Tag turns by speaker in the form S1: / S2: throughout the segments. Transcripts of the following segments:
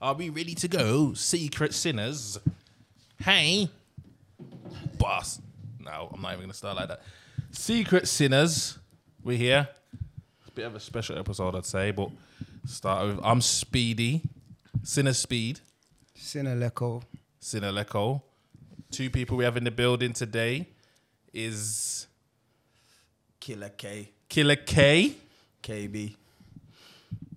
S1: Are we ready to go, secret sinners? Hey, boss. No, I'm not even gonna start like that. Secret sinners, we're here. It's a bit of a special episode, I'd say, but start with I'm Speedy, Sinner Speed,
S2: Sinaleko.
S1: Sinner Leco. Two people we have in the building today is
S3: Killer K,
S1: Killer K
S3: KB,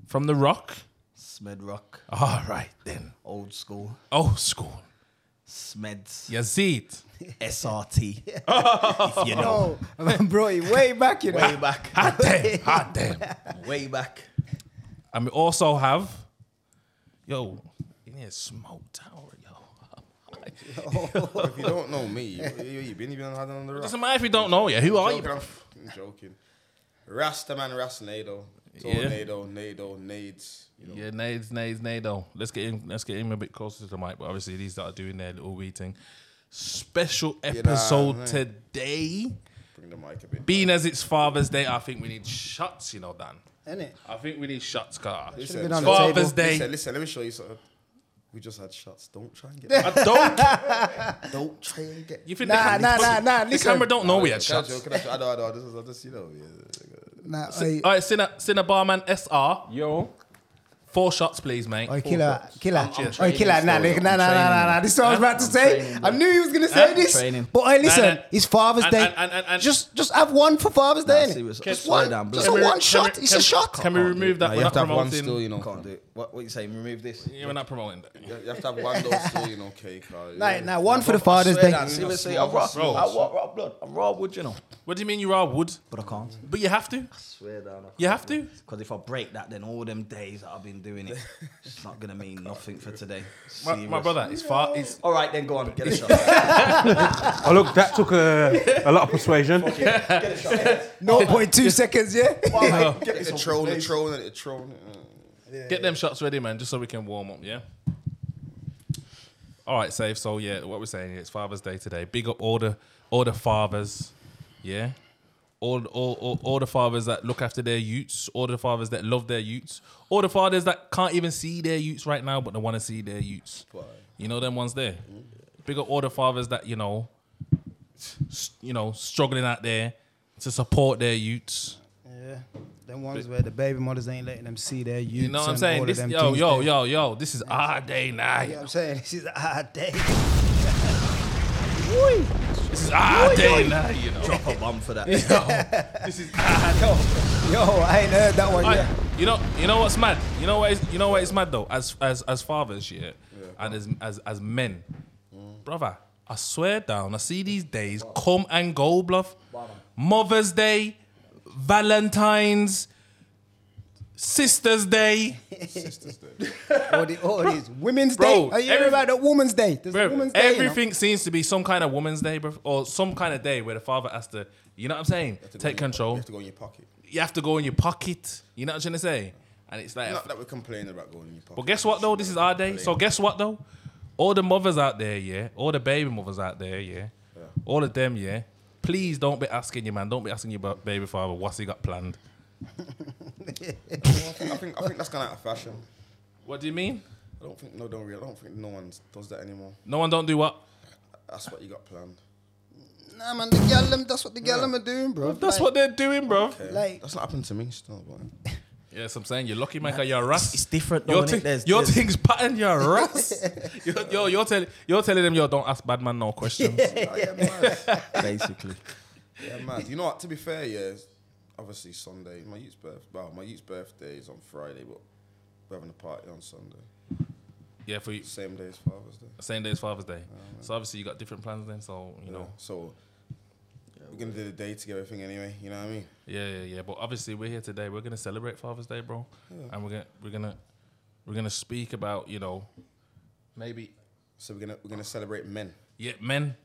S1: from The Rock.
S3: Smed Rock,
S1: All right then,
S3: old school,
S1: old school.
S3: Smeds,
S1: Yazid.
S3: SRT. if you know,
S2: Oh, bro, he way back, you know.
S3: way back,
S1: Hot damn, hot damn.
S3: way back.
S1: And we also have, yo, in here, smoke tower, yo.
S4: If you don't know me, you, you, you been even had it on the rock.
S1: Doesn't matter if you don't know, yeah. Who are you?
S4: Joking, I'm fucking joking. Rastaman, Rasnado,
S1: Yeah.
S4: Tornado, Nado, Nades. You know.
S1: Yeah, Nades, Nades, Nado. Let's get him. Let's get him a bit closer to the mic. But obviously, these that are doing their little wee thing. Special
S4: nah,
S1: episode
S4: man.
S1: today,
S4: Bring the mic a bit.
S1: being as it's Father's Day. I think we need shots, you know, Dan.
S2: Innit?
S1: I think we need shots, car.
S4: Listen,
S2: been on the
S4: listen,
S1: Father's Day.
S4: Listen, listen, let me show you something. We just had shots. Don't try and get.
S1: I don't.
S4: don't try and get.
S1: You think
S2: Nah,
S1: the,
S2: nah, nah, nah.
S1: The
S2: listen.
S1: camera don't know we had
S4: Can I
S1: shots.
S4: joke? Can I joke? I know, I know. This is I'm just you know. Yeah.
S2: Nah, oi,
S1: All right, Cinna, Cinna Barman SR.
S5: Yo.
S1: Four shots, please, mate.
S2: oi, oh, killer, killer.
S1: I'm
S2: Oi,
S5: training
S2: killer, nah,
S5: still,
S2: nah, nah, nah,
S5: I'm
S2: nah, nah.
S5: training.
S2: This is what I was about to say.
S5: training,
S2: I knew he was going to say
S1: I'm
S2: this.
S5: training.
S2: But oi,
S1: Nah,
S2: listen,
S1: nah.
S2: it's Father's
S1: And-
S2: Day.
S1: and- and- and- and-
S2: just just have one for Father's Day,
S3: Nah,
S2: innit?
S3: serious.
S2: Just
S3: Slow
S2: one.
S3: down, blood.
S2: Just a
S3: Can
S1: we-
S2: one
S1: can
S2: shot.
S1: we-
S2: It's
S1: can-
S2: a shot.
S1: Can we remove that?
S4: Nah,
S1: We're
S4: Uh, you
S1: not
S4: have to have one
S1: promoting.
S4: still, you know.
S3: Can't do it. What, what you saying? Remove this.
S1: Yeah, we're not promoting that.
S4: You you have to have one though still, you know. uh, Okay, Carl.
S2: Nah, nah, one for the Father's
S3: Swear
S2: Day.
S3: down, seriously, I'm raw,
S1: small,
S3: I'm raw, raw blood. I'm raw wood, you know.
S1: What do you mean you are wood?
S3: But I can't.
S1: But you have to.
S3: Swear down.
S1: You have to.
S3: Because if I break that, then all them days that I've been doing it, it's not gonna mean nothing for today.
S1: My, my
S3: Serious.
S1: brother, it's far. It's
S3: All right, then go on. Get a shot.
S5: Oh, look, that took a, a lot of persuasion.
S2: 0.2 seconds, yeah?
S4: Get it, troll, it, troll, it, troll. uh,
S1: get them shots ready, man, just so we can warm up. Yeah. All right, safe. So yeah, what we're saying is Father's Day today. Big up all the all the fathers. Yeah. All, all, all, all the fathers that look after their youths, all the fathers that love their youths, all the fathers that can't even see their youths right now, but they want to see their youths. You know them ones there. Big up all the fathers that you know, s- you know, struggling out there to support their youths.
S2: Yeah. Them ones where the baby mothers ain't letting them see their youths.
S1: You know what I'm saying? This, yo, yo, yo, yo. This is our day now.
S2: I'm saying? This is our day.
S1: This is our day now. You know.
S3: Drop a bomb for that.
S1: This is our day.
S2: Yo, I ain't heard that one
S1: I-
S2: yet.
S1: You know, you know what's mad. You know what is, you know what is mad though. As as as fathers, yeah, and as as as men, brother. I swear down. I see these days come and go, bluff. Mother's Day, Valentine's, Sister's Day.
S2: All, the, all these Women's
S1: Bro,
S2: Day. Are you hearing
S1: every-
S2: about the Woman's Day? There's
S1: Bro,
S2: Woman's Day. you know?
S1: everything seems to be some kind of woman's day, bro, or some kind of day where the father has to, you know what I'm saying? Take
S4: You
S1: control.
S4: have to go in your pocket.
S1: You have to go in your pocket. You know what I'm trying to say? And it's like,
S4: Not that we're complaining about going in your pocket.
S1: but guess what though? This is our day. So guess what though? All the mothers out there, yeah. All the baby mothers out there, yeah. All of them, yeah. Please don't be asking your man. Don't be asking your ba- baby father what's he got planned.
S4: I think I think that's gone out of fashion.
S1: What do you mean?
S4: I don't think no, don't really. I don't think no one does that anymore.
S1: No one don't do what?
S4: That's what you got planned.
S2: Nah, man, the girl them. That's what the girl them are doing, bro.
S1: That's
S2: Like-
S1: what they're doing, bro.
S4: Okay.
S2: Like-
S4: that's not happened to me still. But
S1: Yes, I'm saying you're lucky, man. 'cause You're rat.
S3: It's different, though,
S1: Your,
S3: innit?
S1: thing,
S3: There's-
S1: your
S3: there's-
S1: thing's pattern. You're rats. yo, yo, you're telling you're telling them yo don't ask bad man no questions.
S4: Nah, yeah, mad.
S3: Basically.
S4: yeah, mad. You know what? To be fair, yeah. Obviously Sunday, my youth's birth. Well, my youth's birthday is on Friday, but we're having a party on Sunday.
S1: yeah, for you,
S4: Same day as Father's Day.
S1: same day as Father's Day. so obviously you got different plans then. So you
S4: Yeah,
S1: know,
S4: So we're gonna do the day together thing anyway. You know what I mean?
S1: yeah, yeah, yeah. But obviously we're here today. We're gonna celebrate Father's Day, bro. And we're gonna we're gonna we're gonna speak about you know maybe
S4: So we're gonna we're gonna celebrate men.
S1: yeah men.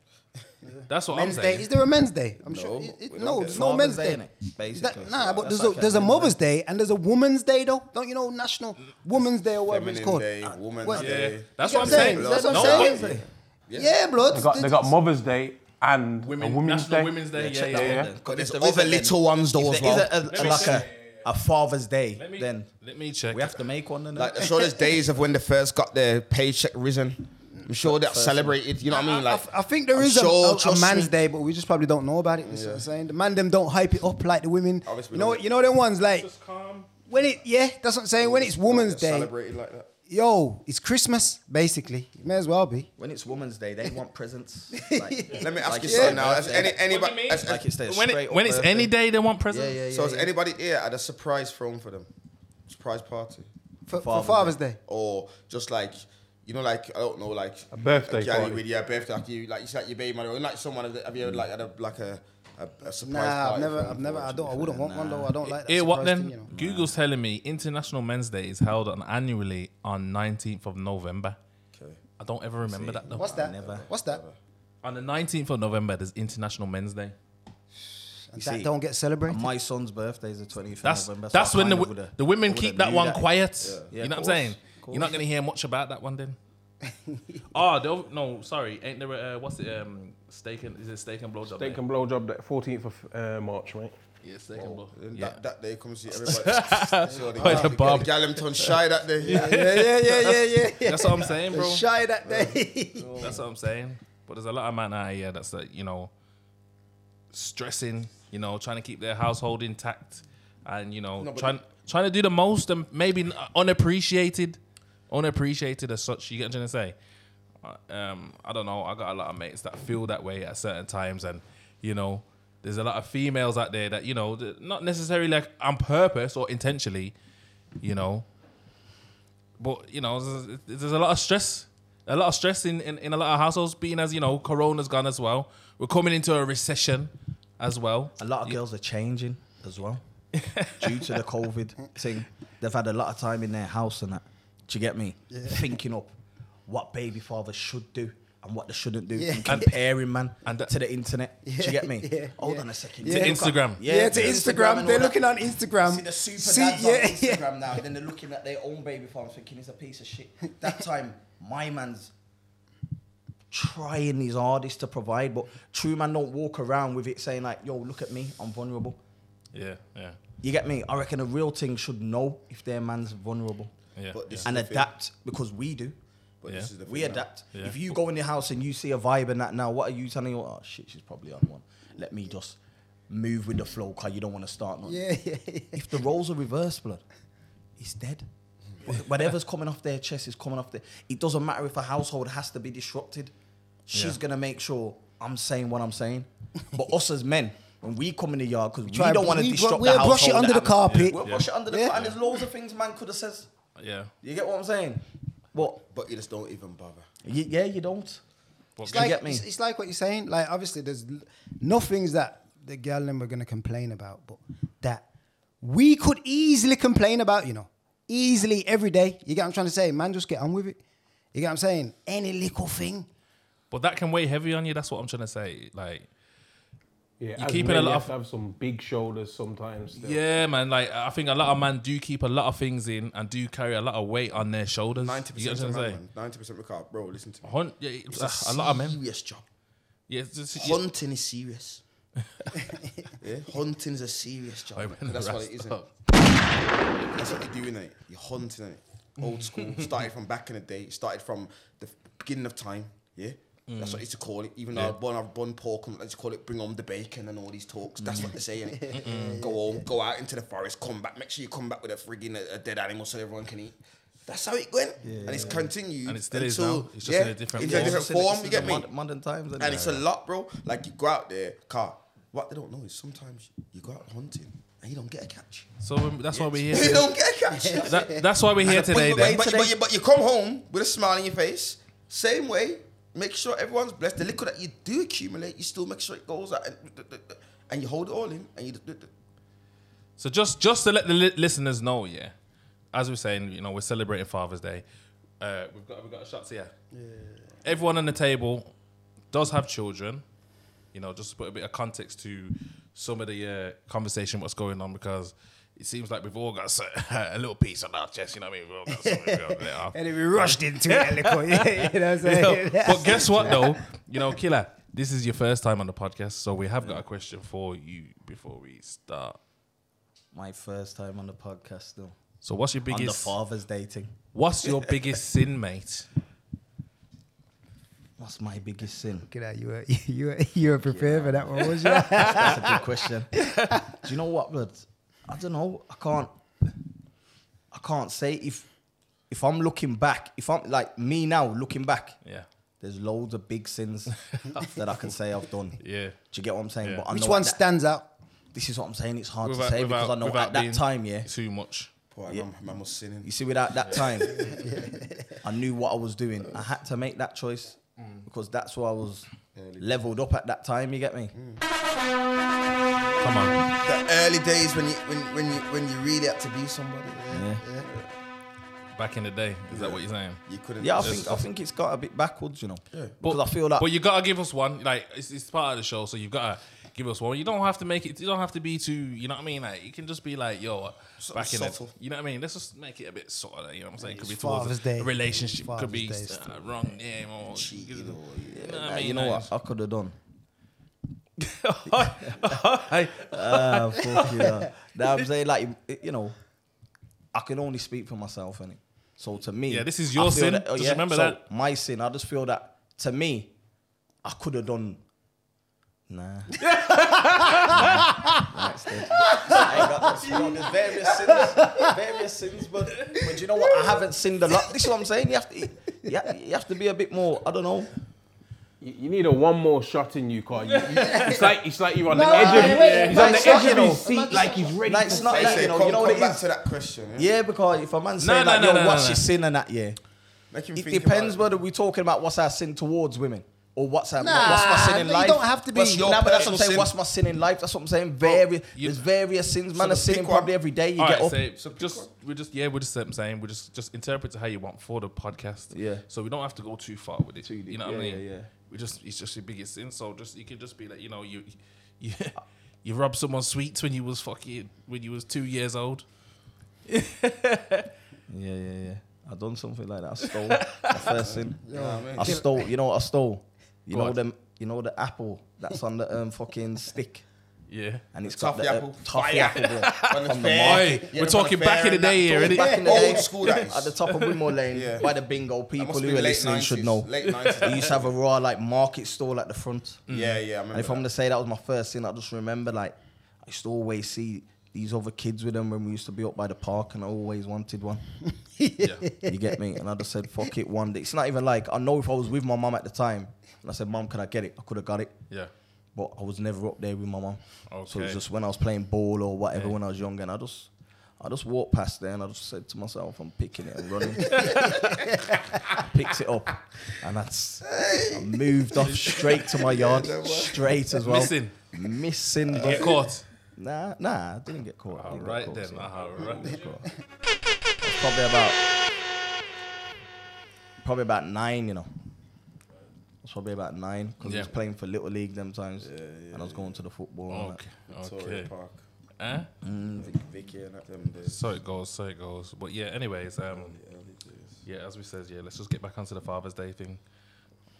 S1: That's what
S2: Men's
S1: I'm
S2: Day.
S1: saying.
S2: Is there a Men's Day? I'm
S4: No,
S2: sure. It, it-
S4: we don't
S2: no,
S4: get
S2: there's
S4: it.
S2: no Men's
S3: Father's
S2: Day.
S3: Day, innit?
S2: Is
S3: Basically.
S2: That, nah,
S3: So
S2: but
S3: that's
S2: there's a,
S3: okay.
S2: there's a Mother's Day and there's a Woman's Day though. Don't you know National Woman's Day or whatever
S4: Feminine
S2: it's called?
S4: Day,
S2: Uh,
S4: Woman's
S2: what-
S1: yeah,
S4: Day.
S1: that's
S2: You
S1: what I'm
S2: get
S1: saying.
S2: what I'm saying? That's what I'm
S1: No,
S2: saying. Yeah, blood.
S5: They got, they got Mother's Day and
S1: Women,
S5: a Women's
S1: National
S5: Day.
S1: Women's Day. Yeah,
S3: Check
S1: yeah,
S3: that
S1: yeah.
S3: out then. 'Cause if
S4: There's
S3: there
S4: other
S3: isn't, then-
S4: little ones though
S3: If
S4: as
S3: there
S4: well.
S3: is a, a, like a, a Father's Day,
S1: Let me,
S3: then
S1: let me check.
S3: we have to make one. Then
S4: Like, I'm sure there's days of when they first got their paycheck risen. I'm sure that's celebrated. You know what I mean? Like,
S2: I, I think there
S4: I'm
S2: is a-
S4: sure,
S2: a, a,
S4: trust
S2: man's
S4: me.
S2: day, but we just probably don't know about it. You see what I'm saying? The man them don't hype it up like the women. you
S4: Obviously, we
S2: know,
S4: don't.
S2: you know them ones like
S1: Just calm.
S2: when it. Yeah, that's what I'm saying. When it's Woman's
S4: They're
S2: Day,
S4: Celebrated like that.
S2: yo, it's Christmas basically. It may as well be.
S3: when it's Woman's Day, they want presents. Like,
S4: Let me ask
S3: like
S4: you
S3: it's
S4: something
S3: their
S4: now. Has
S3: birthday.
S4: any,
S1: What do you
S4: anybody,
S1: mean?
S4: has-
S3: like it's their
S1: When,
S3: straight
S1: it,
S3: up
S1: when it's
S3: birthday.
S1: any day they want presents.
S3: yeah, yeah, yeah.
S4: so has anybody here had a surprise thrown for them? Surprise party?
S2: For for
S3: Father's
S2: Father's Day.
S4: Or just like, you know, like, I don't know, like a
S5: birthday
S4: galley
S5: party.
S4: with your birthday, like you, like you said, your baby mother, or like someone. Have you ever like had a like a, a, a surprise
S2: Nah, I've
S4: party
S2: never,
S4: thrown
S2: I've
S4: for
S2: never,
S4: them?
S2: I don't, I wouldn't want one though. I don't like that.
S1: Here, what
S2: surprise
S1: then?
S2: thing, you know.
S1: Google's telling me International Men's Day is held on annually on 19th of November.
S4: Okay.
S1: I don't ever remember that though.
S2: What's that?
S3: Never.
S2: What's that?
S1: On the 19th of November, there's International Men's Day.
S2: And
S3: You
S2: that
S3: see,
S2: don't get celebrated.
S3: My son's birthday is the 25th
S1: That's
S3: of November. so
S1: that's
S3: I
S1: when the,
S3: kind of
S1: w-
S3: would've-
S1: the women
S3: I would've
S1: keep that
S3: knew
S1: one quiet.
S3: Yeah,
S1: you know what
S3: of
S1: I'm saying?
S3: course, of
S1: You're not gonna hear much about that one then. oh, the other- no, sorry. Ain't there? A, uh, what's it? Um, steak and is it steak and blowjob?
S5: Steak
S1: day?
S5: and blowjob that 14th of uh, March, mate.
S1: yeah, steak and blow.
S4: Then
S1: Yeah.
S4: that, that day comes to everybody. so they
S1: By the bar.
S4: shy that day.
S2: yeah, yeah, yeah, yeah, yeah.
S1: That's what I'm saying, bro.
S2: Shy that day.
S1: That's what I'm saying. But there's a lot of men out here that's like, you know, stressing, you know, trying to keep their household intact and, you know,
S4: but-
S1: trying trying to do the most and maybe n- unappreciated. Unappreciated as such, you get what I'm trying to say? Uh, Um, I don't know. I got a lot of mates that feel that way at certain times and, you know, there's a lot of females out there that, you know, th- not necessarily like on purpose or intentionally, you know, but you know, there's, there's a lot of stress, a lot of stress in, in, in a lot of households. Being as you know, Corona's gone as well. We're coming into a recession as well.
S3: A lot of girls are changing as well due to the COVID thing. They've had a lot of time in their house and that. Do you get me? Thinking up what baby fathers should do and what they shouldn't do,
S2: Yeah.
S3: and comparing man
S1: And that-
S3: to the internet. do you get me?
S2: yeah,
S3: Hold
S2: yeah.
S3: on a second.
S2: To
S3: Look at-
S1: Instagram.
S2: Yeah, to Instagram.
S3: and
S2: They're
S3: all
S2: looking on
S3: that.
S2: Instagram.
S3: See the super
S2: Um, See,
S3: dads on
S2: yeah, yeah.
S3: Instagram now, and then they're looking at their own baby farms thinking it's a piece of shit. That time, my man's trying his hardest to provide, but true man don't walk around with it saying like, "Yo, look at me, I'm vulnerable."
S1: Yeah, yeah,
S3: You get me? I reckon a real thing should know if their man's vulnerable
S1: yeah.
S4: But this
S3: and
S4: is the thing.
S3: adapt because we do.
S4: But
S1: Yeah.
S4: this is the
S3: We
S4: thing now.
S3: adapt.
S1: Yeah.
S3: If you go in your house and you see a vibe and that now, what are you telling you? Oh shit, she's probably on one. Let me just move with the flow, cause you don't want to start. Nothing.
S2: Yeah, yeah, yeah.
S3: If the roles are reversed, blood, it's dead. Wh- Whatever's coming off their chest is coming off their. It doesn't matter if a household has to be disrupted. She's
S1: Yeah.
S3: gonna make sure I'm saying what I'm saying. But us as men, when we come in the yard, because we,
S2: try-
S3: don't want to
S2: we bru-
S3: disrupt
S2: we'll
S3: the household.
S2: brush it under the
S3: and-
S2: carpet.
S3: We'll
S2: Yeah.
S3: brush it under the
S2: Yeah.
S3: carpet. And there's loads of things man could have said.
S1: yeah.
S3: You get what I'm saying? What?
S4: But you just don't even bother.
S3: Y- yeah, you don't.
S2: It's
S3: Do you
S2: like,
S3: get me?
S2: It's, it's like what you're saying. Like, obviously, there's l- nothing's that the girl and we're going to complain about, but that we could easily complain about, you know, easily every day. You get what I'm trying to say? Man, just get on with it. You get what I'm saying? Any little thing.
S1: But that can weigh heavy on you. That's what I'm trying to say. Like,
S5: Yeah,
S1: You're
S5: as
S1: keeping
S5: men,
S1: a lot
S5: you
S1: of-
S5: have to have some big shoulders sometimes. Still.
S1: yeah, man. Like, I think a lot of men do keep a lot of things in and do carry a lot of weight on their shoulders.
S4: Ninety
S1: You
S4: percent
S1: get what I'm
S4: of
S1: saying?
S4: man, ninety percent of the car, bro. Listen to me.
S1: Hun- yeah, it's a, a lot of men.
S4: Serious job.
S1: Yeah, it's just, yeah.
S4: Hunting is serious. yeah, hunting is a serious job.
S1: Sorry,
S4: man.
S1: man,
S4: That's what
S1: rest
S4: it is. innit?
S1: up.
S4: That's what you're doing, it. You're hunting it. Old school. started from back in the day. Started from the beginning of time. Yeah.
S1: Mm.
S4: That's what I used to call it. Even though I've bun, I've bun pork, and I used to call it bring on the bacon and all these talks. That's what they say, innit? go home, go out into the forest, come back. Make sure you come back with a friggin' a, a dead animal so everyone can eat. That's how it went. and it's continued.
S1: And it still is now. It's just in a different
S4: it's
S1: form.
S4: different
S3: It's in the-
S4: form.
S3: it's
S4: You
S3: in
S4: get
S3: the
S4: me?
S3: mod- Modern times. isn't
S4: And
S3: it?
S4: it's a lot, bro. Like you go out there, car. What they don't know is sometimes you go out hunting and you don't get a catch.
S1: So um, that's why we're
S4: You
S1: here.
S4: don't get a catch.
S1: That, that's why we're here
S4: But-
S1: today.
S4: but,
S1: Then.
S4: But, but you, but you come home with a smile on your face. Same way, make sure everyone's blessed. The liquor that you do accumulate, you still make sure it goes out, and, and you hold it all in, and you.
S1: So just just to let the li- listeners know, yeah, as we're saying, you know, we're celebrating Father's Day. Uh, we've got we've got shots here. Yeah. Everyone on the table does have children. You know, just to put a bit of context to some of the uh, conversation what's going on because it seems like we've all got so- a little piece on our chest. You know what I mean? We've all got something we all let off.
S2: And then we rushed into it a little. Yeah, you know what I'm
S1: You
S2: saying?
S1: know, but guess what though? You know, Killer, this is your first time on the podcast, so we have got a question for you before we start.
S3: my first time on the podcast though.
S1: So what's your
S3: On the
S1: biggest?
S3: father's dating.
S1: What's your biggest sin, mate?
S3: What's my biggest sin?
S2: Look at that. You were you were, you were prepared for that one, was you?
S3: That's a good question. Do you know what, blood? I don't know. I can't. I can't say if if I'm looking back. If I'm like me now, looking back,
S1: Yeah,
S3: there's loads of big sins that I can say I've done.
S1: yeah.
S3: Do you get what I'm saying?
S1: Yeah.
S3: But I
S2: Which
S3: know
S2: one
S3: at that-
S2: stands out?
S3: This is what I'm saying. It's hard to say because I know at that
S1: being
S3: time, yeah.
S1: too much.
S4: Boy,
S3: Yeah.
S4: man, man was sinning.
S3: You see, without that time, I knew what I was doing. I had to make that choice
S1: Mm.
S3: because that's where I was leveled up at that time. You get me?
S1: Mm. Come on,
S4: The early days when you when when you when you really had to be somebody. Yeah. yeah.
S1: back in the day, is that what you're saying?
S4: You couldn't.
S3: Yeah, I
S4: just-
S3: think I think it's got a bit backwards, you know. Yeah. Because
S1: But
S3: I feel like
S1: But you gotta give us one. Like it's, it's part of the show, so you've gotta give us one. You don't have to make it. You don't have to be too. You know what I mean? Like you can just be like, yo, uh, back in the,
S4: subtle.
S1: You know what I mean? Let's just make it a bit sort of. You know what I'm saying? Could
S2: It's
S1: be towards
S2: Father's
S1: a
S2: Day.
S1: relationship.
S2: It's
S1: could be
S2: Father's Day
S1: uh, wrong. Yeah, or You know what I
S3: Nah,
S1: mean?
S3: you know
S1: Like,
S3: what I could have done.
S1: I-
S3: Ah, fuck you. Know. Nah, I'm saying like it- you know, I can only speak for myself, and so to me,
S1: Yeah, this is
S3: I
S1: your
S3: feel
S1: sin. Just remember
S3: so
S1: that.
S3: my sin. I just feel that to me, I could have done. Nah. Nah, it's dead. I ain't got this, you know, there's various sins, various sins, but, but you know what? I haven't sinned a lot. This is what I'm saying. You have to, you have, you have to be a bit more. I don't know.
S6: You, you need a one more shot in you, Carl. You, you, it's like it's like you're on the
S2: No,
S6: edge
S2: wait,
S6: of
S2: wait,
S6: he's on
S3: it's
S6: the
S3: not,
S6: edge of
S3: you know.
S6: his seat, like he's ready.
S3: Like,
S6: to
S3: it's not
S4: They
S3: like
S4: say,
S3: you know.
S4: come,
S3: You know what
S4: come
S3: it
S4: back
S3: is.
S4: to that question. Yeah.
S3: Yeah, because if a man
S1: No,
S3: say
S1: no,
S3: like,
S1: no,
S3: yo,
S1: no,
S3: what's
S1: no,
S3: your
S1: no.
S3: sin and that, yeah.
S4: Make him
S3: It
S4: think
S3: depends
S4: about
S3: whether we're talking about what's our sin towards women or what's our
S2: Nah,
S3: what's my sin in
S2: you
S3: life.
S2: don't have to be-
S3: What's,
S4: your
S3: nah, but that's what
S4: personal
S3: I'm saying.
S4: sin.
S3: What's my sin in life? That's what I'm saying. Various,
S1: you-
S3: there's various sins. Man,
S4: the
S3: is sinning
S4: pick one-
S3: probably every day. You
S1: All
S3: get
S1: right,
S3: up.
S1: so just we're just yeah, we're just saying we're just just interpret it how you want for the podcast.
S3: Yeah.
S1: So we don't have to go too far with it.
S3: deep.
S1: You know what I
S3: Yeah,
S1: mean?
S3: yeah, yeah.
S1: We just it's just your biggest sin. So just you can just be like you know you you you robbed someone's sweets when you was fucking when you was two years old.
S3: Yeah, yeah, yeah. I done something like that. I stole my first sin.
S4: Yeah, man.
S3: I stole. You know what I stole? You
S1: Go
S3: know
S1: on.
S3: them. You know the apple that's on the um, fucking stick,
S1: Yeah.
S3: and it's
S4: Toffee
S3: got the uh,
S4: apple.
S3: toffee
S4: Fire.
S3: apple. bro.
S4: On the
S3: From the
S4: fair.
S1: Oi,
S4: Yeah,
S1: we're
S4: the
S1: talking
S4: fair
S1: back in the
S4: and that
S1: day here,
S4: talk.
S1: innit?
S3: Back in the
S4: Old
S3: day,
S4: school, that is.
S3: at the top of Wimore Lane
S4: Yeah.
S3: by the bingo.
S4: That
S3: People
S4: must
S3: who
S4: be
S3: are
S4: late
S3: listening
S4: 90s,
S3: should know.
S4: Late nineties.
S3: They used to have a raw like market stall at the front.
S4: Yeah, yeah. I remember
S3: And if I'm
S4: that.
S3: gonna say that was my first thing, I just remember like I used to always see these other kids with them when we used to be up by the park, and I always wanted one.
S1: Yeah.
S3: You get me? And I just said, "Fuck it, one day." It's not even like I know if I was with my mum at the time, and I said, "Mum, can I get it?" I could have got it,
S1: Yeah.
S3: but I was never up there with my mum. So it
S1: Okay.
S3: was just when I was playing ball or whatever when I was younger, and I just. I just walked past there and I just said to myself, I'm picking it and running. Picked it up and that's, I moved off straight to my yard, straight as well.
S1: Missing.
S3: Missing.
S1: Get caught.
S3: Nah, nah, I didn't get caught. I
S1: All
S3: didn't get
S1: right
S3: caught,
S1: then.
S3: so-
S1: All right.
S3: Probably about probably about nine, you know. I was probably about nine because I was
S1: Yeah.
S3: playing for little league them times, and I was going to the football. and that.
S1: Okay.
S4: Victoria
S1: Okay.
S4: Park.
S1: Eh?
S4: Vic- Vicky and that, them days.
S1: So it goes. So it goes. But yeah. Anyways. Um. Yeah, as we says, yeah, let's just get back onto the Father's Day thing.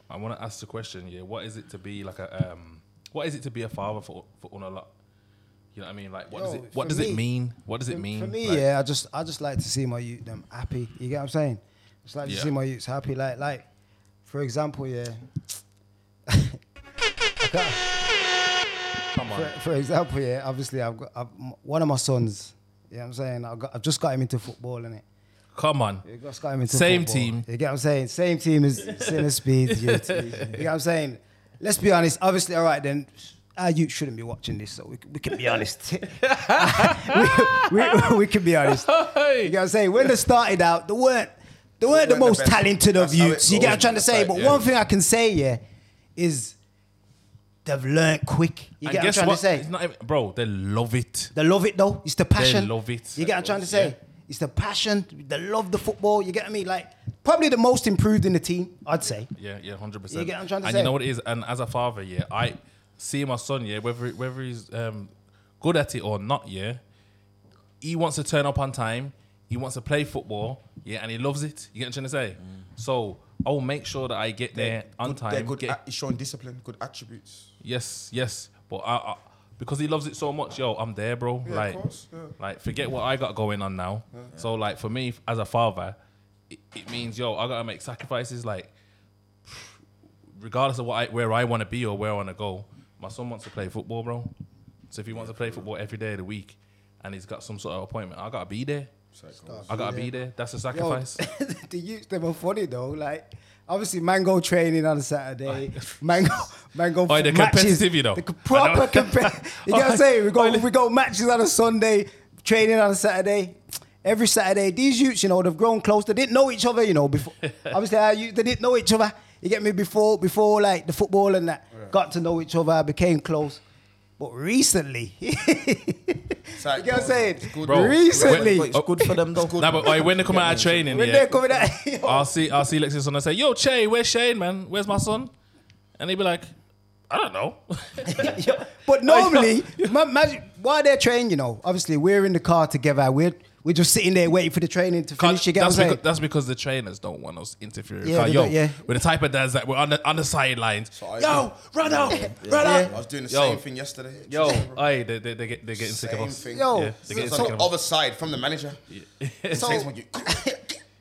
S1: I want to ask the question, yeah, what is it to be like a um, what is it to be a father for for Unalot? You know what I mean? Like, what does
S2: Yo,
S1: it what
S2: for
S1: does
S2: me-
S1: it mean? What does it mean?
S2: For me,
S1: Like,
S2: yeah, I just I just like to see my youth them happy. You get what I'm saying? Just like to
S1: Yeah.
S2: see my youths happy. Like like, for example, yeah. I can't-
S1: Come on,
S2: for, for example, yeah, obviously I've got I've, m- one of my sons. You know what I'm saying? I've, got, I've just got him into football, innit?
S1: come on.
S2: You just got him into
S1: Same
S2: football.
S1: team.
S2: You get what I'm saying? Same team as Sinner Speed. You, you get what I'm saying? Let's be honest. Obviously, all right then. Our youth shouldn't be watching this, so we, c- we can be honest. we, we, we can be honest. You get what I'm saying? When they started out, they weren't they weren't the
S4: weren't the
S2: most
S4: best.
S2: talented of
S4: That's how
S2: youths.
S4: it
S2: You get what I'm
S4: goes,
S2: trying to
S4: that's
S2: say?
S4: right,
S2: But
S4: yeah.
S2: one thing I can say, yeah, is they've learned quick. You
S1: And
S2: get what I'm
S1: guess
S2: trying
S1: what?
S2: to say?
S1: It's not even- bro, they love it.
S2: They love it though. It's the passion.
S1: love it.
S2: You get what I'm trying to say? It's the passion. They love the football. You get me? Like probably the most improved in the team, I'd say.
S1: Yeah, yeah, hundred percent.
S2: You get what I'm trying to
S1: and
S2: say?
S1: you know what it is. And as a father, yeah, I see my son, yeah, whether whether he's um, good at it or not, yeah, he wants to turn up on time. He wants to play football, yeah, and he loves it. You get what I'm trying to say?
S2: Mm.
S1: So I will make sure that I get there on
S4: They're
S1: time.
S4: good.
S1: get-
S4: at- He's showing discipline, good attributes.
S1: yes, yes, but I, I, because he loves it so much. Yo, I'm there, bro.
S4: of
S1: like,
S4: course, yeah.
S1: like forget what I got going on now. So like for me as a father, it, it means yo, I gotta make sacrifices. Like regardless of what I, where I want to be or where I want to go, my son wants to play football, bro. So if he wants to play football every day of the week, and he's got some sort of appointment, I gotta be there. I gotta be there. That's a
S2: Yo,
S1: sacrifice.
S2: the youths, they were funny though. Like, obviously, mango training on a Saturday. Mango, mango.
S1: Oi, they're
S2: matches,
S1: competitive, you know.
S2: The c-
S1: I know.
S2: proper competitive. You get what I'm saying? We
S1: Oi,
S2: go,
S1: li-
S2: we go matches on a Sunday, training on a Saturday. Every Saturday, these youths, you know, they've grown close. They didn't know each other, you know, before. obviously, our youth, they didn't know each other. You get me? Before, before like the football and that, got to know each other, became close. But recently, you
S4: like-
S2: get what I'm saying?
S4: It's good.
S1: Bro, oh,
S2: recently,
S3: But it's good for them though.
S1: Nah, but oh, oi, when they come out of training,
S2: when
S1: yeah,
S2: they're coming out,
S1: I'll see I'll see Lex's son and say, "Yo, Che, where's Shane, man? Where's my son?" And he'd be like, "I don't know."
S2: But normally, ma- imagine while they're training, you know, obviously we're in the car together. We're we're just sitting there waiting for the training to finish. You get what I'm
S1: that's,
S2: saying?
S1: because, that's because the trainers don't want us interfering.
S2: Yeah,
S1: Because,
S2: they
S1: yo,
S2: don't, yeah.
S1: we're the type of dads that we're on the, on the sidelines.
S4: I-
S1: yo, run out, run
S4: I
S1: out.
S4: was doing the
S1: Yo.
S4: same thing yesterday.
S1: Yo, aye, they, they, they get, they're getting sick of
S4: Same
S1: us.
S4: thing.
S2: Yo,
S1: Yeah, they're getting
S4: It's on
S1: sick
S4: the
S1: of us.
S4: other side from the manager.
S2: so
S4: Says when you-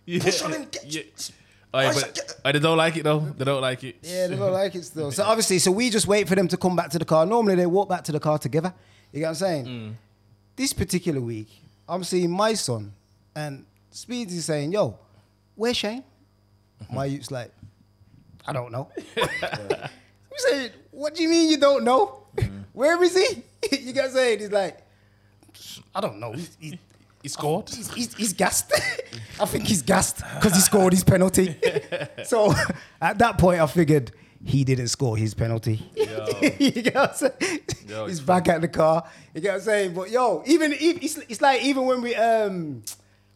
S1: Yeah.
S4: Push on him, get-
S1: Yeah. Aye, but aye, they don't like it, though. They don't like it.
S2: yeah, they don't like it still. So obviously, so we just wait for them to come back to the car. Normally, they walk back to the car together. You get what I'm saying? This particular week, I'm seeing my son and Speedy's saying, "Yo, where's Shane?" My youth's like, "I don't know." We say, what do you mean you don't know? Where is he? you guys saying he's like, I don't know. He's, he's,
S1: He scored.
S2: he's, he's, he's gassed. I think he's gassed because he scored his penalty. so at that point, I figured he didn't score his penalty. you get what I'm saying?
S1: Yo,
S2: he's
S1: it's
S2: back at the car. You get what I'm saying? But yo, even if- it's, it's like even when we um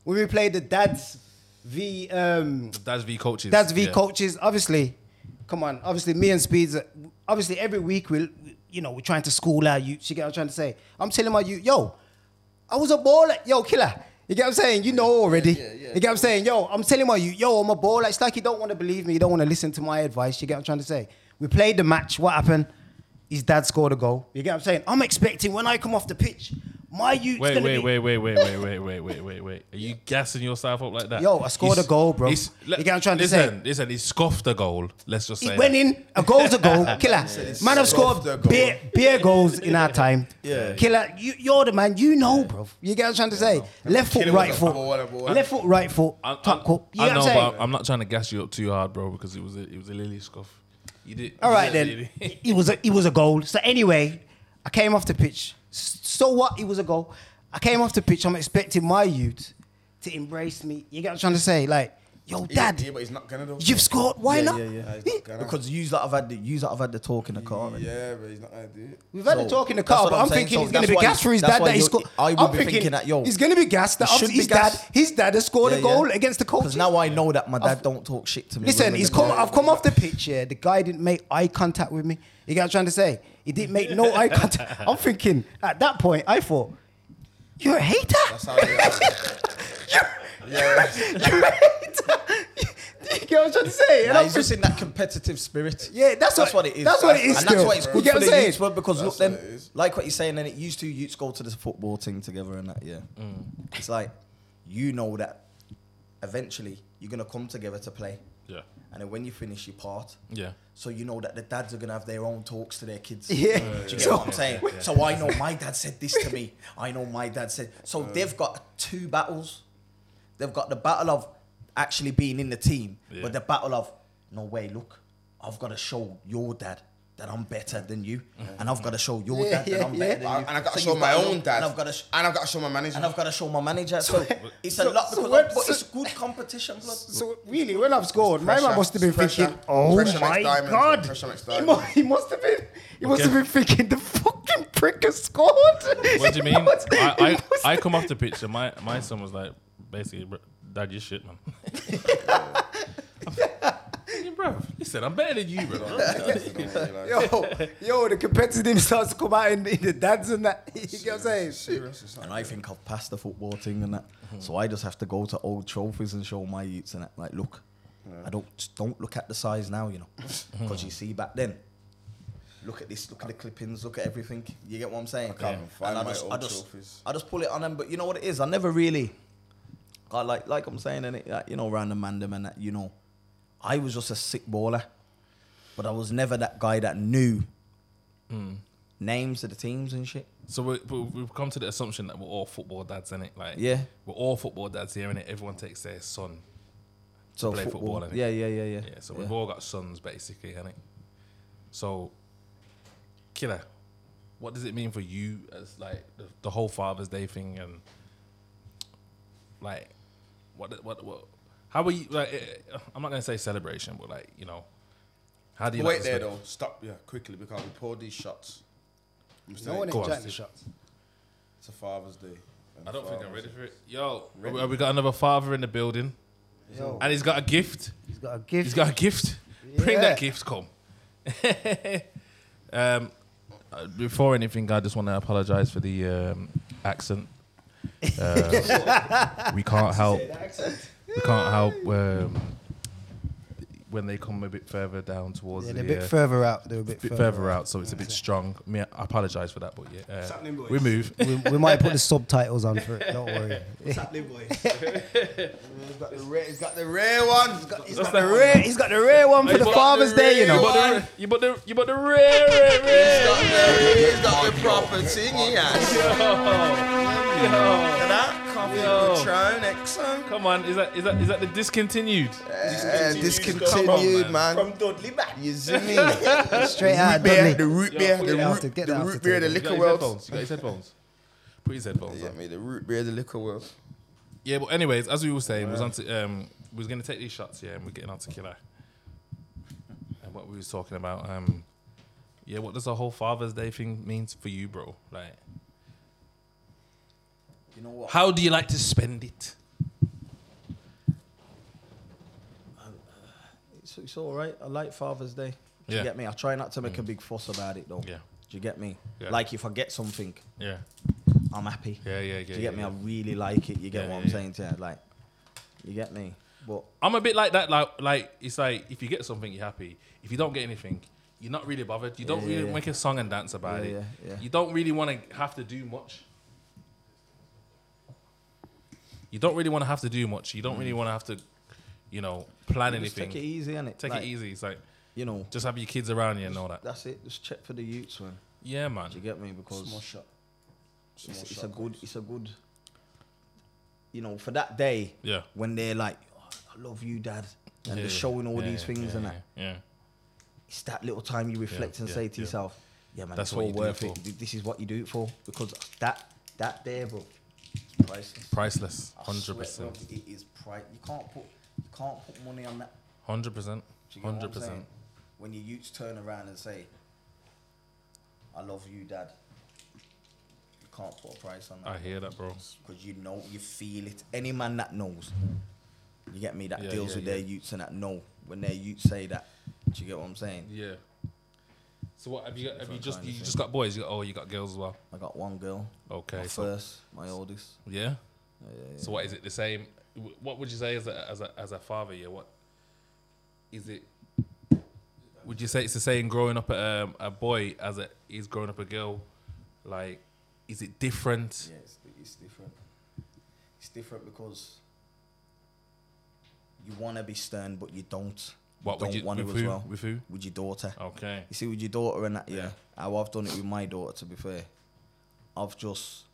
S2: when we played the dads v um
S1: That's V coaches.
S2: that's V
S1: Yeah.
S2: coaches. Obviously, come on. Obviously, me and Speeds. uh, Obviously, every week we, will you know, we're trying to school our youth. You get what I'm trying to say? I'm telling my youth, yo, I was a baller, yo, killer. You get what I'm saying? You know already. You get what I'm saying? Yo, I'm telling my youth, yo, I'm a baller. It's like you don't want to believe me. You don't want to listen to my advice. You get what I'm trying to say? We played the match. What happened? His dad scored a goal. You get what I'm saying? I'm expecting when I come off the pitch, my youth's
S1: Wait,
S2: gonna
S1: wait,
S2: be
S1: wait, wait, wait, wait, wait, wait, wait, wait, wait. Are you gassing yourself up like that?
S2: Yo, I scored a goal, bro.
S1: he's-
S2: You get what I'm trying to say?
S1: listen, Listen, he scoffed the goal. Let's just say.
S2: It went
S1: that.
S2: in. A goal's a goal. Killer. Man have scored
S4: Goal's a goal.
S2: bare, bare goals in our time. Yeah. Killer, you, you're the man. You know, bro. You get what I'm trying to say? Left foot,
S4: Killer
S2: right
S4: was a
S2: foot.
S4: baller, boy.
S2: Left foot, right foot.
S1: I- I-
S2: Top cup. You
S1: I
S2: get
S1: know,
S2: what I'm saying?
S1: but I'm not trying to gas you up too hard, bro, because it was a, it was a lily scuff. You did.
S2: All right
S1: you
S2: then.
S1: did-
S2: it was a it was a goal. So anyway, I came off the pitch. S- So what? It was a goal. I came off the pitch. I'm expecting my youth to embrace me. You get what I'm trying to say? Like, yo,
S4: Yeah,
S2: dad,
S4: yeah, but he's not gonna though.
S2: you've scored. Why
S3: Yeah,
S2: not?
S3: yeah, yeah.
S4: Nah, he's not gonna.
S3: Because you that have had the you that have had the talk in the car. innit?
S4: yeah, but he's not gonna do it.
S2: We've had a
S3: So,
S2: talk in the
S3: that's
S2: car,
S3: what
S2: but
S3: I'm
S2: I'm
S3: saying.
S2: thinking
S3: So
S2: he's going to
S3: that's
S2: be
S3: why
S2: gassed
S3: you-
S2: for his
S3: that's
S2: dad
S3: why
S2: that he
S3: you-
S2: scored.
S3: I would
S2: I'm
S3: be
S2: thinking
S3: thinking that, yo,
S2: he's going to be gassed. That
S3: he should
S2: obviously his
S3: be gassed.
S2: dad, his dad has scored a
S3: Yeah,
S2: goal
S3: yeah.
S2: against the
S3: Because
S2: coach.
S3: now I know that my dad don't talk shit to me.
S2: Listen,
S3: when
S2: he's
S3: I'm
S2: come.
S3: in
S2: I've come off the pitch. Yeah, the guy didn't make eye contact with me. You get what I'm trying to say? He didn't make no eye contact. I'm thinking at that point, I thought, you're a hater.
S4: That's how they are. yeah,
S2: You're a hater. you get what I'm trying to say?
S3: there.
S2: And
S3: Nah,
S2: I'm
S3: he's just in that competitive spirit.
S2: Yeah, that's what- that's what it is
S3: And that's why
S2: still.
S3: it's
S2: You
S3: good
S2: get
S3: for
S2: what
S3: the
S2: I'm saying?
S3: youths, bro, because look,
S4: That's
S3: then
S4: what it is.
S3: like what you're saying, then it used two youths go to this football team together and that. Yeah,
S2: Mm.
S3: it's like you know that eventually you're gonna come together to play,
S1: Yeah.
S3: and then when you finish your part,
S1: Yeah.
S3: So you know that the dads are gonna have their own talks to their kids.
S2: Yeah.
S3: Do you get what I'm saying? So I know my dad said this to me. I know my dad said. So they've got two battles. They've got the battle of actually being in the team,
S1: Yeah.
S3: but the battle of no way. Look, I've got to show your dad that I'm better than you, and I've got to show your
S2: Yeah,
S3: dad that
S2: yeah,
S3: I'm
S2: yeah.
S3: better than you.
S4: and I've got to
S3: So
S4: show
S3: you've
S4: my
S3: got to
S4: own
S3: know-
S4: dad,
S3: and I've got to. Sh-
S4: and I've got to show my manager.
S3: and I've got to show my manager. So it's a
S2: so-
S3: lot
S2: so
S3: because
S2: what-
S3: but
S2: so-
S3: it's good competition. blood.
S2: So really, when I've scored, my man
S4: Pressure,
S2: must have been
S4: pressure,
S2: thinking, "Oh
S4: pressure
S2: my
S4: makes diamonds,
S2: god!"
S4: pressure makes
S2: he, mu- he must have been. He must have been thinking the fucking prick has scored.
S1: What do you
S2: He
S1: mean?
S2: must- he
S1: I,
S2: must-
S1: I, I come off the pitch and my, my son was like, basically, "Bro, dad, you shit, man. I'm- bro, listen, I'm better than you, bro.
S4: Yo,
S2: yo, yo, the competitive starts to come out in, in the dads and that. You get what I'm saying?
S4: serious. It's not
S3: And I think I've passed the football thing and that. So I just have to go to old trophies and show my youths and that. Like, look, I don't just don't look at the size now, you know, because you see back then, look at this, look at the clippings, look at everything. You get what I'm saying?
S4: can't even find
S3: and
S4: my
S3: I just, I
S4: old
S3: just,
S4: trophies.
S3: I just pull it on them. But you know what it is? I never really, I like, like I'm saying, and it, like, you know, random mandem and that, you know, I was just a sick baller, but I was never that guy that knew names of the teams and shit.
S1: So we, we- we've come to the assumption that we're all football dads, innit? Like,
S3: Yeah.
S1: we're all football dads here, innit? Everyone takes their son.
S3: So
S1: Play football, innit?
S3: yeah, yeah, yeah, yeah.
S1: Yeah, so we've all got sons, basically, innit? So, killer, what does it mean for you as like the, the whole Father's Day thing and like what what what? How are you? Like, eh, eh, I'm not gonna say celebration, but like you know, how do you
S4: Wait
S1: like to
S4: there
S1: cele-
S4: though. Stop yeah quickly because we poured these shots. I'm
S2: No
S4: saying
S2: one
S1: Go on,
S2: enjoyed the
S1: Steve.
S2: shots.
S4: it's a Father's Day.
S1: I don't think I'm ready
S4: for
S1: for it. Yo, have we- have we got another father in the building,
S2: Yo,
S1: and he's got a gift.
S2: he's got a gift.
S1: He's got a gift. Bring that
S2: Yeah.
S1: gift, come. um, uh, before anything, I just want to apologize for the um, accent. Uh, we can't help. We can't help um, when they come a bit further down towards
S2: yeah,
S1: the
S2: they're a bit
S1: uh,
S2: further out. They're a bit,
S1: bit further, out, so it's a bit strong. Me, I apologize for that, but yeah,
S4: happening,
S1: uh,
S4: boys?
S1: we move.
S2: we, we might put the subtitles on for it. Don't worry.
S4: He's got the rare one. He's got,
S1: That's the rare.
S2: He's got the rare one for the
S1: He's got
S2: Father's
S4: the
S2: Day, you
S4: rare
S1: You
S2: know.
S4: one.
S1: got the, you got the, you got the rare, rare, rare.
S4: the, he's got the proper thing he has. Look
S1: Yo,
S4: at that. Coffee
S1: Yo.
S4: Patron Exxon.
S1: come on, is that is that is that the discontinued?
S4: Uh,
S1: Come on,
S4: discontinued, man. From Dudley Back. You see me? the
S2: Straight out
S4: root
S2: of
S4: beer,
S2: Dudley.
S4: the root
S1: Yo,
S4: beer,
S1: put
S4: the
S1: it
S2: out.
S4: root,
S2: Get
S4: the,
S2: out.
S4: root beer, the
S1: You got
S4: liquor
S1: his
S4: world.
S1: headphones. You got his headphones. Put his headphones
S4: Yeah,
S1: on.
S4: mate, the root beer, the liquor world.
S1: Yeah, but anyways, as we were saying, we was on to, um, we was gonna take these shots, yeah, and we're getting on to killer. And what we was talking about, um, yeah, what does the whole Father's Day thing means for you, bro? Like,
S3: You know what?
S1: how do you like to spend it?
S3: It's, it's all right. I like Father's Day.
S1: Yeah.
S3: Do
S1: Mm.
S3: you get me? I try not to make a big fuss about it though.
S1: Yeah.
S3: Do you get me?
S1: Yeah.
S3: Like if I get something,
S1: Yeah,
S3: I'm happy.
S1: yeah, yeah, yeah.
S3: Do you get me?
S1: yeah.
S3: I really like it. You get
S1: Yeah,
S3: what I'm
S1: yeah,
S3: saying to you? Like, you get me? But
S1: I'm a bit like that. Like, like it's like if you get something, you're happy. If you don't get anything, you're not really bothered. You don't
S3: Yeah, yeah,
S1: really
S3: yeah.
S1: make a song and dance about
S3: Yeah,
S1: it.
S3: yeah, yeah.
S1: You don't really want to have to do much. You don't really want to have to do much. You don't really want to have to, you know, plan
S3: Mm. just
S1: anything.
S3: take it easy, innit?
S1: Take
S3: Like,
S1: it easy. It's like
S3: You know,
S1: just have your kids around you and all that.
S3: that's it. Just check for the youths, man.
S1: Yeah, man.
S3: Do you get me? Because
S4: Small shot. Small
S3: it's, it's
S4: shot,
S3: a good,
S4: guys.
S3: it's a good. You know, for that day
S1: Yeah.
S3: when they're like, "Oh, "I love you, Dad," and
S1: Yeah,
S3: they're
S1: yeah.
S3: showing all
S1: Yeah,
S3: these
S1: yeah,
S3: things,
S1: yeah,
S3: and
S1: yeah,
S3: that
S1: Yeah.
S3: it's that little time you reflect and
S1: yeah,
S3: say to
S1: yeah.
S3: yourself, "Yeah, man,
S1: That's
S3: it's
S1: what
S3: all
S1: you do it
S3: worth
S1: for.
S3: it. Th- This is what you do it for." Because that that day, bro, is priceless.
S1: Priceless.
S3: I swear,
S1: Hundred
S3: bro,
S1: percent.
S3: It is price. You can't put you can't put money on that.
S1: Hundred percent.
S3: Do you get what
S1: Hundred
S3: I'm
S1: percent.
S3: saying? When your youths turn around and say, "I love you, Dad," you can't put a price on
S1: I
S3: that
S1: hear that, bro.
S3: because you know you feel it. Any man that knows, you get me, that
S1: Yeah,
S3: deals
S1: yeah,
S3: with
S1: yeah.
S3: their youths and that know when their youths say that. Do you get what I'm saying?
S1: Yeah. So what have you got? Have you
S3: I'm
S1: just
S3: trying to
S1: you
S3: think.
S1: just got boys? You got, oh, you got girls as well.
S3: I got one girl,
S1: Okay.
S3: my
S1: so
S3: first, my oldest.
S1: Yeah.
S3: Yeah, Oh, yeah, yeah.
S1: So what is it the same? w- What would you say as a as a, as a father? Yeah. What is it? Would you say it's the same growing up a, um, a boy as it is growing up a girl? Like, is it different?
S3: Yeah, it's, it's different. It's different because you want to be stern, but you don't.
S1: What would
S3: don't
S1: you
S3: want
S1: with
S3: to
S1: who?
S3: as well.
S1: With who?
S3: With your daughter.
S1: Okay.
S3: You see, with your daughter and that, yeah.
S1: Yeah.
S3: How I've done it with my daughter, to be fair. I've just,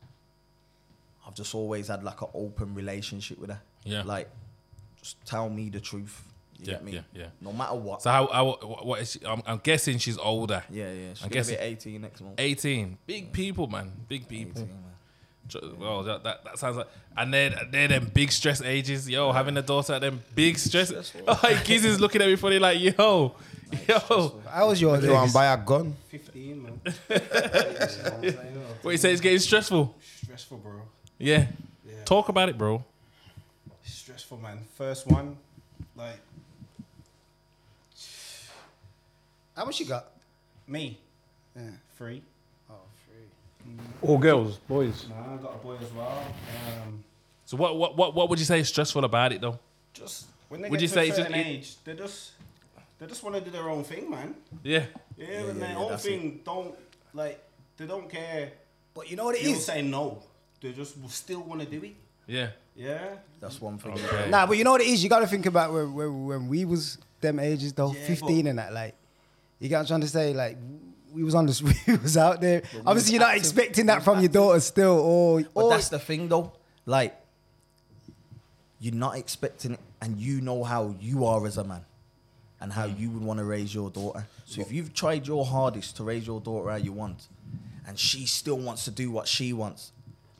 S3: I've just always had like an open relationship with her.
S1: Yeah.
S3: Like, just tell me the truth. You
S1: Yeah,
S3: get me?
S1: yeah, yeah.
S3: No matter what.
S1: So how, how wh- what is she? I'm, I'm guessing she's older.
S3: yeah, yeah. She's gonna
S1: guess
S3: be
S1: it-
S3: 18 next month.
S1: 18. Big people, man. Big people.
S3: 18, man.
S1: Ju- Well, that, that, that sounds like, and they're, they're them big stress ages, yo. Having a daughter at them big stress. Oh, kids is looking at me funny, like, yo, yo.
S2: How was your
S4: Go and
S2: day?
S4: buy a gun.
S7: 15, man. You know what I'm saying?
S1: What you say? It's getting stressful.
S7: Stressful, bro.
S1: Yeah.
S7: Yeah.
S1: Talk about it, bro.
S7: Stressful, man. First one, like
S2: How much you got?
S7: me,
S2: Yeah.
S7: three.
S2: Oh, free.
S5: All girls, boys.
S7: Nah, I got a boy as well. Um,
S1: So what what what, what would you say is stressful about it though?
S7: just when they
S1: Would
S7: get
S1: you
S7: to
S1: say
S7: a
S1: it's
S7: certain
S1: just- it-
S7: age, they're just They just want to do their own thing, man.
S1: Yeah.
S7: Yeah, and their own thing don't like they don't care.
S2: But you know what it
S7: People
S2: is?
S7: say no. They just will still want to do it.
S1: Yeah.
S7: Yeah.
S3: That's one thing.
S1: Okay.
S2: Nah, but you know what it is? You got to think about when, when, when we was them ages though,
S7: Yeah,
S2: 15
S7: but-
S2: and that. Like, you got what I'm trying to say? Like, we was on this, we was out there. Obviously, you're not expecting that from your daughter still. Or,
S3: But
S2: or
S3: that's the thing, though. Like, you're not expecting it, and you know how you are as a man, and how you would want to raise your daughter. So if you've tried your hardest to raise your daughter how you want, and she still wants to do what she wants,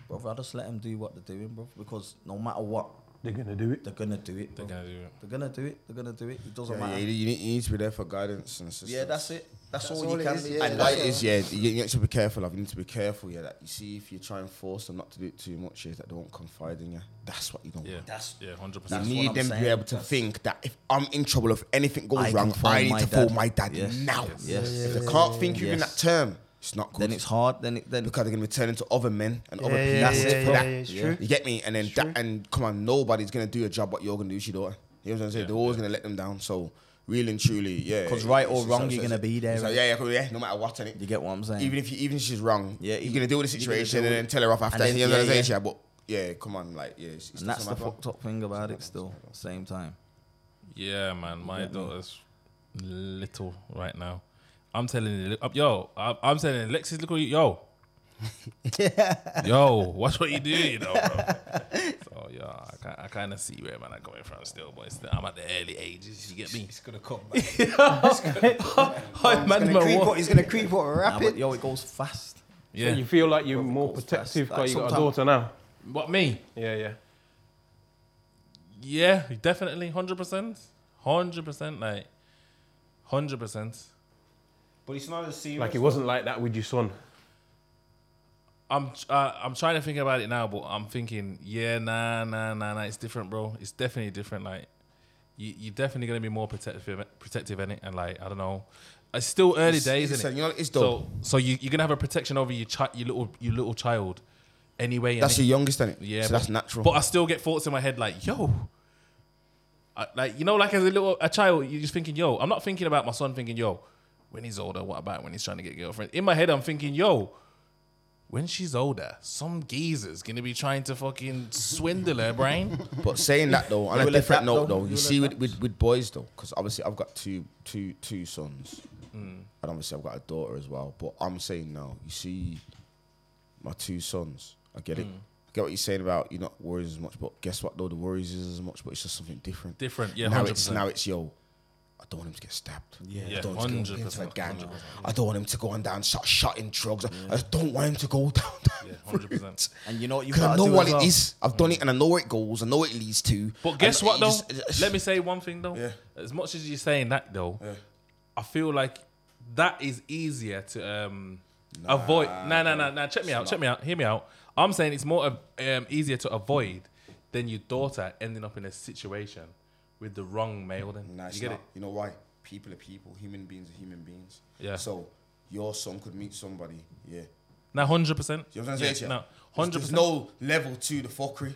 S3: brother, I just let them do what they're doing, bro. Because no matter what,
S5: They're gonna do it.
S3: they're gonna do it. They're
S1: gonna do it.
S3: They're gonna do it. They're gonna do it. It doesn't
S4: Yeah,
S3: matter.
S4: you,
S3: Yeah,
S4: need, you need to be there for guidance and assistance.
S3: that's it. That's, all,
S2: all
S3: you
S2: it
S3: can
S2: is,
S3: be.
S2: yeah.
S4: And that is, yeah, you, you need to be careful. Of. You need to be careful, yeah. That you see, if you try and force them not to do it too much, is that they won't confide in you. That's what you don't.
S1: Yeah.
S4: want.
S3: That's-
S1: yeah, hundred
S4: You
S1: percent.
S3: that's- what
S4: need
S3: I'm
S4: them to be
S3: saying.
S4: able to
S3: That's-
S4: think that if I'm in trouble, if anything goes
S3: I can
S4: wrong,
S3: phone
S4: I need
S3: my
S4: to
S3: dad.
S4: phone my dad
S3: Yes.
S4: now.
S3: Yes.
S4: If they can't think within
S3: Yes.
S4: that term, it's not good.
S3: Then it's hard. Then it, then
S4: because they're gonna be turned into other men and other people.
S2: yeah, yeah,
S4: for
S2: yeah,
S4: that.
S2: yeah, it's true.
S4: You get me? And then that, and come on, nobody's gonna do a job what you're gonna do to your daughter. You know what I'm saying? they're always gonna let them down. So really and truly, yeah.
S3: 'Cause right or
S4: it's-
S3: wrong,
S4: it's-
S3: you're
S4: it's-
S3: gonna be there,
S4: it's like,
S3: innit?
S4: yeah, yeah, 'cause yeah, no matter what, innit?
S3: you get what I'm saying.
S4: even if you, even if she's wrong,
S3: Yeah,
S4: you're
S3: you-
S4: gonna deal with the
S3: you're gonna
S4: situation
S3: deal
S4: and
S3: with
S4: then
S3: it.
S4: tell her off after.
S3: And
S4: that.
S3: then-
S4: you know
S3: yeah,
S4: what I'm saying?
S3: yeah.
S4: Yeah, but yeah, come on, like yeah, it's, it's
S3: and that's the
S4: not my fault.
S3: fucked up thing about it. Still, same time.
S1: Yeah, man. My daughter's little right now. I'm telling you, up, yo. I'm, I'm telling you, Lexis, look at you, yo. yo, watch what you do, you know, bro. So yeah, I, ki- I kind of see where man I'm coming from still, but it's I'm at the early ages. You get me?
S7: It's gonna come. Man.
S1: Oh,
S2: he's
S1: man,
S2: gonna
S1: my
S2: creep
S1: wa-
S2: up, he's going to creep up
S3: Nah, but
S2: rapid.
S3: yo, it goes fast.
S1: Yeah.
S6: You feel like you're more
S3: course,
S6: protective
S3: that's-
S6: because you got a
S3: that's
S6: daughter now.
S1: What me?
S6: Yeah, yeah.
S1: Yeah, definitely, hundred percent, hundred percent, like, hundred percent.
S7: But it's not as serious.
S6: Like it wasn't like that with your son.
S1: I'm uh, I'm trying to think about it now, but I'm thinking, yeah, nah, nah, nah, nah. It's different, bro. It's definitely different. Like, you, you're definitely gonna be more protective, protective in it, and like, I don't know. It's still early
S4: It's-
S1: days,
S4: it's-
S1: isn't it?
S4: you know, it's
S1: so,
S4: dope.
S1: so you, you're gonna have a protection over your chi- your little, your little child, anyway.
S4: That's
S1: innit?
S4: your youngest, innit?
S1: Yeah,
S4: so
S1: but-
S4: that's natural.
S1: But I still get thoughts in my head like, yo, I, like you know, like as a little a child, you're just thinking, yo. I'm not thinking about my son thinking, yo, when he's older, what about when he's trying to get a girlfriend? In my head, I'm thinking, yo, when she's older, some geezer's gonna be trying to fucking swindle her brain.
S4: But saying that though, on
S3: You
S4: a
S3: will
S4: different
S3: adapt,
S4: note
S3: though.
S4: though,
S3: You
S4: you
S3: will
S4: see with,
S3: adapt.
S4: with, with boys though, because obviously I've got two two two sons, and obviously I've got a daughter as well. But I'm saying now, you see, my two sons, I get it. I get what you're saying about you're not worries as much, but guess what though, the worries is as much, but it's just something different.
S1: Different, yeah,
S4: Now it's
S1: 100%.
S4: now it's yo. I don't want him to get stabbed.
S1: Yeah,
S4: I don't want him to go into a
S1: 100%,
S4: gang. I don't want him to go on down shot, shot in drugs. I just don't want him to go down that
S1: Yeah, 100%.
S3: And you know what you
S4: 'Cause I
S3: gotta
S4: know
S3: do
S4: what
S3: as well?
S4: it is. I've done it, and I know where it goes. I know what it leads to.
S1: But guess
S4: And
S1: what
S4: it
S1: though?
S4: just- uh, it just-
S1: Let me say one thing though.
S4: Yeah.
S1: As much as you're saying that though, I feel like that is easier to um, avoid. Nah, nah, nah, nah. Check me out. Check me out. Hear me out. I'm saying it's more of, um, easier to avoid than your daughter ending up in a situation with the wrong male. Then
S4: Nah, it's
S1: you get
S4: not. You know why? People are people. Human beings are human beings.
S1: Yeah.
S4: So your son could meet somebody. Yeah.
S1: it. Now, hundred percent.
S4: You know what I'm saying? to you?
S1: No,
S4: There's-
S1: hundred
S4: There's
S1: percent.
S4: no level to the fuckery.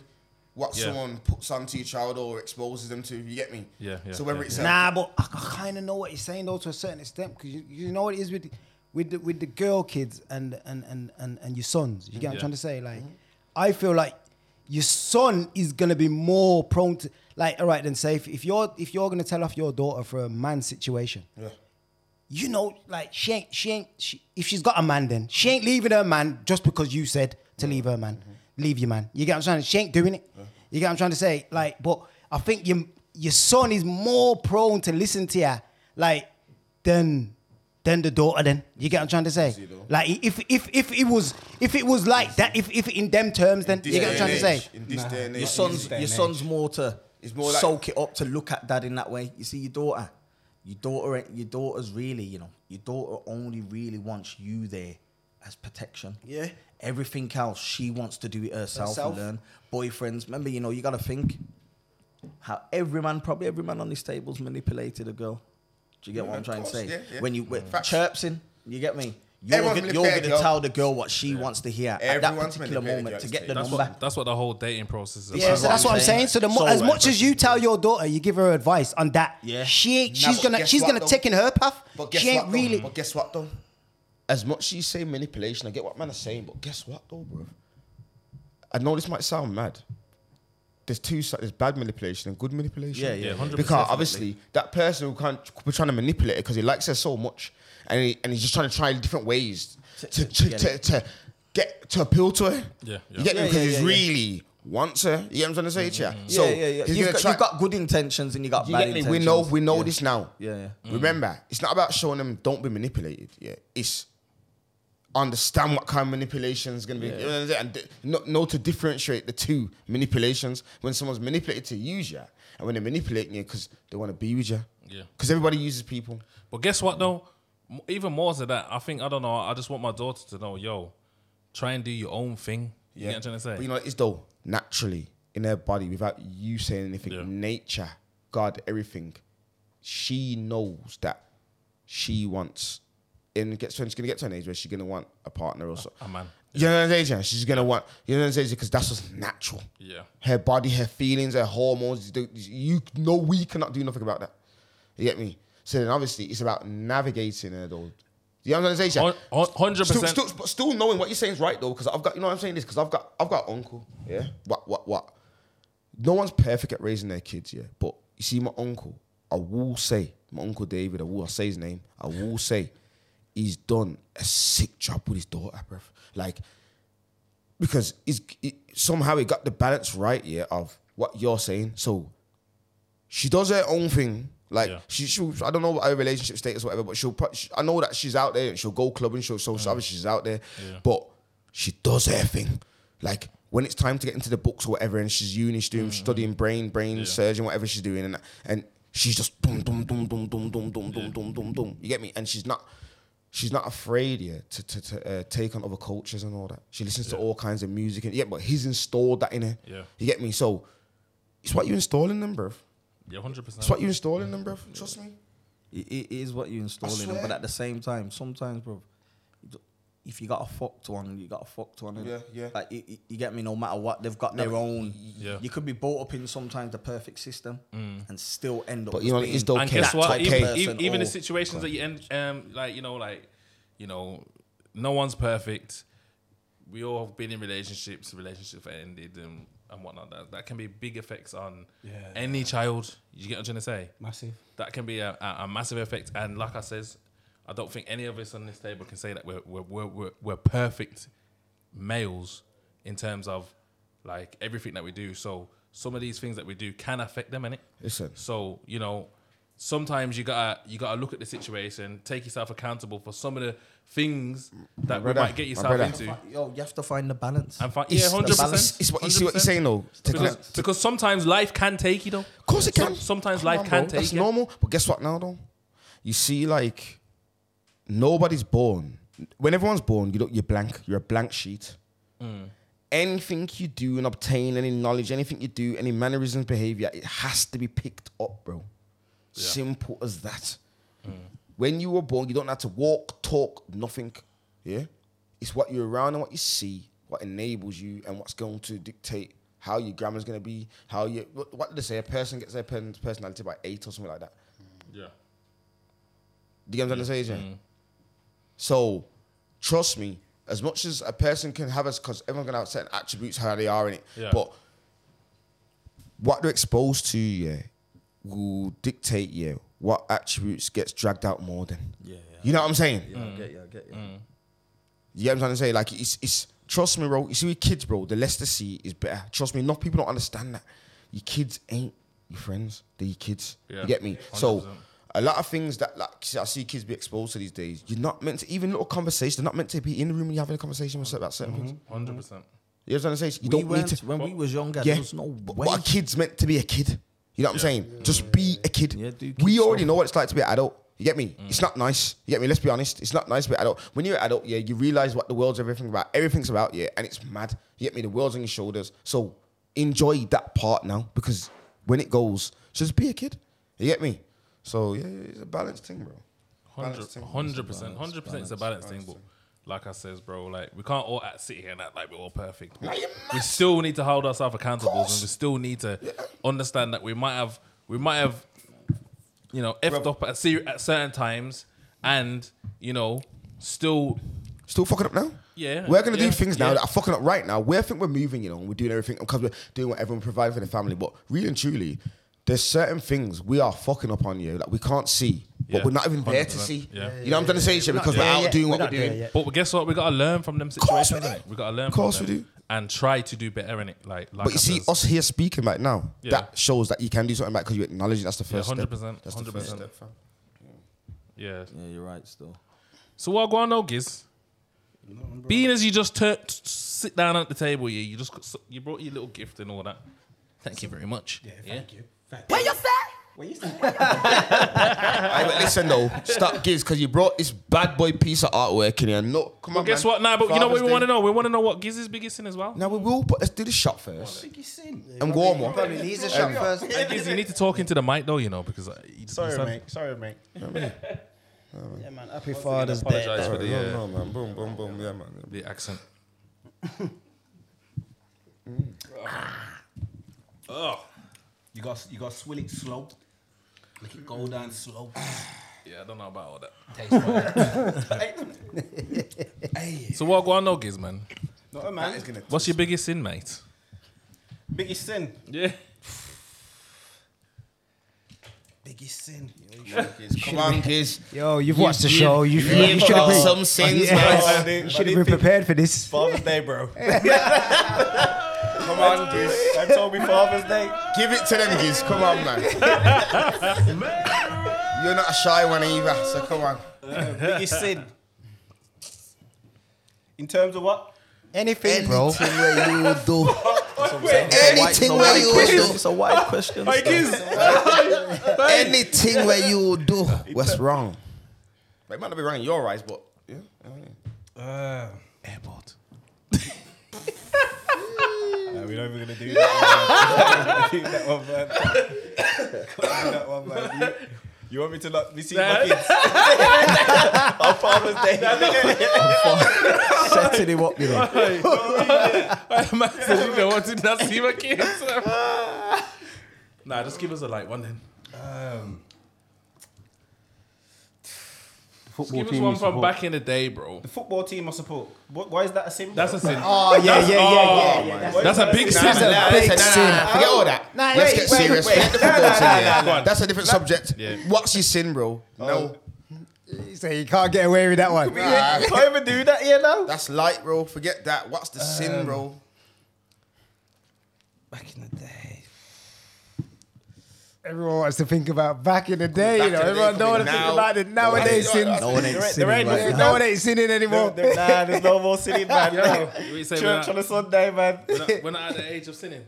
S4: What
S1: Yeah.
S4: someone puts onto your child or exposes them to. You get me?
S1: Yeah, yeah,
S4: So whether
S1: yeah,
S4: it's a,
S2: Nah, but I, I kind of know what he's saying though to a certain extent because you, you know what it is with with the, with the girl kids and and and and, and your sons. You get what
S1: Yeah.
S2: I'm trying to say? Like, I feel like your son is gonna be more prone to like. All right, then say if, if you're if you're gonna tell off your daughter for a man situation,
S4: Yeah.
S2: you know, like she ain't, she ain't, she, if she's got a man, then she ain't leaving her man just because you said to leave her man. Leave your man. You get what I'm trying to She ain't doing it. You get what I'm trying to say? Like, but I think your, your son is more prone to listen to you, like, than, than the daughter then. You get what I'm trying to say? Like, if, if, if it was, if it was like that, if, if in them terms, then, you
S4: this
S2: get what I'm trying
S4: day
S2: to
S4: and
S2: say?
S4: age, In this day and age,
S3: Your son's
S4: easy.
S3: your son's more to
S4: It's more like-
S3: soak it up to look at dad in that way. You see your daughter, your daughter, ain't- your daughter's really you know your daughter only really wants you there as protection.
S2: Yeah.
S3: Everything else she wants to do it herself,
S2: Herself.
S3: and learn. Boyfriends, remember you know you gotta think how every man probably every man on this table's manipulated a girl. Do you get what I'm
S4: of
S3: trying
S4: course,
S3: to say?
S4: yeah, yeah.
S3: When you when
S4: Facts.
S3: chirps in, you get me. You're,
S4: Everyone's
S3: gonna, you're
S4: manipulated,
S3: gonna
S4: yo.
S3: tell the girl what she wants to hear at that
S4: Everyone's
S3: particular
S4: manipulated, yo,
S3: moment to
S4: it's
S3: get the
S4: taken.
S1: That's
S3: number.
S1: what, that's what the whole dating process is about.
S2: Yeah, so that's what I'm saying. So the mo-
S3: So
S2: as
S3: right,
S2: much as you tell your daughter, you give her advice on that.
S3: Yeah.
S2: She ain't,
S4: Nah,
S2: she's
S4: but
S2: gonna
S4: guess
S2: she's
S4: what,
S2: gonna
S4: though?
S2: take in her path.
S4: But guess
S2: she ain't
S4: what? Though?
S2: really.
S4: But guess what though? As much as she's saying manipulation, I get what man is saying. But guess what though, bro? I know this might sound mad. There's two sides. There's bad manipulation and good manipulation.
S3: Yeah, yeah,
S1: Yeah, 100%.
S4: Because obviously that person who can't we're trying to manipulate it because he likes her so much, and he, and he's just trying to try different ways to to to,
S3: to get
S4: to, get to appeal to her.
S1: Yeah, yeah.
S4: you get
S3: Yeah,
S4: me because
S3: yeah,
S4: he's
S3: yeah, yeah.
S4: really wants her. You get what I'm trying to say to you?
S3: yeah, yeah, yeah.
S4: he's
S3: You've
S4: gonna
S3: got,
S4: try-
S3: you've got good intentions and you got
S4: you
S3: bad
S4: get me?
S3: intentions.
S4: We know, we know
S3: Yeah.
S4: this now.
S3: Yeah, yeah.
S4: Mm. Remember, it's not about showing them don't be manipulated. Yeah, it's understand what kind of manipulation is going to be, you know what I'm saying? and d- know, know to differentiate the two manipulations. When someone's manipulated to use you, and when they're manipulating you because they want to be with you.
S1: Yeah.
S4: because everybody uses people.
S1: But guess what though? M- Even more to that, I think I don't know. I just want my daughter to know, yo, try and do your own thing. You get what I'm trying to say?
S4: But you know, it's though naturally in her body without you saying anything.
S1: Yeah.
S4: Nature, God, everything. She knows that she wants, and gets when she's gonna get to an age where she's gonna want a partner or so.
S1: a Ah, man.
S4: You know what I'm saying? She's gonna want. You know what I'm saying? Because that's what's natural.
S1: Yeah.
S4: Her body, her feelings, her hormones. the- You know, we cannot do nothing about that. You get me? So then, obviously, it's about navigating her though. You know what I'm saying?
S1: Hun- hun- hundred
S4: Still,
S1: percent.
S4: still, but still knowing what you're saying is right though, because I've got, you know what I'm saying this, because I've got, I've got uncle, yeah. What, what, what? No one's perfect at raising their kids, yeah. But you see, my uncle, I will say, my uncle David, I will, I say his name, I will say, he's done a sick job with his daughter, bruv. Like, because he's he, somehow he got the balance right, yeah, of what you're saying. So she does her own thing. Like
S1: Yeah.
S4: she, she, I don't know what her relationship status, or whatever, but she'll. pro- She, I know that she's out there and she'll go clubbing. She'll so
S1: Mm.
S4: obviously she's out there, but she does her thing. Like when it's time to get into the books or whatever, and she's uni, she's doing
S1: Mm-hmm.
S4: studying brain, brain surgeon, whatever she's doing, and and she's just dum dum dum dum dum dum dum dum dum dum dum. You get me? And she's not. She's not afraid yeah, to, to, to uh, take on other cultures and all that. She listens to all kinds of music and yeah, but he's installed that in her.
S1: Yeah.
S4: You get me? So it's what you install in them, bruv.
S1: Yeah, hundred percent.
S4: It's what you install in them, bruv. Trust me.
S3: It, it is what you install in them, but
S4: swear.
S3: at the same time, sometimes, bro, you d- if you got a fucked one, you got a fucked one. innit?
S4: Yeah, yeah.
S3: Like you, you- you get me. No matter what, they've got their own.
S1: Yeah.
S3: You could be brought up in sometimes the perfect system and still end up.
S4: But you know,
S3: being
S4: it's okay.
S1: And guess what?
S4: Okay.
S1: Even,
S3: person
S1: even, even
S3: or-
S1: in
S4: Oh,
S1: situations that you end, um, like you know, like you know, no one's perfect. We all have been in relationships. Relationships have ended and and whatnot. That that can be big effects on any child. You get what I'm trying to say?
S7: Massive.
S1: That can be a, a, a massive effect. And like I says, I don't think any of us on this table can say that we're we're we're, we're, we're perfect males in terms of like everything that we do. So some of these things that we do can affect them, innit?
S4: Listen.
S1: So you know, sometimes you gotta you gotta look at the situation, take yourself accountable for some of the things that we
S4: brother,
S1: might get
S4: my
S1: yourself
S4: brother.
S1: into.
S3: Yo, you have to find the balance.
S1: And fi-
S4: It's-
S1: yeah, hundred
S4: it's-
S1: percent.
S4: it's what- you see what you're saying, though? Taking
S1: Because,
S4: that-
S1: because sometimes life can take you though.
S4: Of course it
S1: Some-
S4: can.
S1: sometimes
S4: Come
S1: life
S4: on,
S1: can
S4: bro.
S1: take
S4: That's
S1: you.
S4: normal. But guess what now, though? You see, like, nobody's born. When everyone's born, you look, you're blank. You're a blank sheet.
S1: Mm.
S4: Anything you do and obtain, any knowledge, anything you do, any mannerisms, behavior, it has to be picked up, bro. Simple as that. When you were born, you don't have to walk, talk, nothing. Yeah? It's what you're around and what you see, what enables you, and what's going to dictate how your grammar's going to be, how you. What, what did they say? A person gets their pen- personality by eight or something like that.
S1: Yeah.
S4: Do you get what I'm saying? yeah?
S3: Mm.
S4: So, trust me, as much as a person can have us, because everyone's going to have certain attributes, how they are in it.
S1: Yeah.
S4: But what they're exposed to, yeah, will dictate, yeah, what attributes gets dragged out more than.
S3: Yeah, yeah.
S4: You know what I'm saying?
S3: Yeah, I get you. I get you.
S4: You get what I'm trying to say? Like, it's, it's trust me, bro. You see, with kids, bro, the less they see is better. Trust me, enough people don't understand that. Your kids ain't your friends, they're your kids.
S1: Yeah,
S4: You get me? So,
S1: 100%.
S4: a lot of things that like I see kids be exposed to these days, you're not meant to, even little conversations, they're not meant to be in the room when you're having a conversation with about certain things.
S1: Hundred percent.
S4: You know what I'm trying to say?
S3: Mm-hmm. We
S4: You don't need
S3: weren't,
S4: to.
S3: when we was younger,
S4: Yeah.
S3: there was no
S4: But
S3: way.
S4: what a kid's meant to be a kid. You know what I'm saying? Just be a kid.
S3: Yeah, do
S4: we
S3: kid
S4: already
S3: stuff.
S4: know what it's like to be an adult. You get me? It's not nice. You get me? Let's be honest. It's not nice to be an adult. When you're an adult, yeah, you realize what the world's everything about. Everything's about, yeah, and it's mad. You get me? The world's on your shoulders. So enjoy that part now because when it goes, just be a kid. You get me? So yeah, it's a balanced thing, bro. Balanced thing.
S1: Hundred percent, hundred percent. It's a balance thing, but like I says, bro, like we can't all act, sit here and act like we're all perfect. We still need to hold ourselves accountable, and we still need to understand that we might have, we might have, you know, effed up at, ser- at certain times, and you know, still,
S4: Still fucking up now?
S1: Yeah,
S4: We're going to
S1: yeah,
S4: do things now
S1: yeah.
S4: that are fucking up right now. We I think we're moving, you know, and we're doing everything because we're doing what everyone providing for the family. But really and truly, there's certain things we are fucking up on you that we can't see,
S1: Yeah.
S4: but we're not even there to
S1: 100%.
S4: see.
S1: Yeah.
S4: You know what I'm trying to say? shit because we're
S2: there
S4: out
S2: yet.
S4: doing
S2: We're
S4: what we're,
S2: not there
S4: doing.
S2: yet.
S1: but guess what? We gotta learn from them
S4: course we
S1: situations.
S4: do.
S1: innit? We gotta learn.
S4: course
S1: from
S4: we
S1: them
S4: do.
S1: and try to do better in it. Like, like
S4: But you see, us here speaking right now,
S1: Yeah.
S4: that shows that you can do something about because you acknowledge it. That's the first step.
S1: 100%,
S4: That's the first
S1: 100%.
S4: step, fam.
S1: yeah.
S3: Yeah, you're right. Still,
S1: So what I want to know, Giz, being as you just tur- t- t- sit down at the table, yeah, you just got so- you brought your little gift and all that. Thank you very much. Yeah,
S8: Thank you. Thank
S9: What you say?
S8: What you say?
S4: Aye, but listen though, stop gives because you brought this bad boy piece of artwork in here. No, come on.
S1: Guess
S4: man.
S1: what? Nah, but you know what
S4: Father's
S1: we want to
S4: Day.
S1: know? We want to know what Giz's biggest sin as well.
S4: Now we will, but let's do the shot first
S8: Biggest sin.
S4: and warm up.
S2: Probably needs a
S3: Um,
S2: shot first.
S1: And Giz, you need to talk into the mic though, you know, because I- you
S8: Sorry,
S1: you
S8: mate. Sorry, mate.
S2: Yeah, man. Happy Father's Day.
S1: Apologize for the, uh,
S4: man. Boom, boom, boom. Yeah, man.
S1: the accent. Oh,
S8: You got you got swill it slow. Make it go down slow.
S1: Yeah, I don't know about all that.
S8: Taste fine.
S1: So what I want to know, Giz, man?
S8: Not a man.
S1: What's your biggest sin, mate?
S8: biggest sin?
S1: Yeah.
S8: Biggest sin.
S4: Come on, kids.
S2: Yo, you've watched the show. You, you,
S4: you've
S2: should have
S4: got
S2: been,
S4: some sins,
S2: Yeah.
S4: man.
S8: I didn't- I
S2: You should have
S8: didn't
S2: been
S8: think-
S2: prepared for this.
S8: Father's Day, bro. Come on, Giz. I told me Father's Day.
S4: Give it to them, kids. Come on, man. You're not a shy one either, so come on.
S8: Biggest sin. In terms of what?
S2: Anything, bro.
S4: Anything where you
S3: question.
S4: will do,
S3: It's a wide question. still.
S4: anything where you will do, what's wrong? It might not be wrong in your eyes, but yeah.
S8: Uh,
S1: Airport.
S8: we don't even gonna do that. one, man. that one, man. Do that one, man. You, you want me to not be seeing my kids on Father's Day?
S3: setting him up, you know.
S1: man said you don't want to not see my kids. nah, just give us a light one then.
S8: um,
S10: Football
S1: Give us
S10: team
S1: one
S10: you
S1: from
S10: support.
S1: back in the day, bro.
S8: the football team I support. What, why is that a sin?
S1: That's a sin.
S2: Oh, yeah, yeah, yeah, yeah. yeah.
S8: Why is
S1: That's
S8: that
S1: a big
S8: sin?
S1: sin.
S2: That's a
S4: Nah,
S2: big
S4: listen, nah,
S2: sin.
S4: nah, nah, Forget all that.
S2: Nah,
S4: Let's
S2: wait,
S4: get
S2: wait,
S4: serious.
S2: wait.
S4: Forget the football scene, yeah.
S1: go on.
S4: That's a different subject.
S1: Yeah.
S4: What's your sin, bro?
S3: Oh.
S4: No.
S2: So you can't get away with that one.
S4: Nah,
S8: Can't even do that here now.
S4: That's light, bro. Forget that. What's the
S3: Um,
S4: sin, bro?
S8: Back in the day.
S2: Everyone wants to think about back in the day, you
S4: Back
S2: know.
S4: in the day,
S2: Everyone don't want to
S4: now.
S2: think about the nowadays
S4: No one-
S2: sins.
S3: No one ain't
S8: There-
S3: sitting
S8: there ain't
S3: right
S8: no-
S3: now.
S2: No one ain't sinning
S8: There,
S2: anymore.
S8: there, nah, there's no more sinning, man. No.
S1: We say we're
S8: Church on a
S1: not,
S8: Sunday, man.
S1: we're, not, we're not at the age of sinning.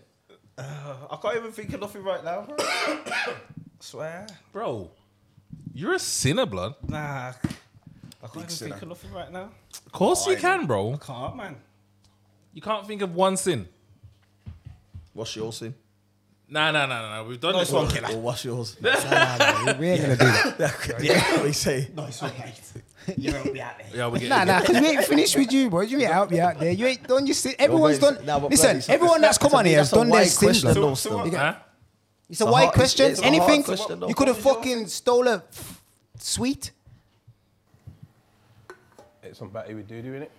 S8: I can't even think of nothing right now, bro. swear.
S1: Bro, you're a sinner, blood.
S8: Nah. I can't even
S4: sinner.
S8: think of nothing right now.
S1: Of course you can, bro.
S8: Can't, man.
S1: You can't think of one sin.
S3: What's yours, sin?
S1: Nah, nah, nah, nah, nah. We've done this
S3: Or
S1: one.
S3: or what's yours?
S2: we ain't gonna do that.
S3: yeah, we say.
S8: Nice one, mate. You won't be out there.
S1: Yeah, we get
S2: Nah, nah, because we ain't finished with you, boys. You ain't out, you out there. You ain't done your sin. Everyone's
S3: No, but-
S2: done.
S3: no, but bloody-
S2: Listen,
S3: so-
S2: everyone that's come
S3: to
S2: on
S3: me,
S2: here has
S3: that's a
S2: done their
S3: wide
S2: sin.
S3: question,
S2: blood.
S3: though,
S8: so
S3: still.
S8: what-
S1: Huh?
S2: It's a
S3: a
S2: white
S3: hard-
S2: question.
S3: it's a hard
S2: Anything
S3: question, though.
S2: you could have fucking stole a f- sweet.
S11: It's on battery with doo doo in it.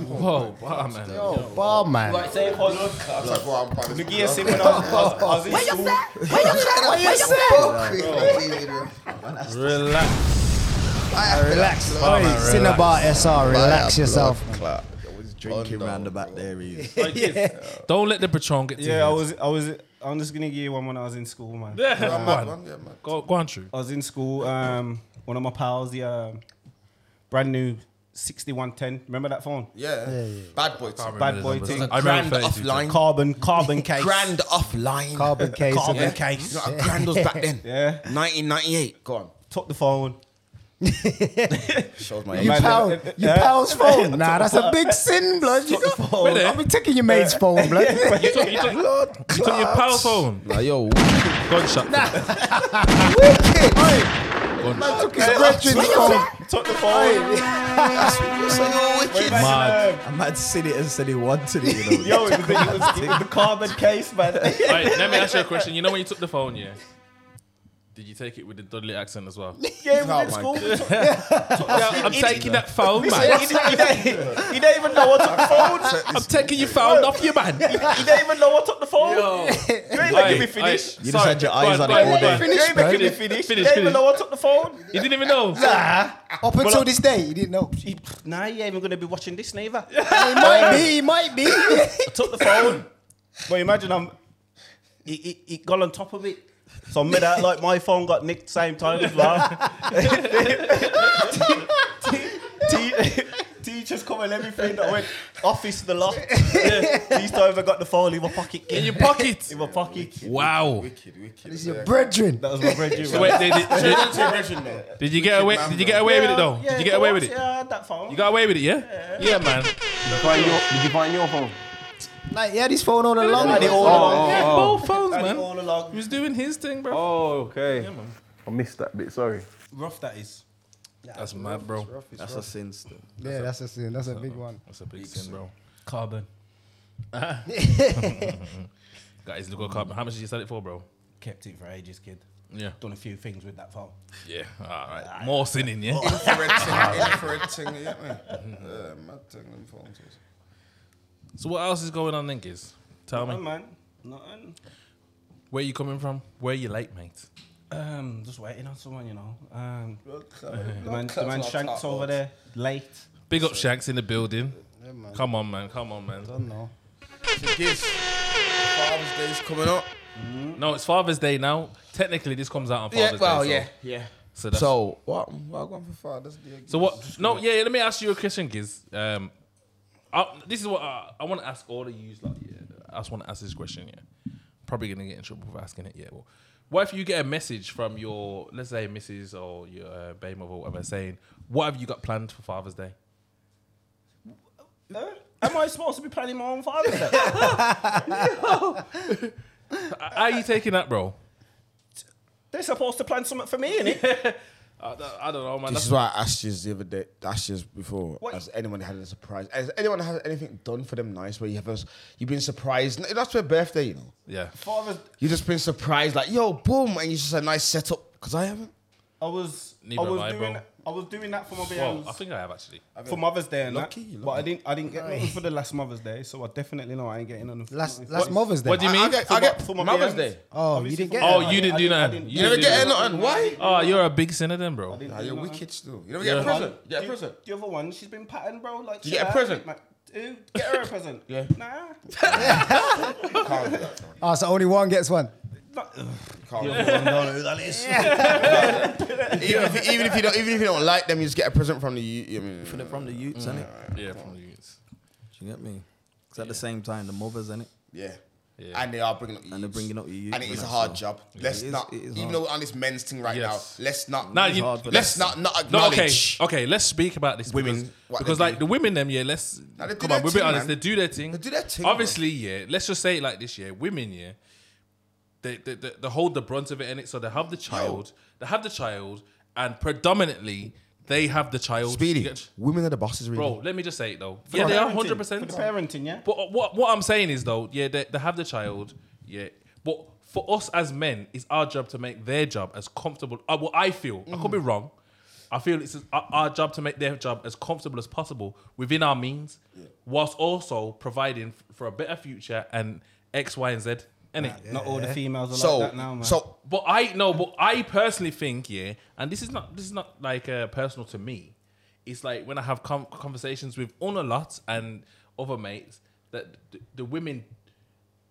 S1: Whoa, wow, man.
S2: Oh, bar man.
S8: Right, say it on.
S4: That's like, well, I'm part of this-
S8: Nagia Sim when I was, I was, I was in
S9: What you
S8: school.
S9: say? What you say? What you say?
S1: Relax.
S2: Relax. Oi, Cinnabar SR, relax yourself.
S4: Clap.
S3: Drinking round the back there, he is.
S1: Like this. Don't let the Patron get to you.
S8: Yeah, I was, I was, I'm just gonna give you one when I was in school, man.
S1: Yeah, go on.
S4: Yeah, man.
S1: Go, go on, True.
S8: I was in school. Um, one of my pals, the um, brand new 6110. Remember that phone?
S4: Yeah. Bad boy. team.
S8: Bad boy
S1: numbers.
S8: thing.
S1: I
S4: Grand
S1: remember 32.
S4: offline.
S8: Carbon, carbon case.
S4: Grand offline.
S2: Carbon case.
S8: Carbon
S2: yeah.
S8: case.
S4: You know what a grand was back then?
S8: Yeah.
S4: 1998. Go on.
S8: Took the phone.
S4: Shows my
S2: You
S4: age.
S8: Man,
S2: pound,
S8: uh,
S2: you
S8: uh,
S2: pound's phone. Nah, that's a big sin, blood. You got, I'll be taking your mate's phone, blood.
S1: You took, you took, you took your power phone.
S4: Like, yo,
S1: Gunshot.
S2: Wicked.
S1: punch.
S2: Took his brethren's phone.
S7: Took the phone.
S4: That's what you're saying, you're wicked.
S7: Went back to
S1: Mad.
S7: the-
S3: A man seen it and said he wanted it. You know?
S7: Yo, it was, the, it, was, it was the carbon case, man.
S1: Right, let me ask you a question. You know when you took the phone, yeah? Did you take it with the Dudley accent as well?
S7: Yeah, we
S4: Oh
S7: was in
S4: my
S7: school.
S4: God.
S1: I'm taking that phone, man.
S7: He don't- he don't- he don't even know what's on the phone.
S1: I'm taking your phone off you, man.
S7: He don't even know what's on the phone.
S1: Oh,
S7: You ain't making me finish.
S3: You just had your eyes on it all day.
S7: You ain't making me finish. You don't even know what's on the phone.
S1: You didn't even know.
S2: Up until this day, he didn't know. He
S7: Nah, you ain't even gonna be watching this neither.
S2: might be, he might be.
S7: I took the phone. But imagine I'm. It, it, it got on top of it. So mid out like my phone got nicked same time as well. Te- te- Teachers come and everything. I went office the lot. Yeah. These times I got the phone in my pocket.
S1: In your pocket.
S7: In my pocket.
S1: Wow.
S4: Wicked, wicked.
S2: He's your brethren.
S7: That was my bread. you
S1: So wait, did, did- did- did you get away?
S4: man,
S1: Did you get away with it though? Did you get away with it?
S7: Yeah, I had that phone.
S1: You got away with it, yeah? Yeah, man.
S6: Did you find your, did you find your phone?
S2: Like, he had his phone all along.
S7: had it all along.
S1: Yeah, both phones,
S7: Had it
S1: man.
S7: all along.
S1: He was doing his thing, bro.
S6: Oh, okay. I missed that bit. Sorry.
S7: Rough that is.
S1: That's mad, bro.
S3: That's a sin. Still.
S2: Yeah, that's a sin. That's a big one.
S1: That's a big sin, bro. Carbon. Got his little carbon. How much did you sell it for, bro?
S8: Kept it for ages, kid.
S1: Yeah.
S8: Done a few things with that phone.
S1: Yeah. All right. More sinning, yeah?
S4: Infrared thing, infrared thing, yeah, man. Yeah, mad thing, them phones. is.
S1: So what else is going on, then, kids? Tell
S8: Oh,
S1: me.
S8: man. Nothing.
S1: Where you coming from? Where you late, mate?
S8: Um, just waiting on someone, you know. Um, the man, the man
S4: Demand
S8: Shank's over there, late.
S1: Big up Shanks in the building. Come on, man. Come on, man.
S2: I don't know.
S4: Gifts. Father's Day's coming up.
S1: No, it's Father's Day now. Technically, this comes out on Father's Day. so-
S7: yeah.
S1: So, that's, so,
S4: So what? What I'm going for Father's Day?
S1: so what? No, yeah, yeah, Let me ask you a question, Giz. Um, I, this is what I, I want to ask all of you. Like, yeah, I just want to ask this question. Yeah, probably gonna get in trouble for asking it. Yeah. Well, what if you get a message from your, let's say, Mrs. or your uh, babe mother, or whatever, saying, "What have you got planned for Father's Day?"
S7: Uh, am I supposed to be planning my own father's day?
S1: How are you taking that, bro?
S7: They're supposed to plan something for me, innit?
S1: I, I don't know, man.
S4: This
S1: That's
S4: is why I asked you the other day. Asked you before.
S7: What?
S4: Has anyone had a surprise? Has anyone had anything done for them nice where you have us? You've been surprised. N- That's their birthday, you know.
S1: yeah.
S7: Father's.
S4: You just been surprised, like yo, boom, and you just a nice setup. Because I haven't.
S7: I was.
S1: Neither
S7: I
S1: have
S7: was
S1: I,
S7: doing.
S1: bro.
S7: I was doing that for my
S1: Well,
S7: BMs,
S1: I think I have actually.
S7: for Mother's Day and
S4: Lucky,
S7: that,
S4: lucky.
S7: but I didn't. I didn't get nothing for the last Mother's Day, so I definitely know I ain't getting nothing.
S2: Last,
S7: nothing
S2: last Mother's Day.
S1: What do you
S4: I-
S1: mean?
S4: I get,
S7: for
S4: I
S7: my-
S4: get
S7: for my
S4: Mother's
S7: BMs.
S4: Day.
S2: Oh, you
S7: Obviously
S2: didn't
S7: for
S2: get
S7: my-
S1: Oh,
S2: it.
S1: you
S7: I
S1: didn't do
S7: I
S1: nothing.
S7: didn't
S1: You
S7: do
S4: You never
S1: didn't
S4: get
S1: do
S4: a nothing. Why?
S1: Oh, you're a big sinner then, bro.
S4: Nah, you're wicked still. You never get
S1: Yeah.
S4: a present. You get a
S7: The-
S4: present.
S7: The other one, she's been patterned, bro. Like,
S4: you get a
S7: chill out,
S4: present?
S7: man. Dude, get her a present. yeah. Nah.
S4: Can't do that.
S2: Ah, so only one gets one.
S4: Can't do that. even, if, even if you don't, even if you don't like them, you just get a present from the. you- I mean,
S3: From the youths,
S4: Mm.
S3: innit?
S1: Yeah, from the youths.
S3: Do you get me? Because at the same time, the mothers, innit?
S4: Yeah.
S1: Yeah.
S4: And they are bringing up the
S3: And they're
S4: youths.
S3: bringing up the youths,
S4: And it is a
S3: innit?
S4: hard
S3: So-
S4: job. let's
S3: it is-
S4: not,
S3: it is
S4: even
S3: hard.
S4: though on this men's thing right
S1: Yes.
S4: now, let's not,
S1: Nah,
S3: It's
S1: you-
S3: hard, but
S4: let's not not
S1: No,
S4: acknowledge.
S1: okay, okay. Let's speak about this
S4: Women,
S1: because,
S4: what
S1: because
S4: they
S1: like
S4: do.
S1: the women, them yeah. Let's
S4: Nah, they do
S1: come
S4: their
S1: on, we'll be
S4: thing,
S1: honest.
S4: man.
S1: They do their thing.
S4: They do their thing, bro.
S1: Obviously, yeah. Let's just say it like this, yeah. Women, yeah. They they, they, they hold the brunt of it in it, so they have the child. They have the child, and predominantly they have the child.
S4: Speedy,
S1: You get-
S4: women are the bosses, really.
S1: bro. Let me just say it though. yeah, they
S7: Parenting.
S1: are hundred percent.
S7: For the parenting, yeah.
S1: But what what I'm saying is though, yeah, they, they have the child, yeah. But for us as men, it's our job to make their job as comfortable. Uh, well, I feel I could be wrong. I feel it's our, our job to make their job as comfortable as possible within our means, whilst also providing f- for a better future and X, Y, and Z. Innit?
S8: Not all the females are
S4: So,
S8: like that now, man.
S4: so
S1: But I no, but I personally think yeah, and this is not this is not like uh, personal to me. It's like when I have com- conversations with on a lot and other mates that the, the women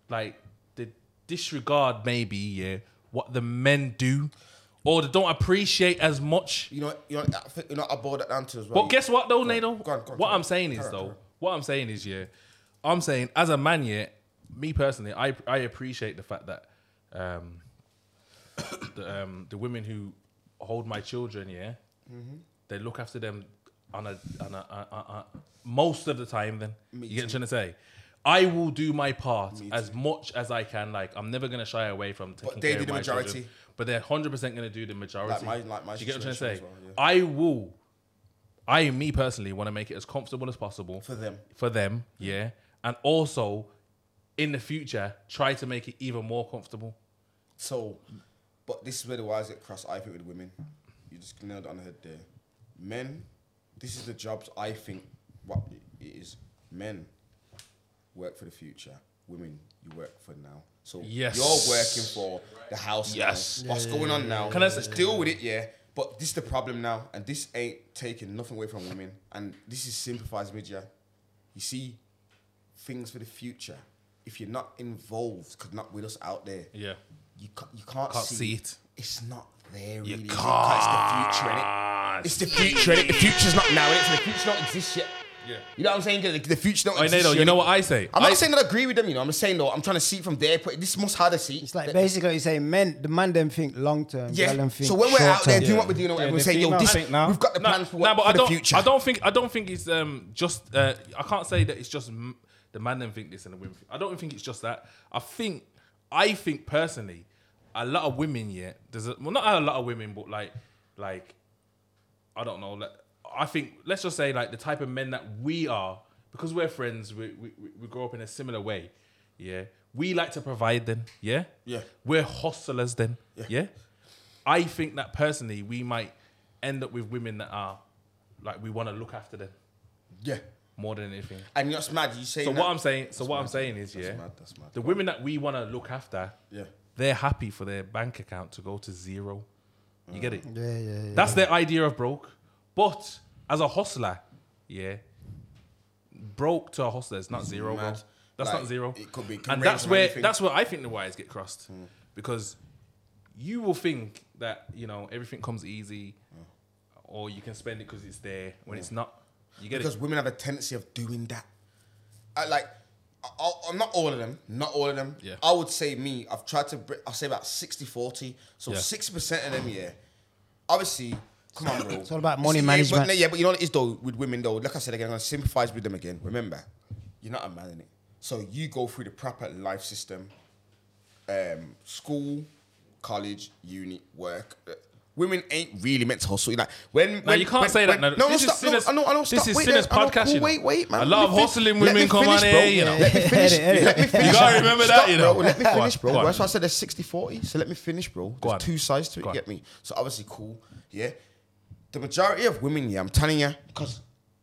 S1: like they disregard maybe yeah what the men do, or they don't appreciate as much.
S4: you know, you know, I think you're not aboard that down to as well.
S1: But guess what though, Nado?
S4: Go on, go on,
S1: what
S4: go on.
S1: I'm saying is
S4: Carry on,
S1: though,
S4: carry on.
S1: what I'm saying is yeah, I'm saying as a man yeah, me personally, I I appreciate the fact that um the um the women who hold my children yeah,
S4: Mm-hmm.
S1: they look after them on a on a, a, a, a most of the time. Then you get what I'm trying to say. I will do my part as much as I can. Like I'm never gonna shy away from taking
S4: they
S1: care
S4: do
S1: of
S4: the
S1: my
S4: majority.
S1: children. but they're hundred percent going to do the majority.
S4: Like my- like my
S1: do you get what I'm trying to say?
S4: situation as well,
S1: I will. I, me personally, want to make it as comfortable as possible
S4: For them.
S1: For them, yeah, and also in the future try to make it even more comfortable.
S4: So, but this is where the wires get crossed. I think with women, you just nailed it on the head there. Men, this is the jobs I think what it is. Men work for the future. Women, you work for now. So
S1: Yes.
S4: you're working for the house. now.
S1: Yes.
S4: What's going on now?
S1: Can I
S4: Let's
S1: s-
S4: deal with it? Yeah. But this is the problem now, and this ain't taking nothing away from women. And this is simplifies media. You see, things for the future. If you're not involved, because not with us out there,
S1: Yeah.
S4: you ca- you can't,
S1: Can't
S4: see,
S1: see
S4: it.
S1: it.
S4: It's not there. Really.
S1: You
S4: is it? 'Cause
S1: can't.
S4: It's the future, innit? It's the future, innit? The future's not now, innit? So the future don't exist yet.
S1: Yeah.
S4: You know what I'm saying? The, the future don't
S1: Oi,
S4: exist.
S1: Nado, you
S4: yet.
S1: know what I say?
S4: I'm not
S1: I-
S4: saying that I agree with them. You know, I'm just saying though, I'm trying to see it from their point. This must have a seat.
S2: It's like basically you say men, the man them think long term, yeah.
S4: yeah.
S2: them think
S4: So when we're out there
S2: short-term.
S4: doing what we're doing, and we're
S8: the
S4: saying, yo,
S8: females
S4: this,
S8: think now.
S4: we've got the
S1: No,
S4: plans for,
S1: no,
S4: what,
S1: but
S4: for
S1: I
S4: the
S1: don't.
S4: future.
S1: I don't think. I don't think it's um just. Uh, I can't say that it's just m- the man then think this and the women. Think. I don't think it's just that. I think. I think personally, a lot of women. Yeah, there's a, well, not a lot of women, but like, like, I don't know. Like, I think let's just say like the type of men that we are because we're friends. We we we- we grow up in a similar way. Yeah, we like to provide then. Yeah.
S4: Yeah.
S1: We're hustlers then. yeah? I think that personally, we might end up with women that are like we want to look after them
S4: Yeah.
S1: more than anything.
S4: And you're not mad. You say
S1: So
S4: that.
S1: what I'm saying, so what I'm saying is,
S4: That's
S1: yeah,
S4: mad, that's mad.
S1: the women that we want to look after,
S4: Yeah.
S1: they're happy for their bank account to go to zero. You get it?
S4: Mm.
S2: Yeah, yeah, yeah.
S1: That's their idea of broke. But as a hustler, yeah, broke to a hustler is not zero.
S4: mad.
S1: bro. That's
S4: Like,
S1: not zero.
S4: it could be- it can
S1: and
S4: range
S1: that's
S4: from
S1: where
S4: anything. Hmm.
S1: that's where I think the wires get crossed because you will think that you know everything comes easy,
S4: Hmm.
S1: or you can spend it because it's there when it's not. You get
S4: because
S1: it?
S4: women have a tendency of doing that. I, like, I, I, am not all of them, not all of them.
S1: Yeah.
S4: I would say me, I've tried to, br- I'll say about 60 40. So
S1: Yeah.
S4: 60% of them, yeah. Obviously, come on, bro. It's
S2: all about money
S4: yeah,
S2: management.
S4: But, no, yeah, but you know what it is, though, with women, though, like I said again, I'm going to sympathize with them again. Remember, you're not a man in it. So you go through the proper life system, um, school, college, uni, work. Uh, Women ain't really meant to hustle. Like when,
S1: No,
S4: when
S1: you can't
S4: when-
S1: say that.
S4: when-
S1: No,
S4: no, no,
S1: this is
S4: stop. No,
S1: Sinner's-
S4: I know, I know.
S1: this
S4: stop.
S1: is
S4: wait,
S1: Sinner's
S4: I know,
S1: podcast, you
S4: Cool, wait,
S1: know.
S4: wait, man.
S1: A lot
S4: Let
S1: of
S4: me fin-
S1: hustling
S4: let
S1: women
S4: me
S1: come on
S4: finish, bro.
S1: here, you know.
S4: Let me finish.
S2: Edit, edit.
S4: Let me finish.
S1: gotta remember
S4: Stop,
S1: that, you know.
S4: Bro. Let me
S1: Go on,
S4: finish, bro.
S1: go on.
S4: That's why I said there's 60-40. So let me finish, bro.
S1: Go on.
S4: There's two sides to it.
S1: Go
S4: You
S1: on.
S4: get me? So obviously, cool. Yeah. The majority of women, yeah, I'm telling you, because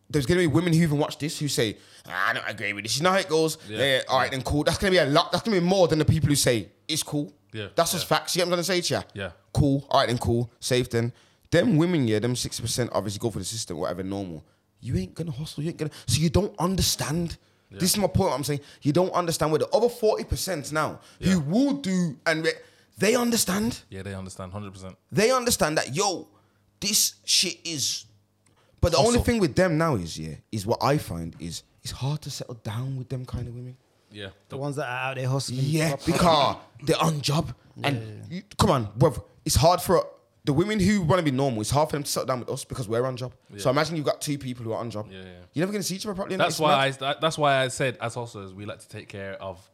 S4: there's gonna be women who even watch this who say, "Ah, I don't agree with this. You know how it goes. Yeah. all right, then cool. That's gonna be a lot. That's gonna be more than the people who say it's cool.
S1: Yeah,
S4: That's just facts. You get what I'm gonna say to you?
S1: Yeah.
S4: Cool. All right, then cool. Safe then. Them women, yeah, them 60% obviously go for the system, whatever, normal. You ain't gonna hustle. You ain't gonna. So you don't understand. This is my point. what I'm saying you don't understand where the other 40% now who will do and re- they understand
S1: Yeah, they understand hundred percent.
S4: they understand that yo, this shit is. But the
S1: Hustle.
S4: only thing with them now is yeah, is what I find is it's hard to settle down with them kind of women.
S1: Yeah,
S2: the ones that are out there hustling.
S4: Yeah, because they're on job and you, come on, bruv, it's hard for the women who want to be normal. It's hard for them to settle down with us because we're on job. So imagine you've got two people who are on job.
S1: Yeah, yeah.
S4: You're never gonna see each other properly.
S1: That's why I that- that's why I said as hustlers we like to take care of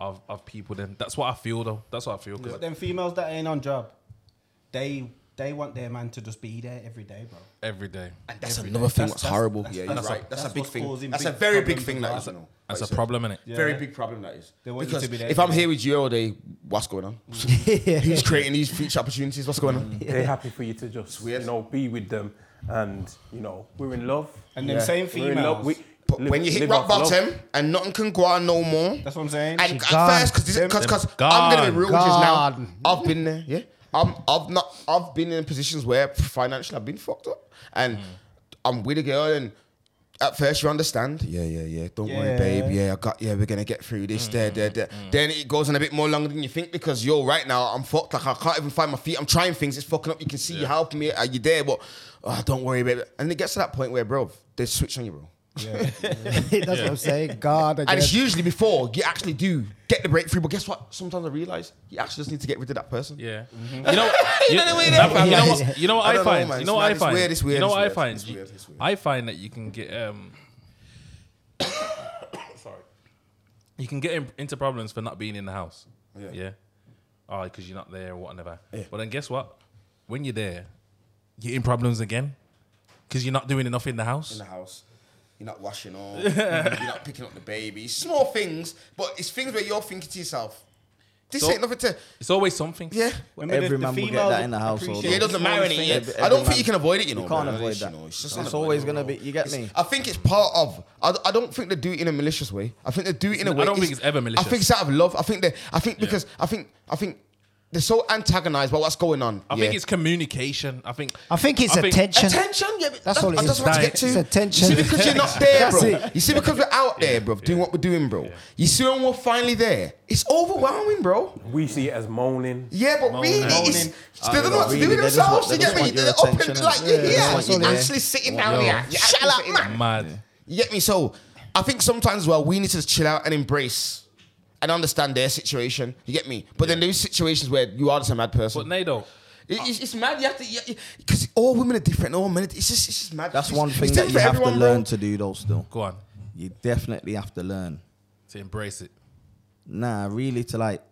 S1: of of people. Then that's what I feel though. That's what I feel. 'cause-
S8: But them females that ain't on job, they they want their man to just be there every day, bro.
S1: every day.
S4: And that's another thing
S8: That's-
S4: that's,
S8: that's-
S4: horrible.
S8: that's-
S4: yeah, you're
S8: that's-
S4: right. That's,
S8: that's
S4: a big
S8: what's
S4: thing.
S8: causing
S4: That's
S8: big
S4: a very big
S8: problems
S4: thing.
S8: with
S4: That
S8: us.
S4: is, you know.
S1: That's
S4: Like
S1: a
S4: you said.
S1: problem, innit? it?
S4: Very
S8: Yeah.
S4: big problem that is.
S8: They want you
S4: because
S8: to be there
S4: if
S8: for
S4: I'm
S8: them.
S4: here with you all day, what's going on? Who's creating these future opportunities? What's going
S8: Mm.
S4: on?
S11: They're happy for you to just you
S4: weird.
S11: know be with them, and you know we're in love.
S8: And them same
S11: We're in love.
S8: females.
S11: We,
S4: But
S11: live-
S4: when you hit
S11: live
S4: rock
S11: off love.
S4: bottom and nothing can go on no more,
S8: That's what I'm saying.
S4: and
S2: She
S4: at first,
S2: gone.
S4: because I'm gonna be real with you now.
S2: Gone.
S4: I've been there, yeah. I'm, I've not. I've been in positions where financially I've been fucked up, and I'm with a girl, and at first you understand. Yeah, yeah, yeah. Don't worry,
S8: Yeah.
S4: babe. Yeah, I got. Yeah, we're gonna get through this. There, there,
S2: Mm,
S4: there. Then it goes on a bit more longer than you think because yo, right now I'm fucked. Like I can't even find my feet. I'm trying things. It's fucking up. You can see you helping me. Are you there? But oh, don't worry, babe. And it gets to that point where, bro, they switch on you, bro.
S2: That's what I'm saying. God, I
S4: And it's
S2: guess.
S4: usually before you actually do get the breakthrough. But guess what? Sometimes I realize you actually just need to get rid of that person.
S1: Yeah. You know, you,
S4: Mm-hmm. know the way
S1: that-
S4: they-
S1: you know
S2: Yeah.
S1: what- you know what
S4: I
S1: I,
S4: don't know,
S1: find?
S4: man.
S1: you know
S4: It's
S1: what
S4: mad,
S1: I
S4: it's
S1: find?
S4: weird, it's weird,
S1: you know
S4: it's
S1: what
S4: weird,
S1: I find?
S4: it's weird, it's weird.
S1: I find that you can get um sorry. You can get in, into problems for not being in the house. Yeah. oh, because you're not there or whatever. But then guess what? When you're there, you're in problems again because you're not doing enough in the house.
S4: in the house. You're not washing up. you're not picking up the baby. Small things, but it's things where you're thinking to yourself, this
S1: So-
S4: ain't nothing to.
S1: It's always something.
S4: Yeah.
S3: Remember Every the- the man will get females that in the household, appreciate
S4: Yeah, it doesn't
S3: it.
S4: matter any.
S3: Every-
S4: I don't
S3: every
S4: think you
S3: man-
S4: can avoid it. You know,
S3: you can't
S4: man.
S3: avoid
S4: It's, you
S3: that.
S4: know, it's
S3: It's
S4: just unavoidable,
S3: always gonna
S4: bro.
S3: be- you get
S4: It's-
S3: me?
S4: I think it's part of. I, I don't think they do it in a malicious way. I think they do it in a
S1: I
S4: way.
S1: don't think it's ever
S4: I think it's out of love. I think they. I think
S1: Yeah.
S4: because I think I think they're so antagonized by what's going on.
S1: I
S4: yeah.
S1: think it's communication. I think.
S2: I think it's attention.
S4: Attention, yeah, but
S2: That's all it
S4: I
S2: is.
S4: just want to
S1: Diet.
S4: get to.
S2: It's attention.
S4: You see, because you're not there,
S2: That's
S4: bro.
S2: it.
S4: You see, because we're out there, bro, doing what we're doing, bro. You see, when we're finally there, it's overwhelming, bro.
S11: We see it as moaning.
S4: Yeah, but really, it's,
S11: Moaning.
S4: they don't know what to do
S3: Really,
S4: with
S3: they just
S4: themselves.
S3: want-
S4: You
S3: they
S4: get
S3: just
S4: me?
S3: want your
S4: They're up and-
S3: attention,
S4: like,
S3: innit?
S4: you're
S3: Yeah, they just
S4: here.
S3: want
S4: You're
S3: your-
S4: actually sitting down
S1: your-
S4: here. You're
S1: Shut
S4: actually sitting down.
S1: Mad.
S4: You get me? So I think sometimes as well we need to just chill out and embrace and understand their situation. You get me? But then there's situations where you are just a mad person.
S1: But Nado,
S4: It-
S3: Ah.
S4: It's, it's mad. You have to because all women are different. All men, are- it's just it's just mad.
S3: That's
S4: It's-
S3: one
S4: it's
S3: thing that
S4: different
S3: you
S4: for
S3: have to
S4: everyone, bro.
S3: learn to do, though. Still,
S1: go on
S3: you definitely have to learn.
S1: to embrace it.
S3: Nah, really, to like,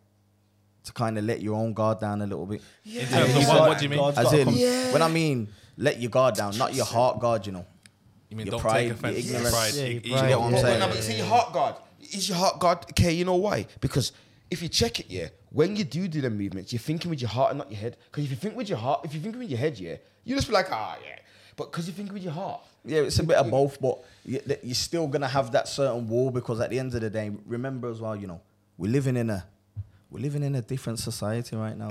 S3: to kind of let your own guard down a little bit.
S1: In terms of
S3: He's
S1: what,
S3: got-
S1: what do you mean?
S8: God's
S3: As
S8: gotta
S3: in,
S8: come-
S4: Yeah.
S3: when I mean let your guard down, not your heart guard. You know,
S1: You mean
S3: your
S1: don't
S3: pride,
S1: take
S3: your
S1: offense?
S3: ignorance.
S1: Pride.
S3: Yeah,
S1: You-
S3: your
S1: you-
S3: pride.
S1: you-
S3: what I'm
S4: But,
S3: saying?
S4: no, but it's in your heart guard. Is your heart guard okay? You know why? Because if you check it, yeah, when you do do the movements, you're thinking with your heart and not your head. Because if you think with your heart, if you think with your head, yeah, you just be like, ah, yeah. But because you think with your heart,
S3: yeah, it's a bit of both, but you- that you're still gonna have that certain wall because at the end of the day, remember as well, you know, we're living in a we're living in a different society right now.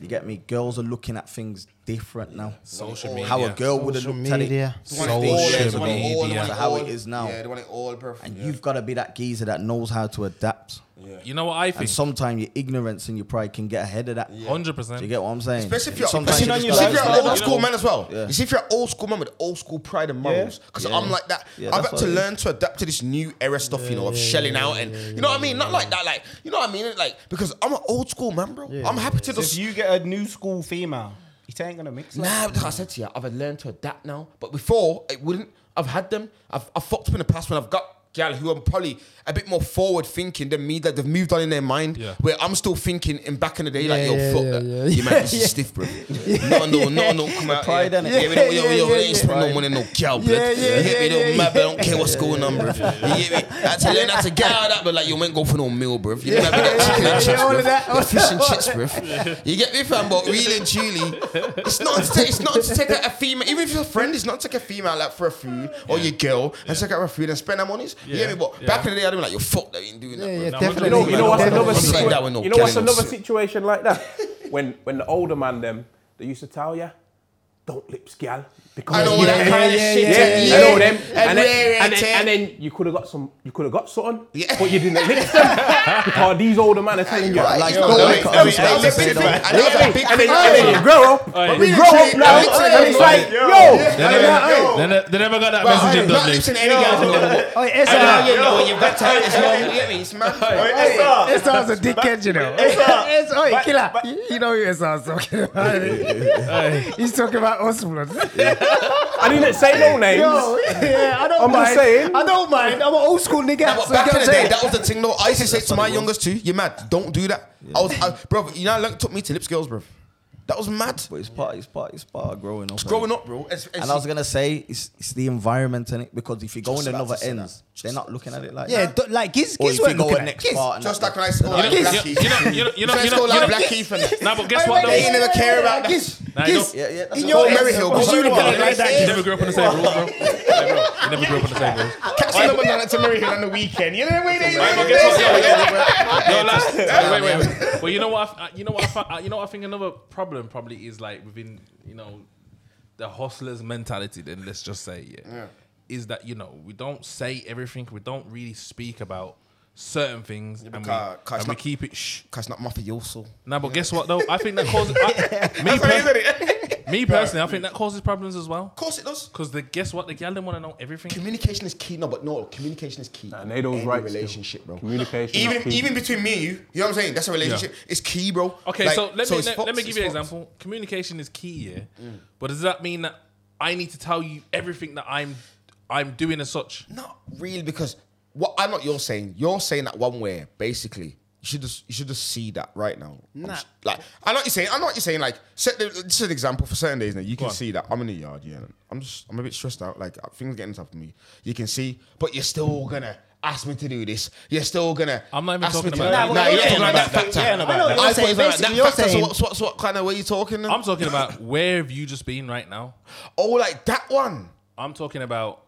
S3: You get me? Girls are looking at things different now.
S1: Social
S3: How a
S1: media.
S3: girl would have
S2: Social
S3: looked at it.
S2: media.
S4: they want it all, yeah, they want it all, they
S1: media.
S4: want it
S3: To how it
S4: all.
S3: is now.
S4: Yeah, they want it all, bro.
S3: And
S4: Yeah.
S3: you've got to be that geezer that knows how to adapt.
S1: You know what I think?
S3: And sometimes your ignorance and your pride can get ahead of that.
S1: Hundred
S3: Do you
S1: percent.
S3: get what I'm saying?
S4: Especially if you're,
S3: Sometimes
S4: especially
S3: you
S4: if you're,
S3: just gotta
S4: an
S3: understand
S4: old
S3: that.
S4: school man as well.
S3: Yeah.
S4: You see, if you're an old school man with old school pride and morals, because
S3: Yeah.
S4: I'm like that.
S3: Yeah,
S4: I've
S3: that's
S4: had to
S3: what it
S4: learn to adapt to this new era stuff, you know, of shelling out and you know what I mean. Not like that, like you know what I mean. Like because I'm an old school man, bro. I'm happy to
S8: If
S4: just.
S8: you get a new school female, it ain't gonna mix.
S4: Nah, like I said to you, I've learned to adapt now. But before, it wouldn't. I've had them. I've, I've fucked up in the past when I've got gal who are probably a bit more forward thinking than me that they've moved on in their mind.
S1: Yeah.
S4: Where I'm still thinking in back in the day, like,
S2: Yeah,
S4: yo,
S2: yeah,
S4: fuck
S2: yeah,
S4: that.
S2: yeah.
S4: You man, this is stiff, bro. No, no, no, no, come out.
S3: Pride,
S4: yeah.
S3: innit?
S4: yeah, we don't,
S2: Yeah,
S4: we don't,
S2: yeah,
S4: we ain't
S2: yeah,
S4: spending
S3: yeah.
S4: no money, on no cow, blood.
S2: Yeah, yeah,
S4: you get me?
S2: yeah,
S4: Don't
S2: yeah,
S4: matter, I don't care what's going on, bro. You get me? I had to learn how to get out of that, but like, you ain't go for no meal, bro. You know, that chicken and chips,
S2: all
S4: bruv.
S2: of that, all
S4: That fish and chips, bruv. You get me, fam? But really and truly, it's not to take, it's not to take out a female, even if you're a friend, it's not to take a female out for a food or your girl and take out for a food and spend her monies. You get me? But back in the day, I'd be like, yo, fuck that, you ain't doing that,
S2: Yeah,
S4: bro.
S2: yeah,
S1: No,
S2: definitely.
S11: You know, you know what's
S2: man.
S11: another,
S4: Just like
S11: situa-
S4: that with no
S11: you know what's
S4: cannons.
S11: another situation like that? when when the older man them they used to tell you, don't lips gal because
S4: I know
S11: you
S4: all that kind of
S2: yeah,
S4: shit.
S11: yeah,
S2: yeah,
S11: I know
S2: yeah.
S11: them. And,
S4: rare,
S11: then, and,
S4: rare,
S11: then, and then you could have got some, you could have got something,
S4: Yeah.
S11: but you didn't lick them because these older men are telling you.
S3: Like,
S4: Yo,
S3: no,
S4: that
S3: like,
S4: was-
S3: I'm
S4: that was a big thing. I know that was a big
S11: And then,
S4: thing.
S11: and then you grow up, and you
S4: yeah,
S11: grow up
S4: yeah,
S11: now,
S4: yeah,
S11: and it's
S4: yeah,
S11: like,
S4: yeah.
S11: yo,
S1: They never- they ne- they never got that
S4: Bro, I
S1: message
S4: ain't
S1: in
S4: not
S1: Dudley.
S4: lips in any girls, no.
S2: Oh, yeah, SR.
S4: I know, you know, you've got time, it's long, you get me? It's mad.
S2: SR's a dickhead, you know. SR, oi, killer. oh, You- you know who SR's talking about. innit? He's talking about us, blood.
S11: I didn't say no names.
S2: Yo, yeah, I don't
S11: I'm
S2: mind.
S11: just saying.
S2: I don't mind. I'm an old school nigga.
S4: Nah, but
S2: so you
S4: back
S2: get what
S4: in the
S2: I'm
S4: day,
S2: saying?
S4: that was the thing. though. I used to say to my youngest too, "You're mad. Don't do that." I was, I, bro. You know, how long it took me to lips girls, bro. That was mad.
S3: But it's part, it's part, it's part of growing up. innit?
S4: Growing up, bro. It's, it's,
S3: And I was gonna say it's, it's the environment in it because if you go
S4: Just
S3: in
S4: about
S3: another
S4: to say
S3: ends,
S4: that.
S3: they're not looking at it like
S2: Yeah,
S3: that.
S2: d- like, kids,
S3: Or
S2: kids
S3: if you
S2: weren't
S3: go
S2: looking
S3: at
S2: at
S3: next
S2: kids.
S3: part, and
S4: just
S3: that-
S4: like when I scored like
S1: You know,
S4: Black
S1: you
S4: Keys.
S1: know, you know, you know,
S4: First
S1: you
S4: goal
S1: know,
S4: like
S1: you know.
S4: Black Keys, innit?
S1: Nah, but guess
S2: Oi,
S1: what?
S2: mate,
S4: They ain't
S1: Though?
S4: never care about that.
S2: Kids,
S1: Nah, you
S2: kids.
S1: know-
S3: yeah, yeah. That's
S4: In
S3: what
S4: your
S3: I'm
S4: Mary
S3: saying.
S4: Hill,
S3: But
S1: You
S4: was you looking at it
S1: never
S4: like
S1: grew- you
S4: that?
S1: never grew up on the same rules, bro. You never grew up on the same rules.
S4: Catch them and done it to Mary Hill on the weekend. You know the way they
S1: Right, but guess what? Yo, yo, lads, wait, wait, wait. Well, you know what? I, you know what? I, fi- you know what? I think another problem probably is like within you know the hustler's mentality. Then let's just say yeah, is that you know we don't say everything. We don't really speak about certain things, and, we,
S4: ca- ca- it's
S1: and we
S4: not-
S1: keep it shh.
S4: Cause not mafioso.
S1: Now, but guess what though? I think that causes I, me, per- me personally. I think that causes problems as well.
S4: Of course it does.
S1: Because the guess what? The gal didn't want to know everything.
S4: Communication is key. No, but no, communication is key.
S11: Nah,
S4: in
S11: Nado's
S4: any
S11: right still.
S4: Relationship, bro.
S11: Communication is
S4: Even
S11: key.
S4: even between me and you, you know what I'm saying? That's a relationship. It's key, bro.
S1: Okay,
S4: Like,
S1: so let me
S4: it's
S1: let,
S4: fucked,
S1: let me give
S4: it's
S1: you an
S4: fucked.
S1: example. Communication is key, yeah.
S3: Mm.
S1: But does that mean that I need to tell you everything that I'm I'm doing as such?
S4: Not really, because what I'm not. You're saying you're saying that one way. Basically, You should just you should just see that right now. I'm
S2: Nah.
S4: s- Like I know what you're saying. I know what you're saying. Like set the, this is an example for certain days now. You can
S1: on.
S4: see that I'm in the yard. Yeah, I'm just I'm a bit stressed out. Like uh, things getting tough for me. You can see, but you're still gonna. Ask me to do this. You're still gonna.
S1: I'm not even
S4: ask
S1: talking
S4: me
S1: about that.
S4: To,
S1: Nah,
S4: nah,
S1: you're
S4: you're talking
S1: talking
S4: about that
S1: about
S4: factor.
S1: that.
S4: I
S1: Yeah, about that.
S4: know what
S2: You're
S4: you're saying.
S2: saying-
S4: That factor. So
S2: basically,
S4: what's what's what kind of way you talking? Then?
S1: I'm talking about where have you just been right now?
S4: oh, like that one.
S1: I'm talking about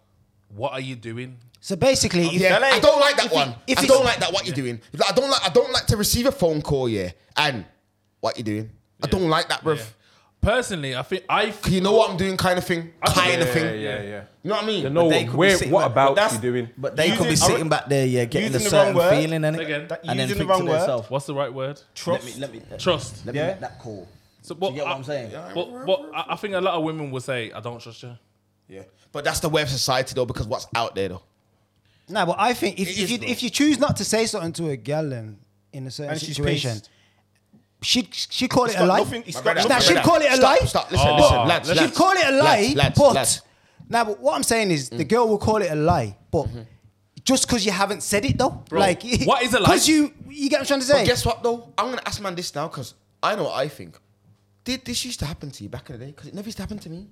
S1: what are you doing?
S2: So basically, if-
S4: Yeah, I don't like that
S2: if it-
S4: one.
S2: if
S4: I
S2: it's-
S4: don't like that. What you're doing? Like, I don't like. I don't like to receive a phone call. Yeah, and what you doing? I don't like that, bruv.
S1: Yeah. Personally, I think I.
S4: You know what I'm doing, kind of thing, kind of thing.
S11: Yeah, yeah, yeah.
S4: You know what I mean?
S11: You know
S3: they could be
S11: where,
S3: sitting
S11: what
S3: there, but
S11: about
S7: that's-
S11: you doing?
S3: But they could be
S7: Using-
S3: sitting back there, yeah, getting a
S7: using the wrong
S3: certain
S7: word.
S3: feeling in it,
S1: Again. That-
S3: and then
S7: using
S3: think
S7: the
S3: to
S7: wrong word.
S3: themselves,
S1: What's the right word?
S3: Let me, let me,
S1: Trust.
S3: let me
S7: Yeah.
S3: make that call.
S1: So, but
S3: you get what
S1: I,
S3: I'm saying?
S1: But, but I I think a lot of women will say, "I don't trust you."
S4: Yeah. But that's the way of society, though, because what's out there, though.
S2: No, but I think if,
S4: It
S2: if
S4: is,
S2: you
S4: bro.
S2: if you choose not to say something to a girl then in a certain
S8: And she's
S2: situation,
S8: pissed.
S2: she she call
S8: It's
S2: it a
S8: got
S2: lie.
S8: nothing- it's
S4: My
S8: got
S4: brother,
S8: nothing-
S4: my
S2: Now she'd
S4: brother.
S2: call it a
S4: Stop,
S2: lie.
S4: Stop. Listen.
S1: Oh.
S4: Listen. Lads.
S2: She'd
S4: lads,
S2: call it a lie,
S4: lads, lads,
S2: but
S4: lads.
S2: now, but what I'm saying is the girl will call it a lie, but just because you haven't said it though, like
S1: what is a lie?
S2: Because you you get what I'm trying to say.
S4: But guess what, though? I'm gonna ask man this now because I know what I think. Did this used to happen to you back in the day? Because it never used to happen to me.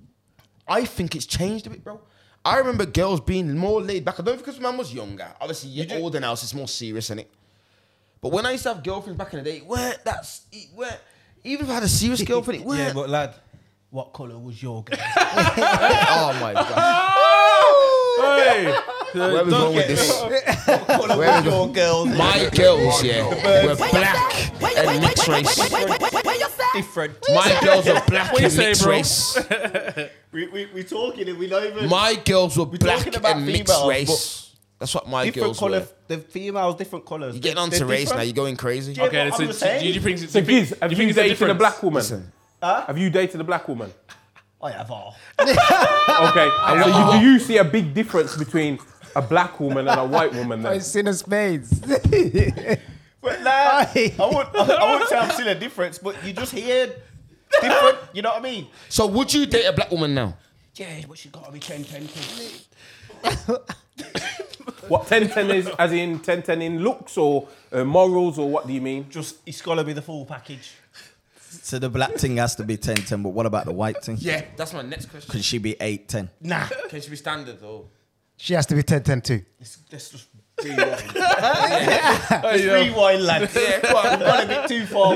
S4: I think it's changed a bit, bro. I remember girls being more laid back. I don't know if because man was younger. Obviously, you're older now, so it's more serious, is it? But when I used to have girlfriends back in the day, where that's it where even if I had a serious girlfriend, it were
S8: Yeah, but lad, what colour was your girl?
S4: oh my god,
S1: Hey,
S4: where we going with this? Where we going?
S7: girls.
S4: My girls, yeah, were
S12: Where you
S4: black
S12: from? Where you- where-
S4: and
S12: where-
S4: mixed
S12: where-
S4: race.
S12: where- where- where- where- where you from?
S7: Different.
S4: My girls were black
S1: What you
S4: and
S1: say,
S4: mixed
S1: bro?
S4: race.
S7: We, we, we talking and we not even.
S4: My girls were black
S7: talking about
S4: and mixed
S7: females,
S4: race. That's what my
S8: different
S4: girls
S8: colour.
S4: were.
S8: The females, different colours.
S4: You're getting onto race now. You're going crazy.
S7: Yeah,
S1: okay.
S7: but
S1: So,
S7: I'm
S1: so
S7: saying-
S1: do you think? do you
S11: So,
S1: think-
S11: Giz,
S1: do
S11: have you,
S1: think it's a
S11: dated a
S1: difference?
S11: black woman?
S4: Listen.
S11: Have you dated a black woman?
S8: I have all.
S11: Okay. so, you, do you see a big difference between a black woman and a white woman then?
S2: it's in a spades.
S7: But lad, I won't, I won't say I'm seeing a difference, but you just hear different. You know what I mean?
S4: So would you date a black woman now?
S8: Yeah, but she's got to be 10 10
S11: What 1010 is, as in 1010 in looks or uh, morals, or what do you mean?
S8: Just, it's got to be the full package.
S3: So the black thing has to be 10 10, but what about the white thing?
S4: Yeah, that's my next question.
S3: Could she be 8 10?
S4: Nah, can she be standard though?
S2: she has to be 10, 10 too.
S8: Let's, let's just rewind.
S1: Hey, yo.
S8: rewind, lad. Yeah, come on, we've gone a bit too far.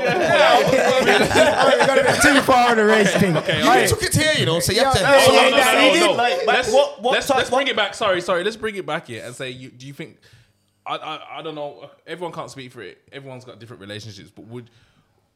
S2: too far on the race thing.
S1: Okay,
S4: You
S1: all right.
S4: took it here, you know. So you have to.
S1: Oh, no,
S8: Yeah,
S1: no,
S8: yeah,
S1: no,
S8: he
S1: no,
S8: did,
S1: no.
S8: like, but
S1: let's,
S8: what- what
S1: let's,
S8: type-
S1: let's
S8: what-
S1: bring it back. Sorry, sorry. Let's bring it back here and say, you, do you think? I, I I don't know. Everyone can't speak for it. Everyone's got different relationships, but would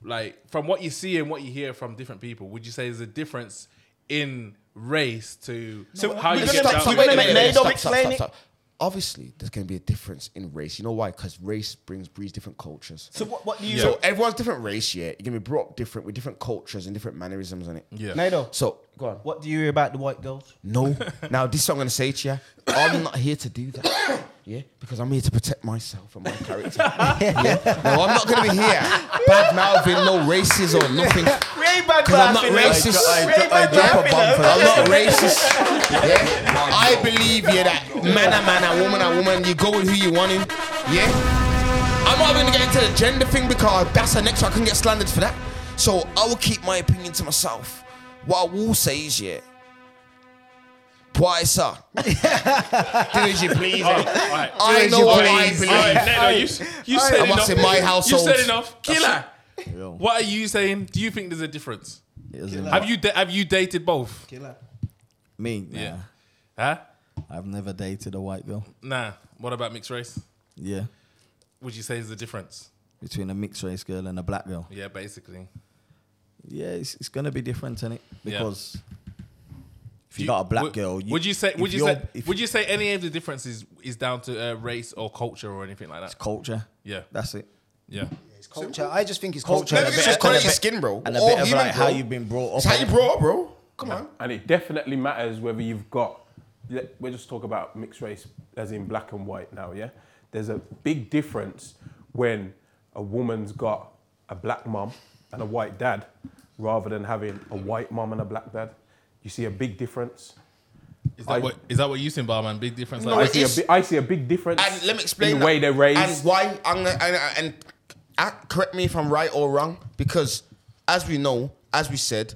S1: like from what you see and what you hear from different people, would you say there's a difference in race to so how you
S7: we're
S1: get
S7: gonna-
S1: down?
S7: we're gonna
S4: wait a
S7: make
S4: minute,
S7: Nado
S4: stop, stop,
S7: explain
S4: stop,
S7: it.
S4: stop. Obviously, there's going to be a difference in race. You know why? Because race brings breeds different cultures.
S8: So what, what do you...
S4: So everyone's different race, yeah. You're going to be brought up different with different cultures and different mannerisms on it.
S1: Yeah.
S8: Nado,
S4: So go on.
S8: what do you hear about the white girls?
S4: No. now this is what I'm gonna say to you. I'm not here to do that. Yeah, because I'm here to protect myself and my character. yeah? No, I'm not gonna be here bad mouthing no races or nothing.
S8: We ain't bad
S4: Because I'm not racist. I'm not racist. Yeah? I believe yeah that man a man, a woman a woman, you go with who you want in. Yeah? I'm not even gonna get into the gender thing because that's the next one I can get slandered for that. So I will keep my opinion to myself. What I will say is yeah. Why, sir? Do as you please. eh?
S1: All Oh, right.
S4: I know what I believe.
S1: All right, Neno, you, you said
S4: I
S1: enough.
S4: must in my household.
S1: You said enough. Killer. What are you saying? Do you think there's a difference? Have you da- have you dated both?
S3: Me? Nah.
S1: Yeah. Huh?
S3: I've never dated a white girl.
S1: Nah. What about mixed race?
S3: Yeah.
S1: Would you say is the difference?
S3: Between a mixed race girl and a black girl.
S1: Yeah, basically.
S3: Yeah, it's, it's going to be different, isn't it?
S1: Yeah.
S3: Because if you, got a black
S1: would,
S3: girl,
S1: would you say
S3: if
S1: would you
S3: you're-
S1: say
S3: if
S1: would you say any of the differences is down to uh, race or culture or anything like that?
S3: culture?
S1: Yeah.
S3: That's it.
S1: Yeah.
S2: It's culture. I just think it's culture.
S3: Culture. And
S4: Maybe
S3: a
S4: it's
S3: bit-
S4: just colour
S3: and
S4: of
S3: a
S4: your
S3: bit-
S4: skin, bro.
S3: And a
S4: All
S3: bit of
S4: human,
S3: like
S4: bro.
S3: how you've been brought up.
S4: It's how you
S3: innit?
S4: brought up, bro. Come on.
S11: And it definitely matters whether you've got. let- We'll just talk about mixed race, as in black and white now. Yeah, there's a big difference when a woman's got a black mum and a white dad, rather than having a white mum and a black dad. You see a big difference.
S1: Is that
S11: I-
S1: what is that what you think, barman? Big difference.
S4: No,
S11: I
S1: like
S4: it
S11: see, a
S4: is-
S11: bi- I see a big difference
S4: And let me explain
S11: in the way
S4: that.
S11: they're raised.
S4: and why. I'm gonna, and, and I, correct me if I'm right or wrong, because as we know, as we said,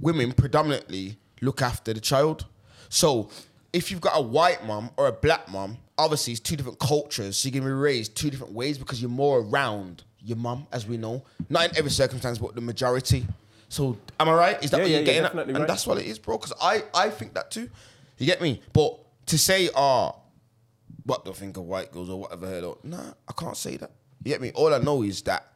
S4: women predominantly look after the child. So if you've got a white mom or a black mom, obviously it's two different cultures. So you're gonna be raised two different ways because you're more around your mom, as we know. Not in every circumstance, but the majority. So am I right? Is that
S11: Yeah,
S4: what you're
S11: yeah, you're
S4: getting at?
S11: definitely
S4: And
S11: right.
S4: that's what it is, bro. Because I, I think that too. You get me? But to say, ah, what do I think of white girls or whatever, hell, or- nah, I can't say that. You get me? All I know is that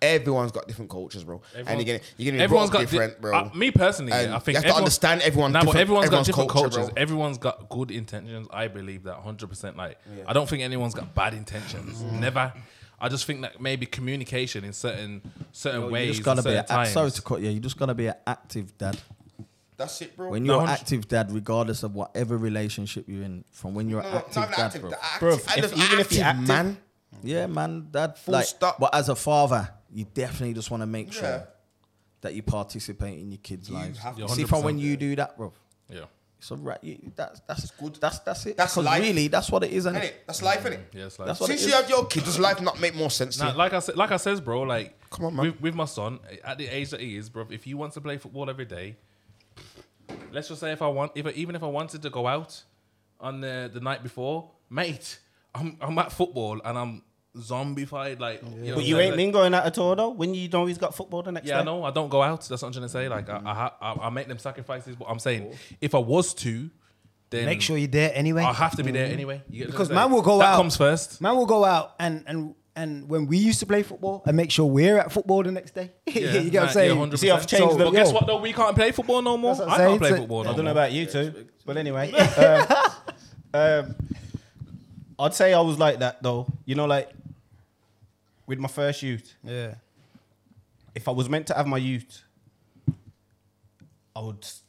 S4: everyone's got different cultures, bro. and
S1: Everyone-
S4: you're getting, you're getting
S1: everyone's
S4: everyone's got
S1: di-
S4: different, bro.
S1: uh, me personally,
S4: And
S1: I think
S4: you have to
S1: everyone-
S4: understand everyone.
S1: Nah, but
S4: different-
S1: everyone's got
S4: everyone's
S1: different
S4: culture,
S1: cultures.
S4: bro.
S1: Everyone's got good intentions. I believe that 100. percent Like I don't think anyone's got bad intentions.
S4: Mm.
S1: Never. I just think that maybe communication in certain certain
S3: You
S1: ways,
S3: just gotta
S1: at
S3: be.
S1: certain
S3: A, act-
S1: times.
S3: sorry to cut you. You just gotta be an active dad.
S4: That's it, bro.
S3: When
S4: No,
S3: you're an
S4: hundred-
S3: active dad, regardless of whatever relationship you're in, from when you're an
S4: No, no,
S3: active
S4: not
S3: dad,
S4: active,
S3: bro.
S4: the active- Bro, I if- just even if you're active. man.
S3: Yeah, man, dad.
S4: Full
S3: like,
S4: stop.
S3: But as a father, you definitely just want to make sure
S4: Yeah.
S3: that you participate in your kids' lives.
S4: have
S3: You
S4: to.
S3: See, from when you do that, bro.
S1: Yeah.
S3: So right, you, that's that's good. That's that's it.
S4: That's
S3: 'Cause
S4: life.
S3: really, that's what it is, isn't
S4: Innit?
S3: it?
S4: That's life, innit?
S1: Yeah, it's like
S3: That's what
S4: Since
S3: it
S4: you
S3: is.
S4: have your kid, does life not make more sense to
S1: Nah,
S4: you?
S1: like I said, like I says, bro. Like,
S4: Come on, man.
S1: With, with my son, eh, at the age that he is, bro, if he wants to play football every day, let's just say if I want, if I, even if I wanted to go out on the the night before, mate, I'm I'm at football and I'm zombified. Like, know
S8: But
S1: what
S8: you
S1: I'm
S8: ain't
S1: saying?
S8: been going out at all though. When you know he's got football the next
S1: Yeah,
S8: day.
S1: I know. I don't go out. That's what I'm trying to say. Like, I I, ha- I I make them sacrifices, but I'm saying if I was to, then
S2: Make sure you're there anyway.
S1: I have to be there anyway. You get what I'm
S2: Because
S1: saying?
S2: man will go
S1: that
S2: out.
S1: comes first.
S2: Man will go out and and and when we used to play football and make sure we're at football the next day. you get what I'm saying?
S1: Yeah,
S8: See, I've changed
S1: So-
S8: the-
S1: But guess
S8: yo.
S1: what though? We can't play football no more.
S2: That's what I'm
S1: I can't
S2: saying.
S1: play
S2: So-
S1: football no
S8: I don't know
S1: more.
S8: about you two, but anyway, um, um, I'd say I was like that though. You know, like with my first youth,
S2: Yeah.
S8: if I was meant to have my youth, I would s-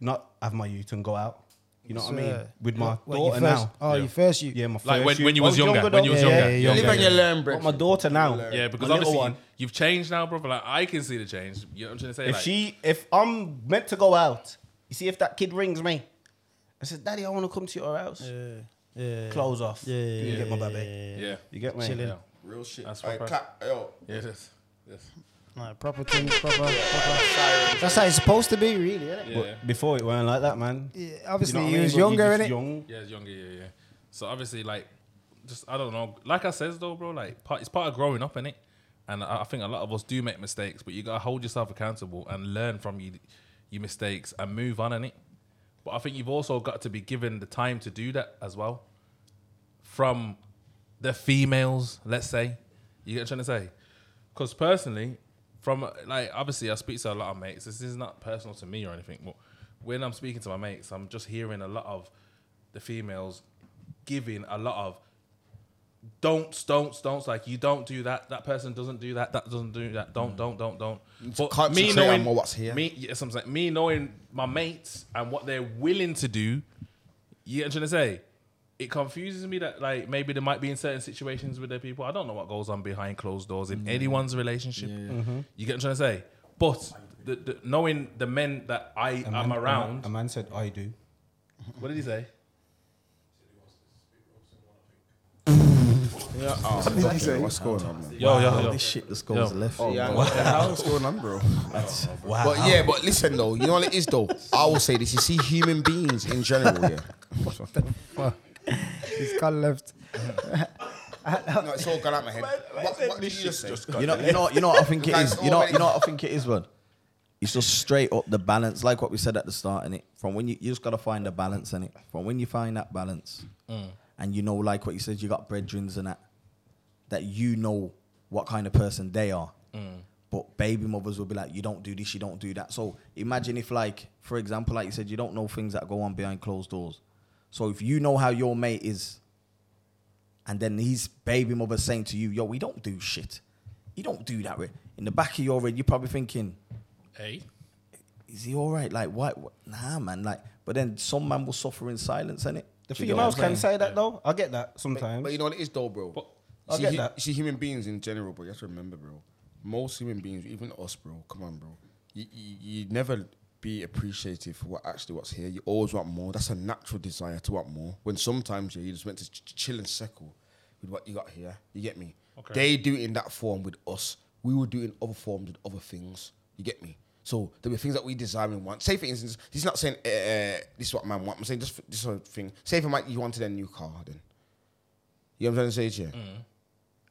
S8: not have my youth and go out. You know what I mean?
S2: So,
S8: With my
S2: what,
S8: daughter
S2: your first,
S8: now.
S2: Oh, your first you.
S8: Yeah, my first
S1: Like when,
S8: youth.
S1: when you
S8: I
S1: was younger,
S8: though.
S1: when you was
S2: Yeah,
S1: younger,
S2: yeah,
S1: When you
S2: younger.
S1: was
S4: Live and you
S1: younger.
S4: learn,
S8: But
S4: bro.
S8: my daughter now.
S1: Yeah, because
S8: my little
S1: obviously
S8: one,
S1: you've changed now, bro. But like I can see the change. You know what I'm trying to say?
S8: if
S1: like,
S8: she, if I'm meant to go out, you see, if that kid rings me and says, "Daddy, I want to come to your house,"
S2: Yeah.
S8: clothes off,
S2: Yeah, yeah,
S8: you
S2: yeah,
S8: get my
S2: yeah,
S8: baby.
S1: yeah,
S8: You get me?
S1: yeah,
S2: Chilling.
S4: Real shit.
S1: That's
S4: Alright,
S1: proper.
S4: clap. Yo,
S1: yeah. Yes, yes.
S2: Like, proper things, proper, proper. That's how it's supposed to be, really, isn't it?
S1: yeah, yeah.
S8: Before it weren't like that, man.
S2: Yeah,
S8: You
S2: obviously,
S8: know what I
S2: he
S8: mean?
S2: was
S8: But
S2: younger,
S8: just
S2: innit?
S8: Young.
S1: Yeah, it's younger, yeah, yeah. So obviously, like, just I don't know. Like I says though, bro, like part, it's part of growing up, innit? And I, I think a lot of us do make mistakes, but you gotta hold yourself accountable and learn from you, your mistakes and move on, innit? But I think you've also got to be given the time to do that as well. From the females, let's say, you get what I'm trying to say? Because personally, from like obviously I speak to a lot of mates. This is not personal to me or anything, but when I'm speaking to my mates, I'm just hearing a lot of the females giving a lot of don'ts, don'ts, don'ts. Like you don't do that. That person doesn't do that. That doesn't do that. Don't, don't, don't, don't. But
S4: Mm. concentrate
S1: me
S4: on
S1: knowing
S4: what's here.
S1: me, yes, I'm saying me knowing my mates and what they're willing to do. You get what I'm trying to say? It confuses me that like maybe there might be in certain situations with their people. I don't know what goes on behind closed doors
S4: Mm.
S1: in anyone's relationship. You get what I'm trying to say? But the, the, knowing the men that I am around,
S8: A man said, "I do."
S1: what did he say?
S4: what's going on, man?
S1: Yo, yo, yo.
S3: This shit that's goes
S1: Yo.
S3: left.
S4: What the hell is going on, bro? But yeah, but listen though, you know what it is though. I will say this: you see, human beings in general, yeah.
S2: He's got left.
S4: No, it's all gone out my head. What, what did you just say?
S3: You know, you know, you know what I think it
S4: Guys,
S3: is. You know,
S4: already-
S3: you know what I think it is, man. It's just straight up the balance, like what we said at the start, innit? From when you, you just gotta find the balance in it. From when you find that balance, and you know, like what you said, you got brethrens and that, that you know what kind of person they are. But baby mothers will be like, you don't do this, you don't do that. So imagine if, like, for example, like you said, you don't know things that go on behind closed doors. So if you know how your mate is and then his baby mother saying to you, "Yo, we don't do shit. You don't do that." Rick." In the back of your head, you're probably thinking,
S1: Hey,
S3: "Is he all right? Like, why? What? Nah, man. Like, but then some man will suffer in silence, innit?
S8: The
S3: Do you get what
S8: females
S3: I'm
S8: can
S3: saying?
S8: say that though. I get that sometimes.
S4: But you know what it is though, bro.
S8: I
S4: see,
S8: get
S4: hu-
S8: that.
S4: see, human beings in general, bro. You have to remember, bro. Most human beings, even us, bro. Come on, bro. You, you, you never be appreciative for what actually what's here. You always want more. That's a natural desire to want more. When sometimes yeah, you just meant to ch- ch- chill and settle with what you got here. You get me?
S1: Okay.
S4: They do it in that form with us. We will do it in other forms with other things. You get me? So there were things that we desire and want. Say for instance, he's not saying uh, uh, this is what man want. I'm saying just this sort of thing. Say for Mike, you wanted a new car, then you know what I'm trying to say to you?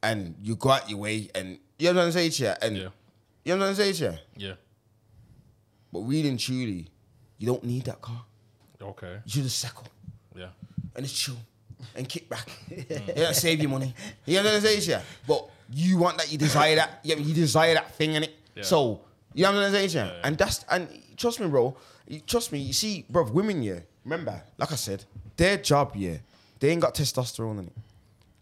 S4: And you go out your way, and you know what I'm trying to say to you? And you know what I'm trying to say to you?
S1: Yeah.
S4: But really and truly, you don't need that car.
S1: Okay.
S4: You should just settle
S1: Yeah.
S4: and just chill and kick back. yeah, save your money. You know what I'm saying? Yeah. But you want that, you desire that. Yeah, you desire that thing in it.
S1: Yeah.
S4: So you know what I'm saying? Yeah. And that's and trust me, bro. You- Trust me. You see, bro, women. Yeah. Remember, like I said, their job. Yeah, they ain't got testosterone in it.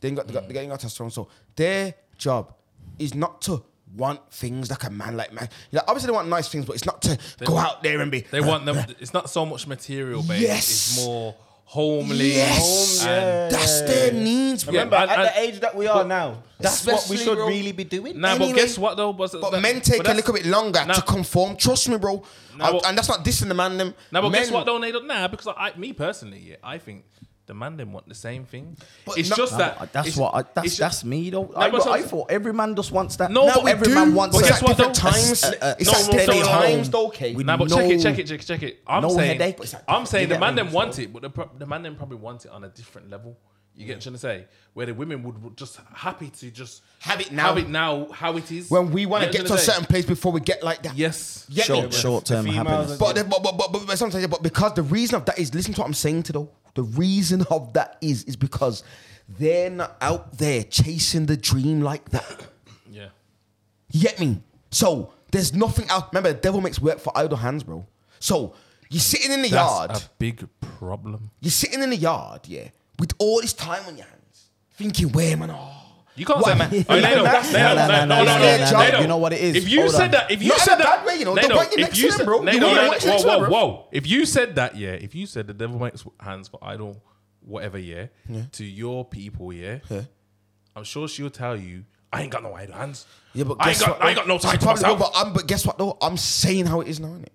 S4: They ain't got, they got they ain't got testosterone. So their job is not to. Want things like a man, like man. You know, obviously they want nice things, but it's not to go out there and be.
S1: They want them. It's not so much material based.
S4: Yes.
S1: It's more homely.
S4: Yes.
S1: and-
S4: That's their needs. bro.
S8: Remember,
S1: and-
S8: at the
S1: and-
S8: age that we are now, that's what
S4: Especially,
S8: we should
S4: bro.
S8: really be doing.
S1: Nah,
S4: Anyway.
S1: but guess what though? Was
S4: But men take a little bit longer
S1: Nah.
S4: to conform. Trust me, bro.
S1: Nah,
S4: I-
S1: but-
S4: and that's not dissing the man. Them.
S1: Now, but
S4: men,
S1: guess what? Don't they? Don't, nah, because I, me personally, yeah, I think the man them want the same thing.
S4: But
S1: it's
S4: no-
S1: just
S4: Nah,
S1: that.
S3: I- Uh, That's
S1: it's-
S3: what. I, that's
S1: it's ju-
S3: that's me though.
S1: but
S3: I, got-
S1: so-
S3: I thought every man just wants that.
S1: No,
S3: Not
S1: we
S3: every
S1: do,
S3: man wants
S1: but
S3: that.
S1: guess what?
S4: Different
S1: though?
S4: times.
S3: Uh, uh,
S4: it's
S1: no,
S4: at
S1: no,
S4: steady
S1: no, no.
S4: times, though.
S3: okay.
S1: Nah, but check it, check it, check it, check it. I'm
S3: No
S1: saying,
S3: headache.
S1: I'm saying the
S3: You
S1: man
S3: get
S1: them
S3: me?
S1: want it, but the, pro- the man them probably want it on a different level. You get what I'm trying to say? Where the women would would just happy to just
S4: Have it now.
S1: have it now, how it is.
S4: When we want
S1: You
S4: to get
S1: what
S4: to
S1: I'm
S4: a
S1: trying
S4: certain place before we get like that.
S1: say? yes,
S4: Get me?
S3: Short, short term
S8: females
S3: happiness.
S4: But, the- but, but, but, but sometimes, yeah, but because the reason of that is, listen to what I'm saying to though. The reason of that is, is because they're not out there chasing the dream like that.
S1: yeah,
S4: You get me? So there's nothing else. Remember, the devil makes work for idle hands, bro. So you're sitting in the yard.
S1: a big problem.
S4: You're sitting in the yard, yeah, with all this time on your hands, thinking, where, man, oh.
S1: You can't
S4: What?
S1: say man.
S4: Yeah.
S1: Oh, they don't.
S4: Nah,
S1: They don't.
S3: nah, nah,
S1: No, no, no,
S3: nah,
S1: no,
S3: nah,
S4: nah,
S1: they
S4: nah.
S1: don't.
S3: You know what it is.
S1: If you
S3: Hold
S1: said
S3: on.
S1: that, if you
S4: Not in
S1: said
S4: a
S1: that,
S4: bad way, you know,
S1: they
S4: the
S1: don't.
S4: way you're
S1: If
S4: next
S1: you
S4: to them,
S1: said-
S4: bro.
S1: they
S4: You
S1: don't.
S4: want
S1: They
S4: your
S1: don't.
S4: next
S1: Whoa,
S4: to
S1: whoa,
S4: them,
S1: whoa. If you said that, yeah. If you said the devil makes hands for idle, whatever, yeah, to your people, yeah, I'm sure she'll tell you, I ain't got no idle hands.
S4: Yeah, but
S1: I ain't
S4: guess
S1: got,
S4: what,
S1: I ain't got no
S4: though?
S1: time
S4: She
S1: to
S4: probably will,
S1: myself.
S4: But, um, but guess what, though? I'm saying how it is now, innit?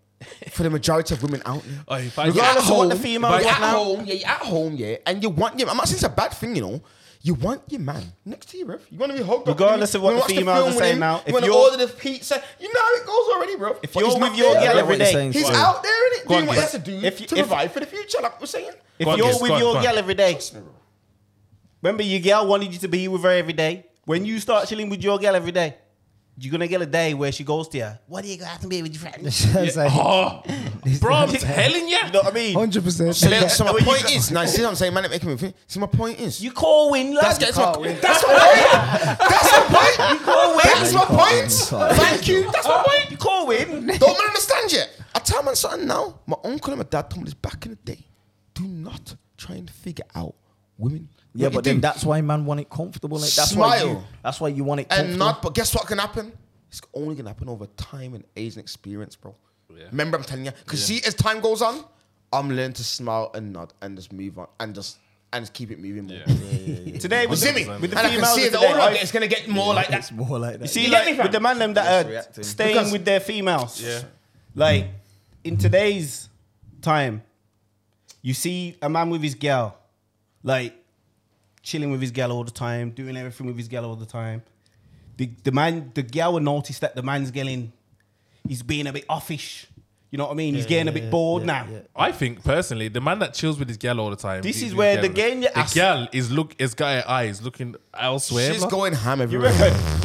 S4: For the majority of women out there.
S1: Oh, if I-
S4: Regardless
S1: Yeah,
S4: of what
S1: home,
S4: the female
S1: if I-
S4: you're at
S1: yeah.
S4: home, yeah, you're at home, yeah, and you want your I'm not saying it's a bad thing, you know. You want your man next to you, bruv. You want to be hugged up.
S8: Regardless of what
S4: You wanna
S8: the
S4: watch
S8: females
S4: film
S8: are
S4: with
S8: saying
S4: him.
S8: now,
S4: You
S8: if
S4: want to
S8: you're-
S4: order the pizza. You know how it goes already, bruv.
S8: If
S4: But
S8: you're
S4: he's
S8: with
S4: not
S8: your
S4: there,
S8: girl
S4: bruv.
S8: every day-
S4: he's
S3: Go on,
S4: out there, innit? Doing what he
S8: Giz.
S4: has to do
S8: If-
S4: to
S8: if-
S4: provide for the future, like we're saying.
S1: Go
S8: If
S1: on,
S8: you're
S1: Giz, go
S8: with
S1: on, go
S8: your
S1: on.
S8: girl every day,
S4: Trust me, bruv.
S8: remember your girl wanted you to be with her every day. When you start chilling with your girl every day, you're gonna get a day where she goes to you. What are you gonna have to be with your friends?
S1: Oh, bro, I'm telling you.
S8: You know what I mean?
S2: Hundred percent.
S4: So, so my
S8: Well, you
S4: point
S8: got-
S4: is, now see what I'm saying, man, it making me think. See, my point is,
S8: You call win,
S4: That's,
S8: lad.
S4: that's, my, that's my point. That's my point. That's my
S3: can't
S4: point.
S3: win.
S4: Thank you. That's my point.
S8: You call win.
S4: Don't man understand yet. I tell man something now. My uncle and my dad told me this back in the day. Do not try and figure out women.
S3: Yeah,
S4: What you
S3: but then
S4: do.
S3: that's why man want it comfortable. Like, that's why
S4: Smile.
S3: you. That's why you want it comfortable.
S4: and not. But guess what can happen? It's only gonna happen over time and age and experience, bro. Remember, I'm telling you. Because see, as time goes on, I'm learning to smile and nod and just move on and just and just keep it moving. More.
S8: Today
S4: You
S8: with
S4: see
S8: the,
S4: me?
S8: with the
S4: and I can
S8: females
S4: see
S8: of
S4: it, the
S8: today,
S4: older I
S8: I-
S4: get, it's gonna get more like that.
S3: It's more like that.
S8: You see,
S4: You get
S8: like
S4: me,
S8: with the man them that
S7: Just
S8: are
S7: reacting.
S8: staying
S4: Because-
S8: with their females.
S1: Yeah.
S8: Like in today's time, you see a man with his girl, like chilling with his girl all the time, doing everything with his girl all the time. The the man, the girl will notice that the man's getting, he's being a bit offish. You know what I mean? he's getting a bit bored now.
S1: I think personally, the man that chills with his gal all the time.
S8: This
S1: he-
S8: is
S1: he's
S8: where the
S1: gal-
S8: game you
S1: The
S8: ask-
S1: gal is look, is got her eyes looking elsewhere.
S4: She's
S1: bro.
S4: going ham everywhere.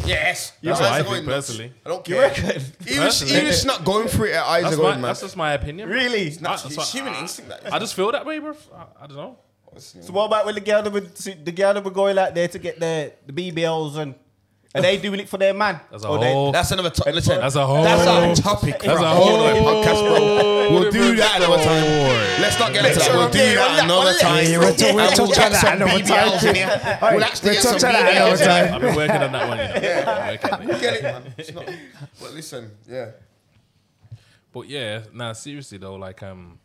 S4: Yes,
S1: That's what
S4: Her eyes
S1: I
S4: are going
S1: think
S4: nuts.
S1: personally.
S4: I don't care. Even if
S1: Personally.
S4: even if she's not going for it, her eyes
S1: That's
S4: are going
S1: my,
S4: mad.
S1: that's just my opinion. bro.
S8: Really?
S1: I-
S4: It's
S1: that's
S4: human
S1: what-
S4: instinct, that is.
S1: I just feel that way, bro. I, I don't know.
S8: So what about when the girl that were see, the girl that were going out there to get their the BBLs and are they doing it for their man?
S1: That's a
S8: Or they-
S1: whole.
S4: That's another topic. Listen,
S1: That's a whole-
S4: That's a topic.
S1: That's
S4: for
S1: a whole
S4: another podcast, bro. We'll do that another time. Let's not get into that. We'll do that another time.
S2: Yeah, we'll do- we'll
S4: And
S2: touch
S4: get
S2: on that
S4: some
S2: another
S4: BBLs
S2: time.
S4: in here. We'll actually
S2: we'll
S4: get
S2: touch
S4: some
S2: on that
S4: BBLs
S2: another
S4: in here.
S2: time.
S1: I've been working on that one. You know. I've been working on it.
S4: Get it, man. It's not. But listen, yeah.
S1: But yeah, now seriously though, like um,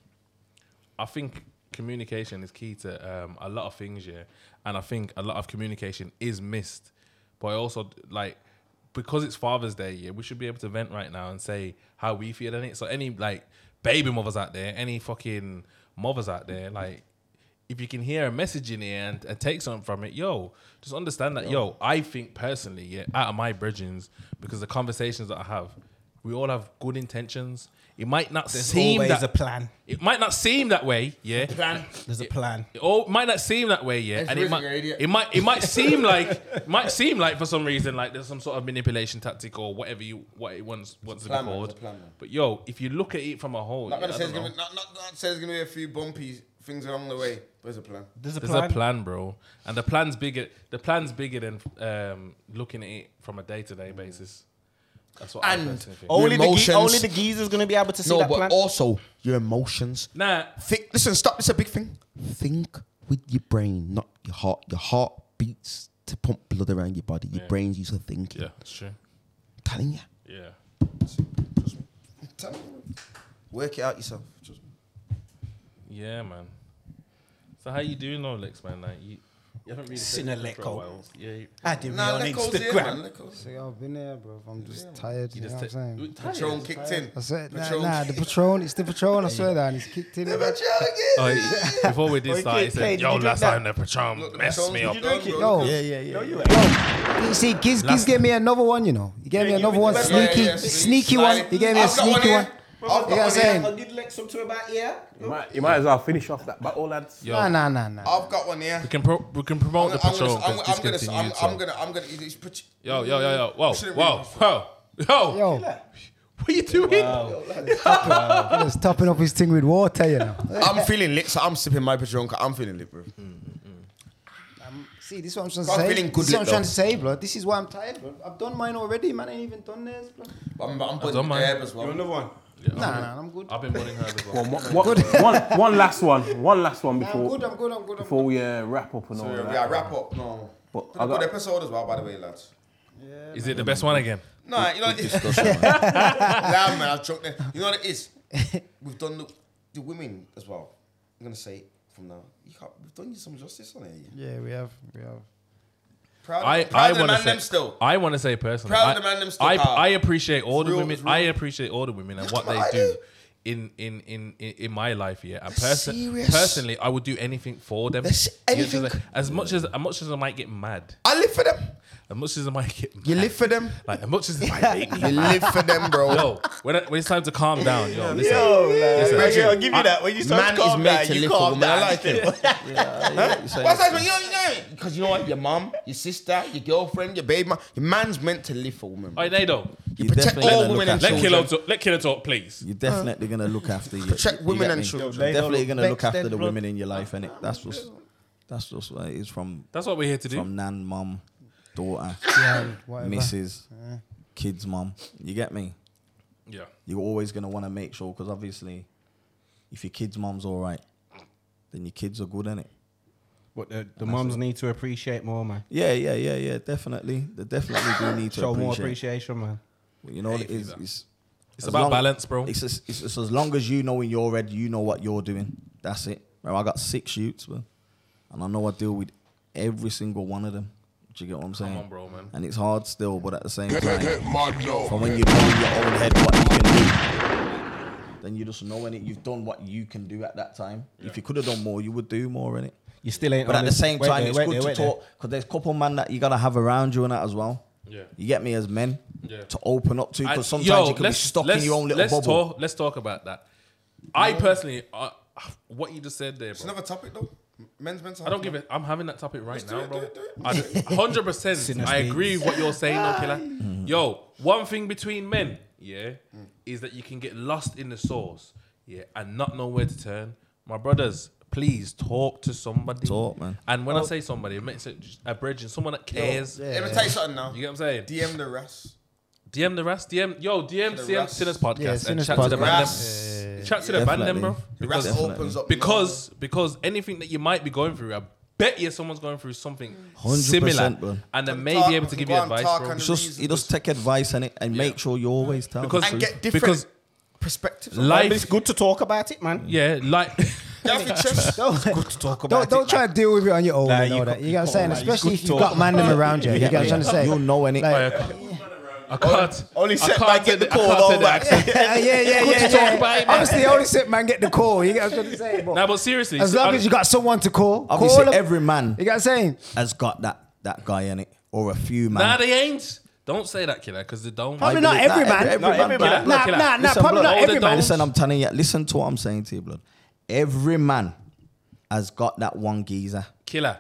S1: I think communication is key to um a lot of things, yeah, and I think a lot of communication is missed. But I also like because it's Father's Day, yeah, we should be able to vent right now and say how we feel in it. So any like baby mothers out there, any fucking mothers out there, like if you can hear a message in here and, and take something from it, yo, just understand that, yo, I think personally, yeah, out of my bridgings, because the conversations that I have, we all have good intentions. It might not
S8: There's
S1: seem
S8: always
S1: that,
S8: a plan.
S1: It might not seem that way, yeah. plan.
S8: There's a plan.
S1: It all might not seem that way, yeah. And it
S8: Everything's
S1: might,
S8: an idiot.
S1: it might, it might seem like, it might seem like for some reason, like there's some sort of manipulation tactic or whatever you, what it wants, wants to be
S4: plan, man. It's
S1: called.
S4: a plan, man.
S1: But yo, if you look at it from a whole,
S4: Not
S1: yeah,
S4: gonna
S1: I
S4: say
S1: don't
S4: there's
S1: know.
S4: gonna, be- not, not, not say there's gonna be a few bumpy things along the way, but there's a plan.
S1: bro, and the plan's bigger. The plan's bigger than um, looking at it from a day-to-day basis. That's what I
S4: And oh-
S1: personally think.
S8: Only the ge-
S4: emotions-
S8: only the geezer's gonna be able to see
S4: no,
S8: that
S4: but
S8: plan.
S4: also your emotions.
S1: Nah,
S4: think. Listen, stop. This is a big thing. Think with your brain, not your heart. Your heart beats to pump blood around your body. Your
S1: Yeah.
S4: brain's used to thinking.
S1: Yeah, that's true.
S4: telling you.
S1: Yeah.
S4: Work it out yourself. Trust me.
S1: Yeah, man. So how you doing, though, Lex? Man, like you, you haven't really said
S8: Seen a
S1: nothing for
S8: Leco.
S1: while. Yeah, you-
S8: Adding me on Instagram.
S2: So, yeah, "Oh, I've been there, bro. I'm just tired. You,
S1: You
S2: know
S1: just
S2: what I'm
S1: take-
S2: saying?
S1: Tired. Patron
S4: kicked in.
S2: I said, nah,
S4: Patron.
S2: nah, the Patron. It's the Patron. I swear that. And it's kicked in. bro.
S1: Oh, he- before we did
S2: Okay,
S1: start, he
S2: okay,
S1: said,
S2: did
S1: "Yo,
S2: you drink
S1: last
S2: that?
S1: time the Patron
S4: Look, the
S1: messed
S4: Patron-
S1: me
S4: did
S1: up."
S4: you drink it?
S2: No.
S8: Yeah, yeah, yeah. No, you
S2: You see, Giz, Giz
S1: Last-
S2: gave me another one, you know. He gave me another one,
S4: Yeah, yeah,
S2: sneaky,
S4: yeah,
S2: sneaky
S4: sneak-
S2: one. He gave me a
S4: I've got one
S2: sneaky
S4: here.
S2: one.
S4: I've
S2: You
S4: got
S2: know what I'm
S4: one here.
S2: saying?
S8: did like some to about yeah.
S6: You might, you might as well finish off that battle, lads.
S1: Yo,
S2: Nah, nah, nah, nah.
S4: I've got one here.
S1: we can pro- we can promote the Patron because
S4: I'm gonna,
S1: discontinued.
S4: I'm,
S1: so-
S4: I'm gonna, I'm gonna, it's pretty-
S1: Yo, yo, yo, yo! Whoa,
S4: Shouldn't
S1: whoa, whoa, yo!
S2: Yo,
S1: What are you doing?
S2: he's topping up his thing with water, you know.
S4: I'm feeling lit, so I'm sipping my Patron. 'cause I'm feeling lit, bro.
S1: Mm.
S2: See, this is what I'm trying to
S4: I'm
S2: say.
S4: feeling good
S2: this is what I'm
S4: lit,
S2: trying
S4: though.
S2: to say, bro. This is why I'm tired, bro. I've done mine already, man. I ain't even done theirs, bro.
S4: I'm, I'm
S1: don't
S4: putting
S1: mind.
S4: air as well.
S5: Another one.
S2: Nah, nah, I'm good.
S1: I've been wanting her as well.
S6: One, one- one- one last one. One last one
S2: Nah, I'm
S6: before
S2: good, I'm good, I'm good. I'm
S6: before we uh, wrap up and all
S4: Yeah,
S6: that.
S4: we are wrap up. No,
S6: But
S4: Did
S6: I
S4: a good
S6: got-
S4: episode as well, by the way, lads.
S1: Is it the best one again?
S4: Nah, you know, nah, man, I choked there. You know what it is? We've done the, the women as well. I'm gonna say it from now. You can't, we've done you some justice on it. yeah.
S2: Yeah, we have, we have.
S4: Proud,
S1: I,
S4: proud
S1: I
S4: of the
S1: want to
S4: man
S1: say
S4: them still.
S1: I want to say personally.
S4: Proud of
S1: I,
S4: the man them still,
S1: I,
S4: Carl.
S1: I appreciate all the
S4: real,
S1: women.
S4: it's real.
S1: I appreciate all the women and what they
S4: I
S1: do in in in in in my life. Yeah, and person
S4: serious.
S1: personally, I would do anything for them.
S4: That's-
S1: You know, 'cause
S4: anything.
S1: I- as much as as much as I might get mad,
S4: I live for them.
S1: as much as I might get mad,
S4: You live for them.
S1: like as much as it might make me
S4: You live for them, bro.
S1: Yo, when, I- when it's time to calm down, yo, listen.
S4: Listen,
S8: I'll give you that. When you start
S4: man
S8: to calm
S4: is made
S8: down,
S4: to
S8: you
S4: live for
S8: calm
S4: women. I
S8: down.
S4: like it. What's that? You know, you know, because you know what? Your mom, your sister, your girlfriend, your baby, man, your man's meant to live for women. bro.
S1: Alright, Nado,
S4: You
S3: You're
S4: protect
S3: definitely
S4: all
S3: gonna look
S4: women and
S3: after
S1: let Kilo
S4: children.
S1: talk, let Kilo talk, please.
S3: You're definitely gonna look after you.
S4: Protect
S3: you
S4: women
S3: get
S4: and
S3: me?
S4: children.
S3: You're definitely gonna look
S8: Respect
S3: after
S8: them
S3: the
S8: blood.
S3: women in your life, and that's just that's just what it is from
S1: That's what we're here to do.
S3: from nan, mum, daughter,
S2: Yeah, whatever.
S3: missus, kids, mum. You get me?
S1: yeah,
S3: You're always gonna want to make sure because obviously, if your kids' mum's all right, then your kids are good, innit?
S8: But the, the mums need to appreciate more, man.
S3: Yeah, yeah, yeah, yeah. Definitely, they definitely do need to
S8: Show more
S3: appreciate.
S8: appreciation, man.
S3: Well, You know, it is, it's
S1: It's
S3: as
S1: about balance, bro.
S3: It's as, it's just as long as you know in your head, you know what you're doing. That's it. Bro, I got six shoots, bro, and I know I deal with every single one of them. Do you get what I'm saying?
S1: come on, bro, man.
S3: And it's hard still, but at the same time, from when you know in your own head what you can do, then you just know in it. You've done what you can do at that time. If you could have done more, you would do more in it.
S8: You still ain't.
S3: But
S8: on
S3: at the
S8: this-
S3: same
S8: wait
S3: time,
S8: there,
S3: it's
S8: wait
S3: good
S8: there,
S3: to
S8: wait there.
S3: talk because there's a couple man that you gotta have around you and that as well.
S1: Yeah.
S3: You get me as men
S1: Yeah.
S3: to open up to
S1: I-
S3: because sometimes
S1: yo,
S3: you can be
S1: let's-
S3: stuck in
S1: let's-
S3: your own little
S1: let's
S3: bubble.
S1: Talk, let's talk about that. I personally, uh, what you just said there,
S4: It's
S1: bro.
S4: another topic though. Men's mental.
S1: I don't give it. I'm having that topic right now,
S4: it,
S1: bro.
S4: do it, do it.
S1: I- 100%. I agree with what you're saying, though, Killer.
S4: Mm.
S1: Yo, one thing between men, yeah, is that you can get lost in the source, yeah, and not know where to turn. My brothers, please talk to somebody.
S3: Talk, man.
S1: And
S4: Oh.
S1: when I say somebody, it makes it just a bridge and someone that cares.
S4: Let me tell you something now.
S1: You get what I'm saying?
S4: DM the rest.
S1: DM the rest. DM yo DM
S4: The
S1: CM
S4: Ras.
S1: Sinners podcast
S2: Yeah,
S1: and
S2: Sinners
S1: chat to the
S2: podcast.
S1: band
S4: Ras.
S1: them. Chat to the band them, bro.
S3: Definitely.
S4: The
S1: Because
S4: rest opens up.
S1: because because anything that you might be going through, I bet you someone's going through something
S3: 100%,
S1: similar,
S3: bro.
S1: and they
S4: Talk-
S1: may be able to
S4: we
S1: give
S4: can
S1: you
S4: go and
S1: advice,
S4: talk
S1: bro.
S4: and-
S3: It's just you just take advice and it and make sure you always tell. them.
S1: Because
S4: and get different
S1: because
S4: perspectives. on
S8: But it's
S1: life,
S8: good to talk about it, man.
S1: yeah, like
S4: Get off your chest.
S2: Don't,
S8: Talk about
S2: don't,
S8: it.
S2: don't try to deal with it on your own.
S8: Nah,
S2: and
S8: you
S2: all that.
S8: can't-
S2: You know what I'm
S8: you
S2: saying?
S8: can't, like,
S2: Especially
S8: it's
S2: if
S8: good
S2: you've
S8: talk.
S2: got man them around you. You get what I'm trying to say?
S3: You'll know innit?
S2: Like,
S1: I can't.
S4: Only
S1: I
S4: set
S1: can't
S4: back
S1: take
S4: in the
S1: I can't
S4: call,
S1: take
S4: all
S1: the
S4: back.
S1: accent.
S2: yeah, yeah, yeah.
S1: Good to
S2: yeah,
S1: talk
S2: yeah.
S1: about it, man.
S2: Obviously, only sit man get the call. You get what I'm trying to say? But
S1: No, but seriously,
S2: as long as you got someone to call,
S3: Obviously,
S2: call 'em.
S3: every man
S2: You got what I'm saying?
S3: has got that that guy in it, or a few man.
S1: Nah, they ain't. Don't say that, killer, because they don't.
S2: Probably
S3: I
S2: not
S3: believe-
S2: every
S3: nah,
S2: man.
S3: every- every
S2: Nah,
S3: man,
S2: nah,
S3: blood.
S2: nah,
S1: Look,
S2: nah,
S1: listen,
S2: probably
S1: blood,
S2: not
S1: all
S2: every
S1: the
S2: man.
S1: dogs-
S3: Listen, I'm telling you. Listen to what I'm saying to you, blood. Every man has got that one geezer.
S1: Killer.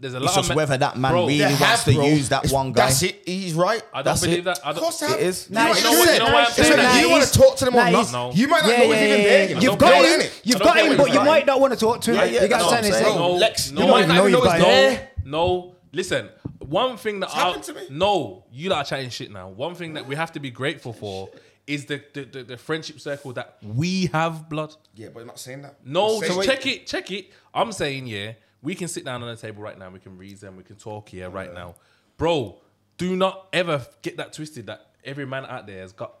S1: There's a lot
S3: It's
S1: of
S3: just
S1: men-
S3: whether that man
S1: Bro,
S3: really
S1: I
S4: They
S3: wants
S4: have,
S3: to
S4: bro.
S3: use that
S4: It's-
S3: one guy.
S4: That's it. He's right.
S1: don't
S3: that's
S1: believe
S3: it.
S1: that. I
S4: Of
S1: don't,
S4: course,
S3: It is.
S4: Nah, you,
S1: know
S4: know
S1: what- you know why I'm
S4: what,
S1: saying that?
S4: you want to talk to them or
S2: Nah,
S4: not?
S2: he's-
S1: No.
S4: You might not
S2: Yeah,
S4: know if
S2: yeah,
S4: you
S2: yeah,
S4: even
S2: yeah.
S4: there. yet.
S1: I
S2: You've
S1: don't
S2: got
S1: get
S2: him.
S1: it.
S2: You've
S1: I don't
S2: got
S1: get
S2: him,
S1: what
S2: but
S1: he's
S2: you
S1: like.
S2: might not want to talk to
S3: Yeah,
S2: him.
S3: yeah,
S2: You got
S3: that's
S2: what I'm
S3: what
S2: saying?
S3: I'm
S2: It's
S3: saying.
S1: No,
S2: like-
S4: Lex,
S1: no,
S4: you might
S1: no,
S2: know
S1: no,
S2: he's
S1: it's
S2: bad.
S1: there. No, listen. One thing that I
S4: happened to me.
S1: no, you lot are chatting shit now. One thing that we have to be grateful for is the the, the, the friendship circle that we have, blood.
S4: Yeah, but I'm not saying that.
S1: No,
S4: I'm saying-
S1: so check it, check it. I'm saying, yeah, we can sit down on a table right now, we can reason, we can talk here right now. Bro, do not ever get that twisted that every man out there has got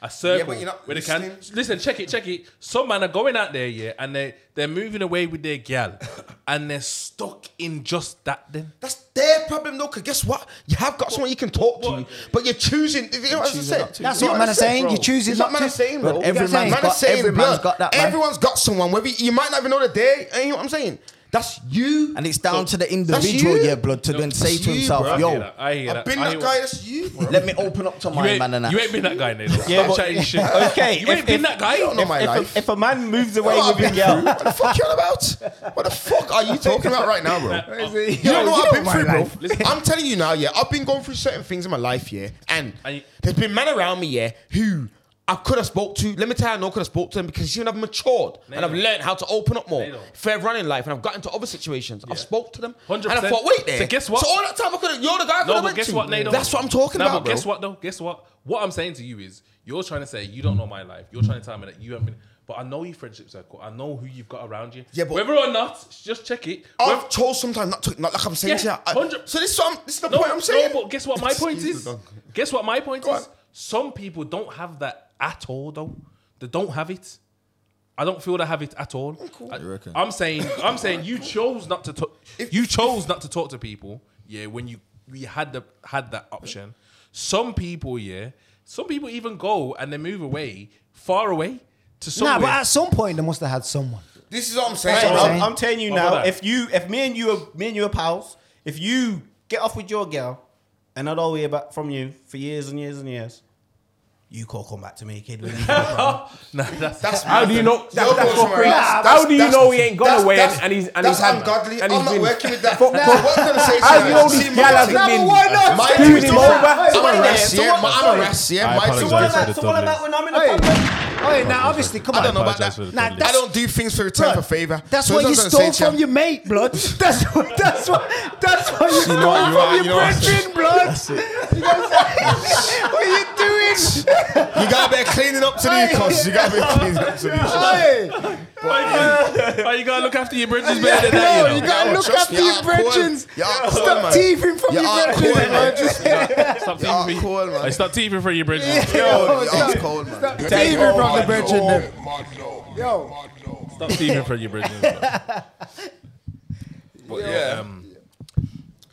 S1: a circle
S4: you're not
S1: where they can
S4: listening.
S1: listen, check it, check it. Some men are going out there, yeah, and they they're moving away with their gal and they're stuck in just that then.
S4: That's their problem, though. Because guess what? You have got someone you can talk to,
S1: what-
S4: but you're choosing. You know what I'm
S3: choosing
S4: saying?
S3: not to.
S2: That's
S4: You know
S2: what man
S4: I'm
S2: are saying.
S4: bro?
S2: You're choosing
S4: It's not
S2: not
S4: man
S2: to.
S4: are saying,
S3: But
S4: bro.
S3: every
S4: You know what I'm
S3: man's
S4: saying? Man are
S3: got-
S4: saying,
S3: every man's
S4: blood.
S3: got that, man.
S4: Everyone's got someone. Whether you might not even know the day. You know what I'm saying? That's you.
S3: And it's down
S1: So-
S3: to the individual,
S4: you.
S3: yeah, blood, to then say
S4: it's
S3: to
S4: you,
S3: himself,
S4: bro.
S1: I hear
S3: yo,
S1: that. I hear
S4: I've
S1: that.
S4: been
S1: I
S4: that
S1: hear
S4: guy. That's you, bro.
S3: let me open up to
S1: You
S3: my man and
S1: ain't,
S3: that.
S1: you ain't been that guy, Nate.
S8: Yeah,
S1: Stop
S8: but-
S1: chatting shit.
S8: Okay,
S1: you
S8: if-
S1: ain't been
S8: if-
S1: that guy.
S4: don't know my
S8: If
S4: life.
S8: a, if a man moves away
S4: What
S8: with
S4: I've
S8: his
S4: been through?
S8: girl,
S4: What the fuck you on about? What the fuck are you talking about right now, bro?
S2: Yo,
S4: You don't know what I've been
S2: my
S4: through, bro.
S2: life.
S4: I'm telling you now, yeah. I've been going through certain things in my life, yeah. And
S1: And you-
S4: there's been men around me, yeah, who I could have spoke to. Let me tell you, I know I could have spoke to them because you know, I've matured and I've learned how to open up more.
S1: Nato.
S4: Fair running life, and I've got into other situations. I've spoke to them, and I
S1: 100%.
S4: thought, wait there.
S1: So guess what?
S4: So all that time I could have. You're the guy I could
S1: No,
S4: have
S1: but
S4: went
S1: guess
S4: to.
S1: what, Nado?
S4: That's what I'm talking
S1: Nah,
S4: about,
S1: but
S4: bro.
S1: guess what, though? Guess what? What I'm saying to you is, you're trying to say you don't know my life. You're trying to tell me that you haven't been. But I know your friendship circle. I know who you've got around you.
S4: Yeah, but-
S1: whether or not, just check it. Whether-
S4: I've chose sometimes not to, not like I'm saying
S1: Yeah,
S4: to you. I-
S1: 100.
S4: so this is, what I'm, this is the
S1: no,
S4: point I'm saying.
S1: no, but guess what my point
S4: Excuse
S1: is?
S4: the dog.
S1: Guess what my point
S4: Go
S1: is?
S4: on.
S1: Some people don't have that at all, though. They don't have it. I don't feel they have it at all. I, am saying, I'm saying, you chose not to talk. You chose not to talk to people. Yeah, when you we had the had that option. Some people, yeah, some people even go and they move away, far away to somewhere.
S2: Nah, but at some point they must have had someone.
S4: This is what I'm saying.
S2: what
S4: bro.
S2: I'm
S8: I'm, I'm telling you
S1: What about
S8: now,
S1: that?
S8: if you, if me and you are me and you are pals, if you get off with your girl, and I don't hear back from you for years and years and years, you can't come back to me, kid. when you get a problem.
S1: Nah, that's,
S11: How do you know?
S4: Nah,
S11: that's
S4: that's
S11: what
S4: right.
S11: creates-
S4: Nah,
S11: how
S4: that's-
S11: do you
S4: that's-
S11: know he ain't gone
S4: that's-
S11: away and,
S4: that's-
S11: and he's and
S4: that's
S11: he's had-
S4: ungodly.
S11: and
S4: I'm
S11: he's
S4: not
S11: been-
S4: working with that.
S11: Fuck,
S4: Nah,
S11: fuck.
S4: what I'm gonna say to
S11: How do
S4: you
S11: you
S4: is
S11: know
S4: see
S11: this
S4: my
S11: gal hasn't
S4: thing.
S11: been?
S2: why not?
S4: My
S2: Screwing
S4: thing is
S11: him
S4: different.
S11: over.
S4: I'm
S8: Someone
S4: a
S8: there,
S4: rest, yeah.
S8: someone-
S4: my- I'm a
S8: sorry.
S4: rest, yeah.
S1: I
S4: My
S1: apologize.
S4: thing-
S8: So
S1: Apologise
S8: what
S1: for the
S8: about so what
S1: toddlers.
S8: about when I'm in a
S2: Hey,
S8: problem?
S2: hey, now obviously, come on.
S4: I don't know about
S1: Apologise for
S4: that.
S1: the
S2: Nah,
S1: toddlers.
S4: I
S2: that's-
S4: don't do things for return for favor.
S2: That's
S4: So
S2: what you
S4: that's I'm saying
S2: stole
S4: to
S2: from your mate, blood. That's what. That's what. That's what you stole
S4: you are,
S2: from
S4: you
S2: your
S4: are.
S2: brethren, blood. You know what I'm saying? What are you doing?
S4: You gotta be cleaning up to
S2: Hey.
S4: these cause you gotta be cleaning up to these.
S2: Hey,
S1: oh, you gotta look after your bridges better than that.
S2: no,
S1: You
S2: you
S1: know?
S2: gotta look after your brethren. Stop teething from
S4: You
S2: your
S4: are cool,
S2: brethren,
S4: man.
S2: blood.
S1: Stop
S4: You're
S1: teething
S4: cool, man.
S1: Hey, Stop teething for your bridges.
S4: Yo, y'all's cold, man.
S2: Oh, Stop teething from the brethren. then. Yo.
S1: Stop thieving from your bridges. But yeah, um,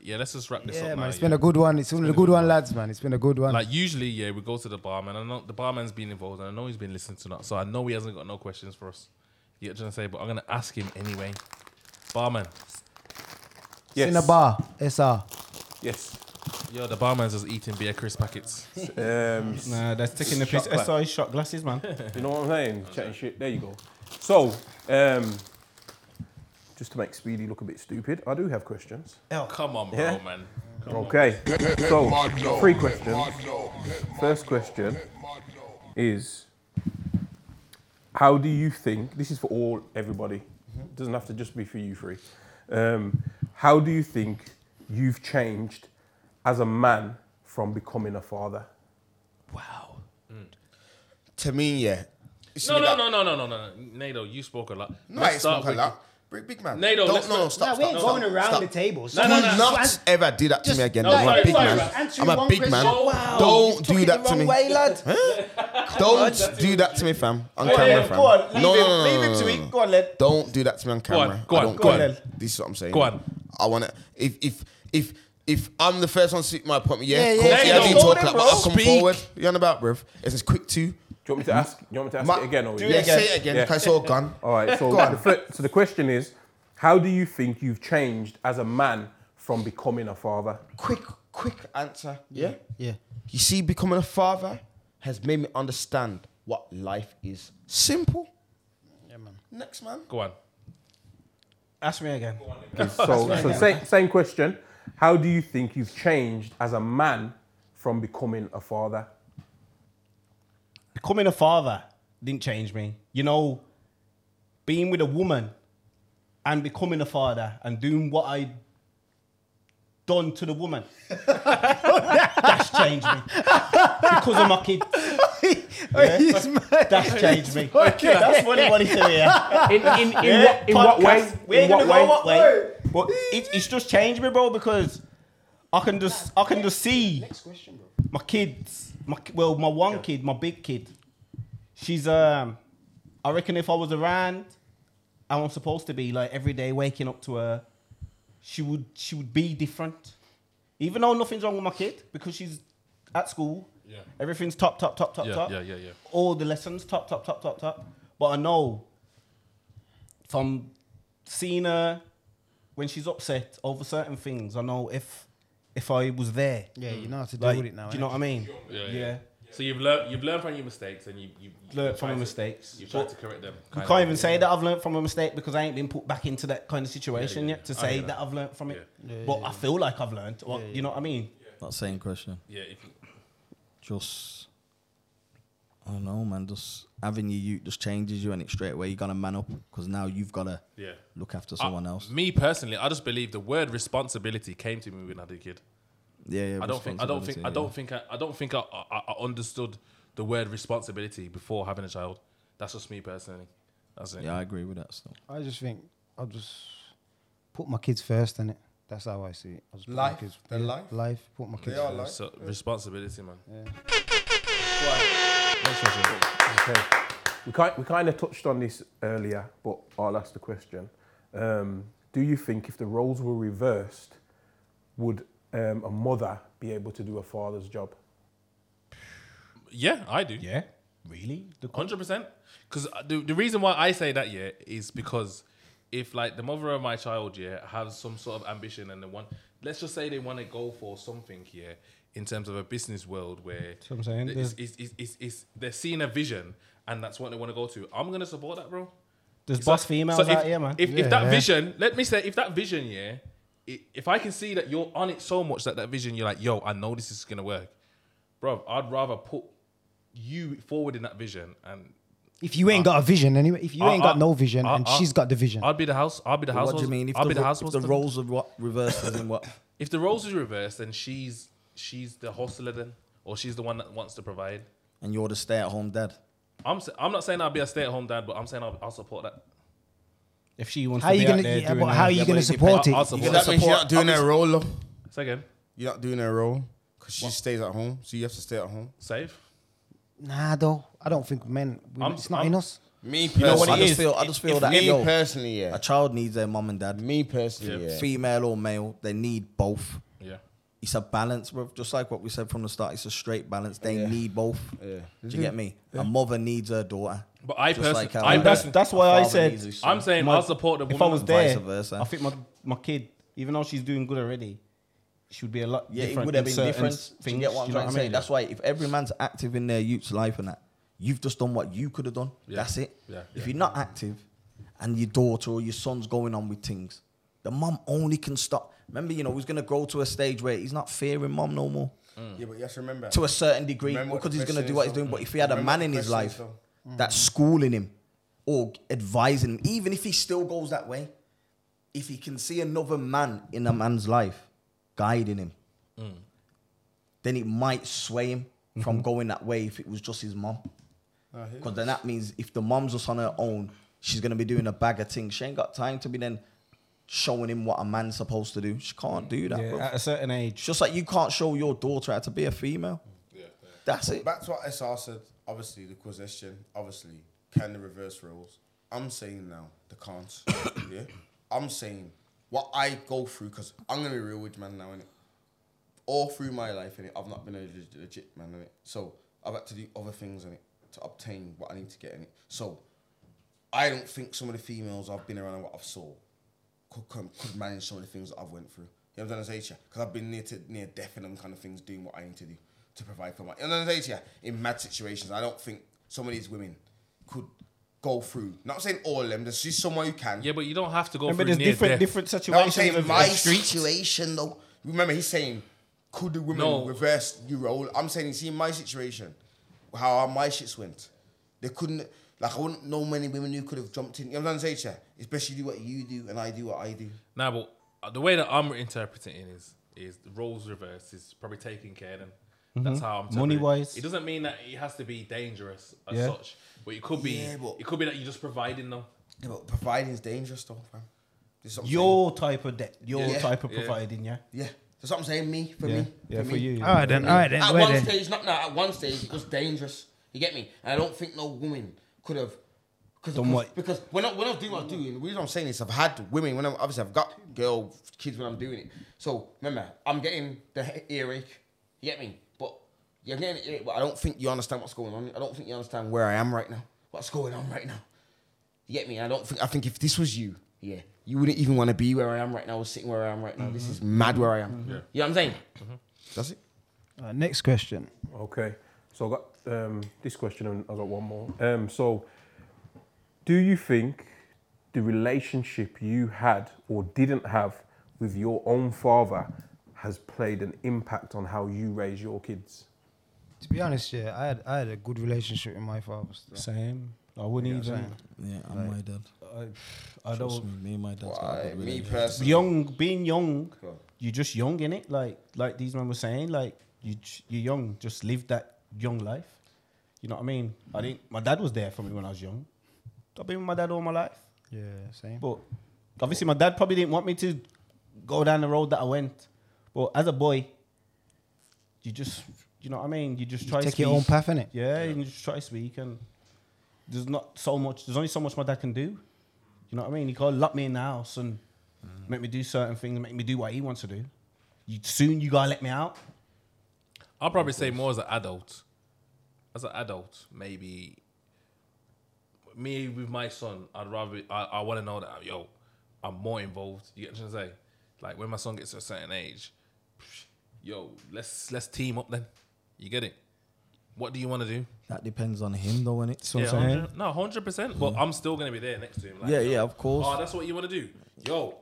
S1: yeah. Let's just wrap this
S2: Yeah,
S1: up,
S2: man,
S1: now,
S2: it's
S1: yeah.
S2: been a good one. It's been a good one, lads, man. It's been a good one.
S1: like usually, yeah, we go to the barman. I know the barman's been involved, and I know he's been listening to us, so I know he hasn't got no questions for us. You get what I'm trying to say? But I'm gonna ask him anyway. Barman,
S11: Yes.
S2: In a bar, SR.
S11: Yes.
S1: yo, the barman's just eating beer crisp packets.
S11: Um,
S8: Nah, that's taking the
S11: Shot
S8: piss.
S11: glass.
S8: SI shot glasses, man.
S11: You know what I'm saying? Chatting shit. There you go. So, um, just to make Speedy look a bit stupid, I do have questions.
S1: Come on, bro,
S11: Yeah.
S1: man.
S11: Okay. So, three questions. First question is How do you think, this is for all, everybody, doesn't have to just be for you three. Um, how do you think you've changed as a man from becoming a father?
S1: Wow.
S4: To me, yeah. It's
S1: No,
S4: me
S1: no,
S4: that-
S1: no, no, no, no, no. Nado, you spoke a lot.
S4: No,
S1: Let's
S4: it's
S1: start
S4: not
S1: with-
S4: like that. Big, big man.
S1: Nado,
S4: Don't-
S1: let's
S4: no, no,
S1: not-
S4: stop.
S2: Nah,
S4: stop,
S2: we ain't
S4: stop,
S2: going
S4: stop,
S2: around
S4: stop.
S2: the table.
S1: No, no,
S4: Do
S1: no.
S4: not ever do that to me again.
S1: no,
S4: I'm
S1: sorry,
S4: a big
S1: sorry,
S4: man.
S1: right.
S2: Answer
S4: I'm a
S2: one
S4: big
S2: question.
S4: man.
S1: Wow.
S4: Don't do that to me.
S3: way, lad.
S4: Don't do that to me, fam. On
S8: Go on,
S4: camera,
S8: Ed,
S4: fam.
S8: go on, leave
S4: No,
S8: him,
S4: no, no,
S8: leave
S4: no,
S8: him
S4: no,
S8: to
S4: no,
S8: it.
S4: no.
S8: Go on, lad.
S4: Don't do that to me on
S1: on,
S4: camera.
S1: go on,
S4: I don't
S1: go on,
S4: care.
S1: Ed.
S4: This is what I'm saying.
S1: Go on.
S4: I want to. If if if if If I'm the first one to speak my appointment, yeah,
S7: Yeah,
S4: of
S7: yeah,
S4: course,
S7: yeah,
S4: yeah, I
S7: yeah.
S4: didn't
S7: Go
S4: talk
S7: then,
S4: like,
S7: bro.
S4: but I'll come
S7: Speak.
S4: forward. You on about, bruv? It's just quick two.
S11: Do you want me to ask? You want me to ask
S4: Ma-
S11: it again, or
S4: Do it again. Say it again, 'cause it's all gone.
S11: All right. So
S4: Go on.
S11: the, flip, so the question is, how do you think you've changed as a man from becoming a father?
S4: Quick, quick answer. Yeah?
S2: Yeah.
S4: You see, becoming a father has made me understand what life is. Simple.
S2: Yeah, man.
S4: Next man.
S1: Go on.
S8: Ask me again.
S11: Okay, so, so same, same question. How do you think you've changed as a man from becoming a father?
S8: becoming a father didn't change me. You know, being with a woman and becoming a father and doing what I done to the woman. that's changed me. Because of my kid. That's changed me.
S12: Okay.
S8: That's what he wanted to hear.
S12: In- in- in what- in what way?
S8: We're
S12: In
S8: gonna
S12: what
S8: go
S12: way?
S8: up, wait. But it, it's just changed me, bro, because I can just I can just see my kids, my ki- well, my one kid, my big kid. She's um, I reckon if I was around, I was supposed to be like every day waking up to her. She would she would be different, even though nothing's wrong with my kid because she's at school.
S1: Yeah.
S8: Everything's top top top top
S1: Yeah,
S8: top.
S1: yeah, yeah, yeah.
S8: All the lessons top top top top top. But I know from seeing her when she's upset over certain things, I know if if I was there.
S2: Yeah, you know how to deal
S8: like,
S2: with it now,
S8: Do you know
S2: innit?
S8: what I mean?
S1: Yeah, yeah. So you've learned you've learned from your mistakes and you you you
S8: Learned
S1: tried
S8: from your
S1: to-
S8: mistakes.
S1: You've tried to correct them.
S8: You
S1: kind
S8: can't
S1: of.
S8: even say that I've learned from a mistake because I ain't been put back into that kind of situation
S1: yeah,
S8: yet to
S1: yeah. I
S8: say
S1: get
S8: that.
S1: that.
S8: I've learned from it.
S1: Yeah. Yeah,
S8: but
S1: yeah,
S8: I feel like I've learned. Well, You know what I mean?
S3: That same question.
S1: Yeah, if you-
S3: Just, I don't know, man. Just having your youth just changes you, and it straight away you gotta man up because now you've gotta
S1: Yeah.
S3: look after
S1: I-
S3: someone else.
S1: Me personally, I just believe the word responsibility came to me when I was a kid.
S3: Yeah, yeah.
S1: Mm-hmm. I don't think I don't think I
S3: responsibility,
S1: don't think I, I don't think I, I, I understood the word responsibility before having a child. That's just me personally. That's it.
S3: Yeah, Yeah, I agree with that stuff.
S2: I just think I'll just put my kids first, innit? That's how I see it. I'll just put my
S4: Life.
S2: kids-
S4: They're
S2: yeah,
S4: life.
S2: Life. Put my
S4: They
S2: kids
S4: are
S2: first.
S4: life.
S1: So responsibility, man.
S11: Okay. We kind, we kind of touched on this earlier, but I'll ask the question. Um, do you think if the roles were reversed, would um, a mother be able to do a father's job?
S1: Yeah, I do.
S8: Yeah, really,
S1: hundred percent. Because the the reason why I say that yeah is because if like the mother of my child yeah has some sort of ambition and the one let's just say they want to go for something here in terms of a business world where
S8: what I'm saying.
S1: it's, it's, it's, it's, it's- they're seeing a vision and that's what they want to go to. I'm gonna support that, bro.
S8: There's
S1: It's
S8: boss
S1: like-
S8: females
S1: if,
S8: out here, man.
S1: If,
S8: Yeah.
S1: if that
S8: Yeah.
S1: vision, let me say, if that vision, yeah, i- if I can see that you're on it so much that that vision, you're like, yo, I know this is gonna work, bro. I'd rather put you forward in that vision and.
S2: If you ain't got a vision, anyway, if you
S1: I-
S2: ain't got
S1: I-
S2: no vision
S1: I-
S2: and
S1: I-
S2: she's got the vision,
S1: I'd be the house. I'd be the
S3: But
S1: house.
S3: What do you mean? If
S1: I'd
S3: the,
S1: be the
S3: ro-
S1: house.
S3: if the
S1: husband.
S3: roles are what reversed, as in what?
S1: If the roles is reversed, then she's she's the hustler then, or she's the one that wants to provide.
S3: And you're the stay-at-home dad.
S1: I'm s- I'm not saying I'll be a stay at home dad, but I'm saying I'll, I'll support that.
S8: If she wants
S2: How
S8: to
S2: you
S8: be
S2: gonna-
S8: out there
S2: yeah,
S8: doing
S2: but how
S8: her-
S2: you
S8: Yeah,
S2: gonna
S8: but it
S2: support
S8: depends-
S2: it?
S1: I'll support
S4: Does
S1: that.
S4: that mean she's not doing her role, though?
S1: Say again,
S4: You're not doing her role because she stays at home, so you have to stay at home.
S1: save.
S2: nah, though. I don't think men. We,
S1: I'm-
S2: it's not
S1: I'm-
S2: in us.
S4: Me
S3: You
S4: personally,
S3: know what
S4: I
S3: it
S4: just
S3: is?
S4: feel-
S3: Feel, I just feel
S4: if
S3: that
S4: me
S3: yo,
S4: personally, yeah.
S3: a child needs their mum and dad,
S4: Me personally, yeah.
S3: female or male. They need both.
S1: Yeah.
S3: It's a balance, bro. Just like what we said from the start, it's a straight balance. They
S4: Yeah.
S3: need both.
S4: Yeah.
S3: Do you get me? A mother needs her daughter.
S1: But I
S3: Just
S1: perso-
S3: like how
S1: I
S3: a-
S1: perso-
S8: That's, that's why I
S3: father
S8: said
S3: needs his son.
S1: I'm saying
S8: My-
S1: I'll support the woman.
S8: if I was
S3: vice
S8: there,
S3: versa.
S8: I think my, my kid, even though she's doing good already, she would be a lot
S3: Yeah,
S8: different.
S3: it would have
S8: in
S3: been
S8: certain
S3: different.
S8: Things,
S3: do you get what I'm
S8: do you know
S3: trying to
S8: I
S3: say?
S8: mean?
S3: That's why if every man's active in their youth's life and that, you've just done what you could have done.
S1: Yeah.
S3: That's it.
S1: Yeah,
S3: If
S1: yeah.
S3: you're not active and your daughter or your son's going on with things, the mum only can stop. Remember, you know, he's going to grow to a stage where he's not fearing mum no more
S4: Yeah, but you have to remember.
S3: to a certain degree
S4: Remember what
S3: because
S4: the
S3: he's going to do
S4: question is,
S3: what he's
S4: though.
S3: doing. But if he had a
S4: Remember
S3: man
S4: what
S3: in
S4: the
S3: his
S4: question
S3: life
S4: is,
S3: that's
S4: Mm.
S3: schooling him or advising him, even if he still goes that way, if he can see another man in a man's life guiding him, then it might sway him from going that way if it was just his mom. Because then that means if the mom's just on her own, she's gonna be doing a bag of things. She ain't got time to be then showing him what a man's supposed to do. She can't do that.
S8: Yeah,
S3: bro.
S8: at a certain age.
S3: It's just like you can't show your daughter how to be a female. That's it.
S4: Back to what SR said, obviously, the question, obviously, can the reverse roles? I'm saying now, the can't. yeah? I'm saying what I go through, because I'm going to be real with you, man, now, innit? all through my life in it, I've not been a leg- legit man in it. So I've had to do other things in it to obtain what I need to get in it. So I don't think some of the females I've been around and what I've saw could, could, could manage some of the things that I've went through. You know what I'm saying? Because I've been near to near death and them kind of things, doing what I need to do to provide for my. You know what I'm saying? In mad situations, I don't think some of these women could go through. Not saying all of them. There's just someone who can.
S1: Yeah, but you don't have to go
S8: Yeah, but
S1: through
S8: there's
S1: near death.
S8: different- different
S4: No, I'm
S8: situations
S4: saying
S8: of-
S4: my
S8: of streets.
S4: situation though. Remember, he's saying, could the women
S1: No.
S4: reverse your role? I'm saying, see my situation, how my shits went. They couldn't. Like I wouldn't know many women who could have jumped in. You know what I'm saying? Chair? Especially do what you do and I do what I do.
S1: Now, but uh, the way that I'm interpreting it is is the roles reversed is probably taking care of them. That's
S8: Mhm.
S1: how I'm
S8: Money
S1: interpreting it.
S8: wise.
S1: It doesn't mean that it has to be dangerous as
S8: Yeah.
S1: such, but it could be.
S4: Yeah, but-
S1: it could be that you're just providing them.
S4: Yeah, but providing is dangerous though, fam. This is what I'm
S8: Your type of debt, your
S4: Yeah.
S8: type of
S4: Yeah.
S8: providing, yeah.
S4: Yeah. That's what I'm saying. Me for
S8: Yeah.
S4: me.
S8: Yeah, for
S4: me.
S8: you,
S3: Ah,
S8: yeah. Alright then,
S4: me.
S8: alright then,
S4: At
S8: wait
S4: one
S8: then.
S4: stage, not now. At one stage, it was dangerous. You get me? And I don't think no woman could have. Cause,
S8: Done
S4: because-
S8: what?
S4: Because when I, when I was doing what I do, and the reason I'm saying this, I've had women when I'm obviously I've got girl kids when I'm doing it. So remember, I'm getting the he- earache. You get me? But you're getting the earache, but I don't think you understand what's going on. I don't think you understand where I am right now. What's going on right now? You get me? I don't think I think if this was you, yeah, you wouldn't even want to be where I am right now or sitting where I am right now.
S8: Mm-hmm.
S4: This is mad where I am.
S11: Mhm.
S4: You
S11: Yeah.
S4: know what I'm saying? That's it.
S2: Uh, next question.
S11: Okay, so I got um, this question and I got one more. Um, so, do you think the relationship you had or didn't have with your own father has played an impact on how you raise your kids?
S2: To be honest, yeah, I had I had a good relationship with my father. Still.
S8: Same. I wouldn't
S2: You know what
S8: even.
S2: I'm
S8: Yeah,
S3: I'm my dad.
S8: I, I
S3: Trust
S8: don't.
S3: me, me and my dad's got a
S4: Why?
S3: good
S4: Me
S3: relationship.
S4: personally.
S8: Young, being young,
S4: Go on.
S8: you're just young in it. Like like these men were saying, like you j- you're young. Just live that young life. You know what I mean?
S4: Mm.
S8: I didn't. My dad was there for me when I was young. I've been with my dad all my life.
S2: Yeah, same.
S8: But obviously, my dad probably didn't want me to go down the road that I went. But as a boy, you just, you know what I mean? You just
S2: You
S8: try to
S2: take your own
S8: speak.
S2: path, innit?
S8: Yeah, and you just try to speak. And there's not so much, there's only so much my dad can do. You know what I mean? He can't lock me in the house and
S4: Mm.
S8: make me do certain things, make me do what he wants to do. You, soon you gotta let me out.
S1: I'll probably say more as an adult. As an adult, maybe me with my son, I'd rather I, I want to know that yo, I'm more involved. You get what I'm saying? Like when my son gets to a certain age, yo, let's let's team up then. You get it? What do you want to do?
S3: That depends on him though, innit? So
S1: yeah, 100 no, hundred percent. But I'm still gonna be there next to him. Like,
S3: Yeah,
S1: yo,
S3: yeah, of course.
S1: Oh, that's what you want to do, yo.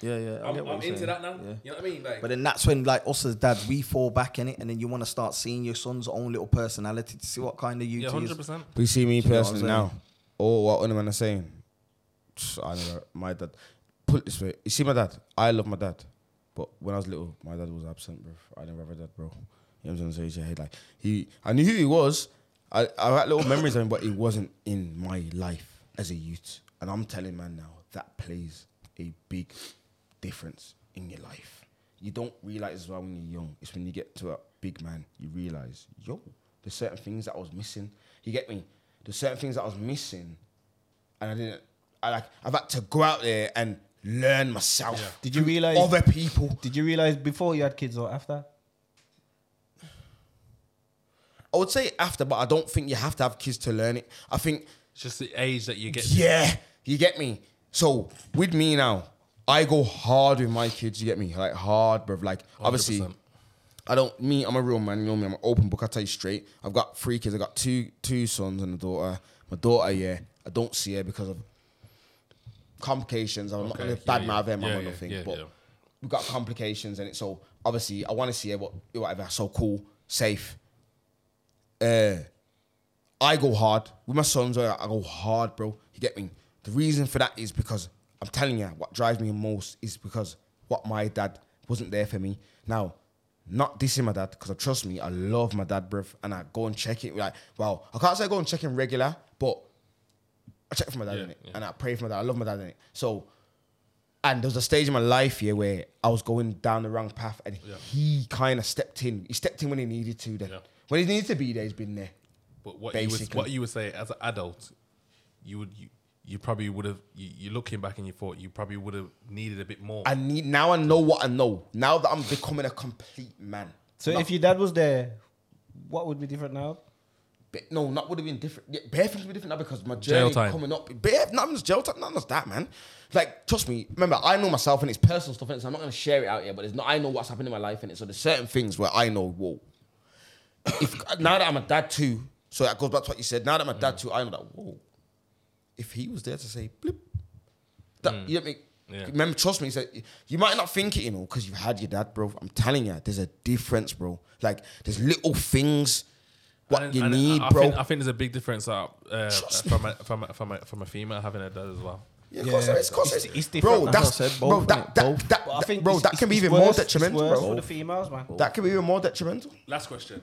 S3: Yeah, yeah. I
S1: I'm-
S3: get what
S1: I'm
S3: you're
S1: into
S3: saying.
S1: that now. You know what I mean? Like-
S3: but then that's when, like, us as dads, we fall back in it, and then you want to start seeing your son's own little personality to see what kind of you
S1: Yeah,
S3: two is.
S1: 100%.
S4: But you see me
S3: Do you know what I'm
S4: personally
S3: saying?
S4: now, or what other men are saying. I know my dad. Put it this way, you see my dad. I love my dad, but when I was little, my dad was absent, bro. I never had a dad, bro. You know what I'm saying? So he had, Like he, I knew who he was. I, I had little memories of him, but he wasn't in my life as a youth. And I'm telling man now that plays a big difference in your life. You don't realize as well when you're young. It's when you get to a big man, you realize, yo, there's certain things that I was missing. You get me? There's certain things that I was missing, and I didn't. I like. I've had to go out there and learn myself.
S8: Did you realize?
S4: Other people.
S8: Did you realize before you had kids or after?
S4: I would say after, but I don't think you have to have kids to learn it. I think
S1: It's just the age that you get. to.
S4: Yeah, you get me. So with me now, I go hard with my kids. You get me, like hard, bruv. Like obviously,
S1: 100%.
S4: I don't. Me, I'm a real man. You know me. I'm an open book. I tell you straight. I've got three kids. I got two two sons and a daughter. My daughter, yeah, I don't see her because of complications. I'm not
S1: Okay,
S4: gonna
S1: yeah,
S4: bad mouth
S1: yeah.
S4: her mum
S1: Yeah,
S4: or
S1: yeah,
S4: nothing,
S1: yeah,
S4: but
S1: yeah.
S4: we've got complications in it. So obviously, I want to see her. What whatever. So cool, safe. Uh, I go hard with my sons. I I go hard, bro. You get me? The reason for that is because I'm telling you, what drives me most is because what my dad wasn't there for me. Now, not dissing my dad because trust me, I love my dad, bro, and I go and check it. Like, well, I can't say I go and check him regular, but I check for my dad
S1: Yeah,
S4: in it,
S1: yeah.
S4: and I pray for my dad. I love my dad in it. So, and there was a stage in my life here where I was going down the wrong path, and he kind of stepped in. He stepped in when he needed to. Then,
S1: Yeah.
S4: when he needed to be there, he's been there.
S1: But what you, was,
S4: Basically.
S1: what you would say as an adult, you would you, you probably would have. You, you're looking back and you thought you probably would have needed a bit more.
S4: I need now. I know what I know. Now that I'm becoming a complete man.
S8: So
S4: Not-
S8: if your dad was there, what would be different now?
S4: But no, that would have been different. Yeah, bare things would be different now because my
S1: Jail
S4: journey
S1: time.
S4: coming up. Bare, nothing was jail time. Nothing was that, man. Like, trust me. Remember, I know myself and it's personal stuff, and so I'm not going to share it out here. But there's no, I know what's happened in my life, and so there's certain things where I know. Whoa. If now that I'm a dad too, so that goes back to what you said. Now that I'm a
S1: Mm.
S4: dad too, I know that. Whoa. If he was there to say blip, that you know what I mean?
S1: Mm. Yeah.
S4: Remember, trust me. So you might not think it, you know, because you've had your dad, bro. I'm telling you, there's a difference, bro. Like there's little things what
S1: And-
S4: you
S1: and
S4: need,
S1: I
S4: bro.
S1: Think, I think there's a big difference out uh, from a, from a, from a, from a female having a dad as well.
S4: Yeah, of course,
S8: Yeah.
S4: there is, of course,
S8: It's-
S4: there is.
S8: it's different,
S4: bro.
S8: man.
S4: That's
S8: I said
S4: bro.
S8: both,
S4: That that, that,
S8: But I think
S4: bro.
S8: it's-
S4: That can be
S8: it's
S4: even
S8: worse-
S4: more
S8: it's
S4: detrimental,
S8: worse
S4: bro.
S8: for the females, man.
S4: That can be even more detrimental.
S1: Last question.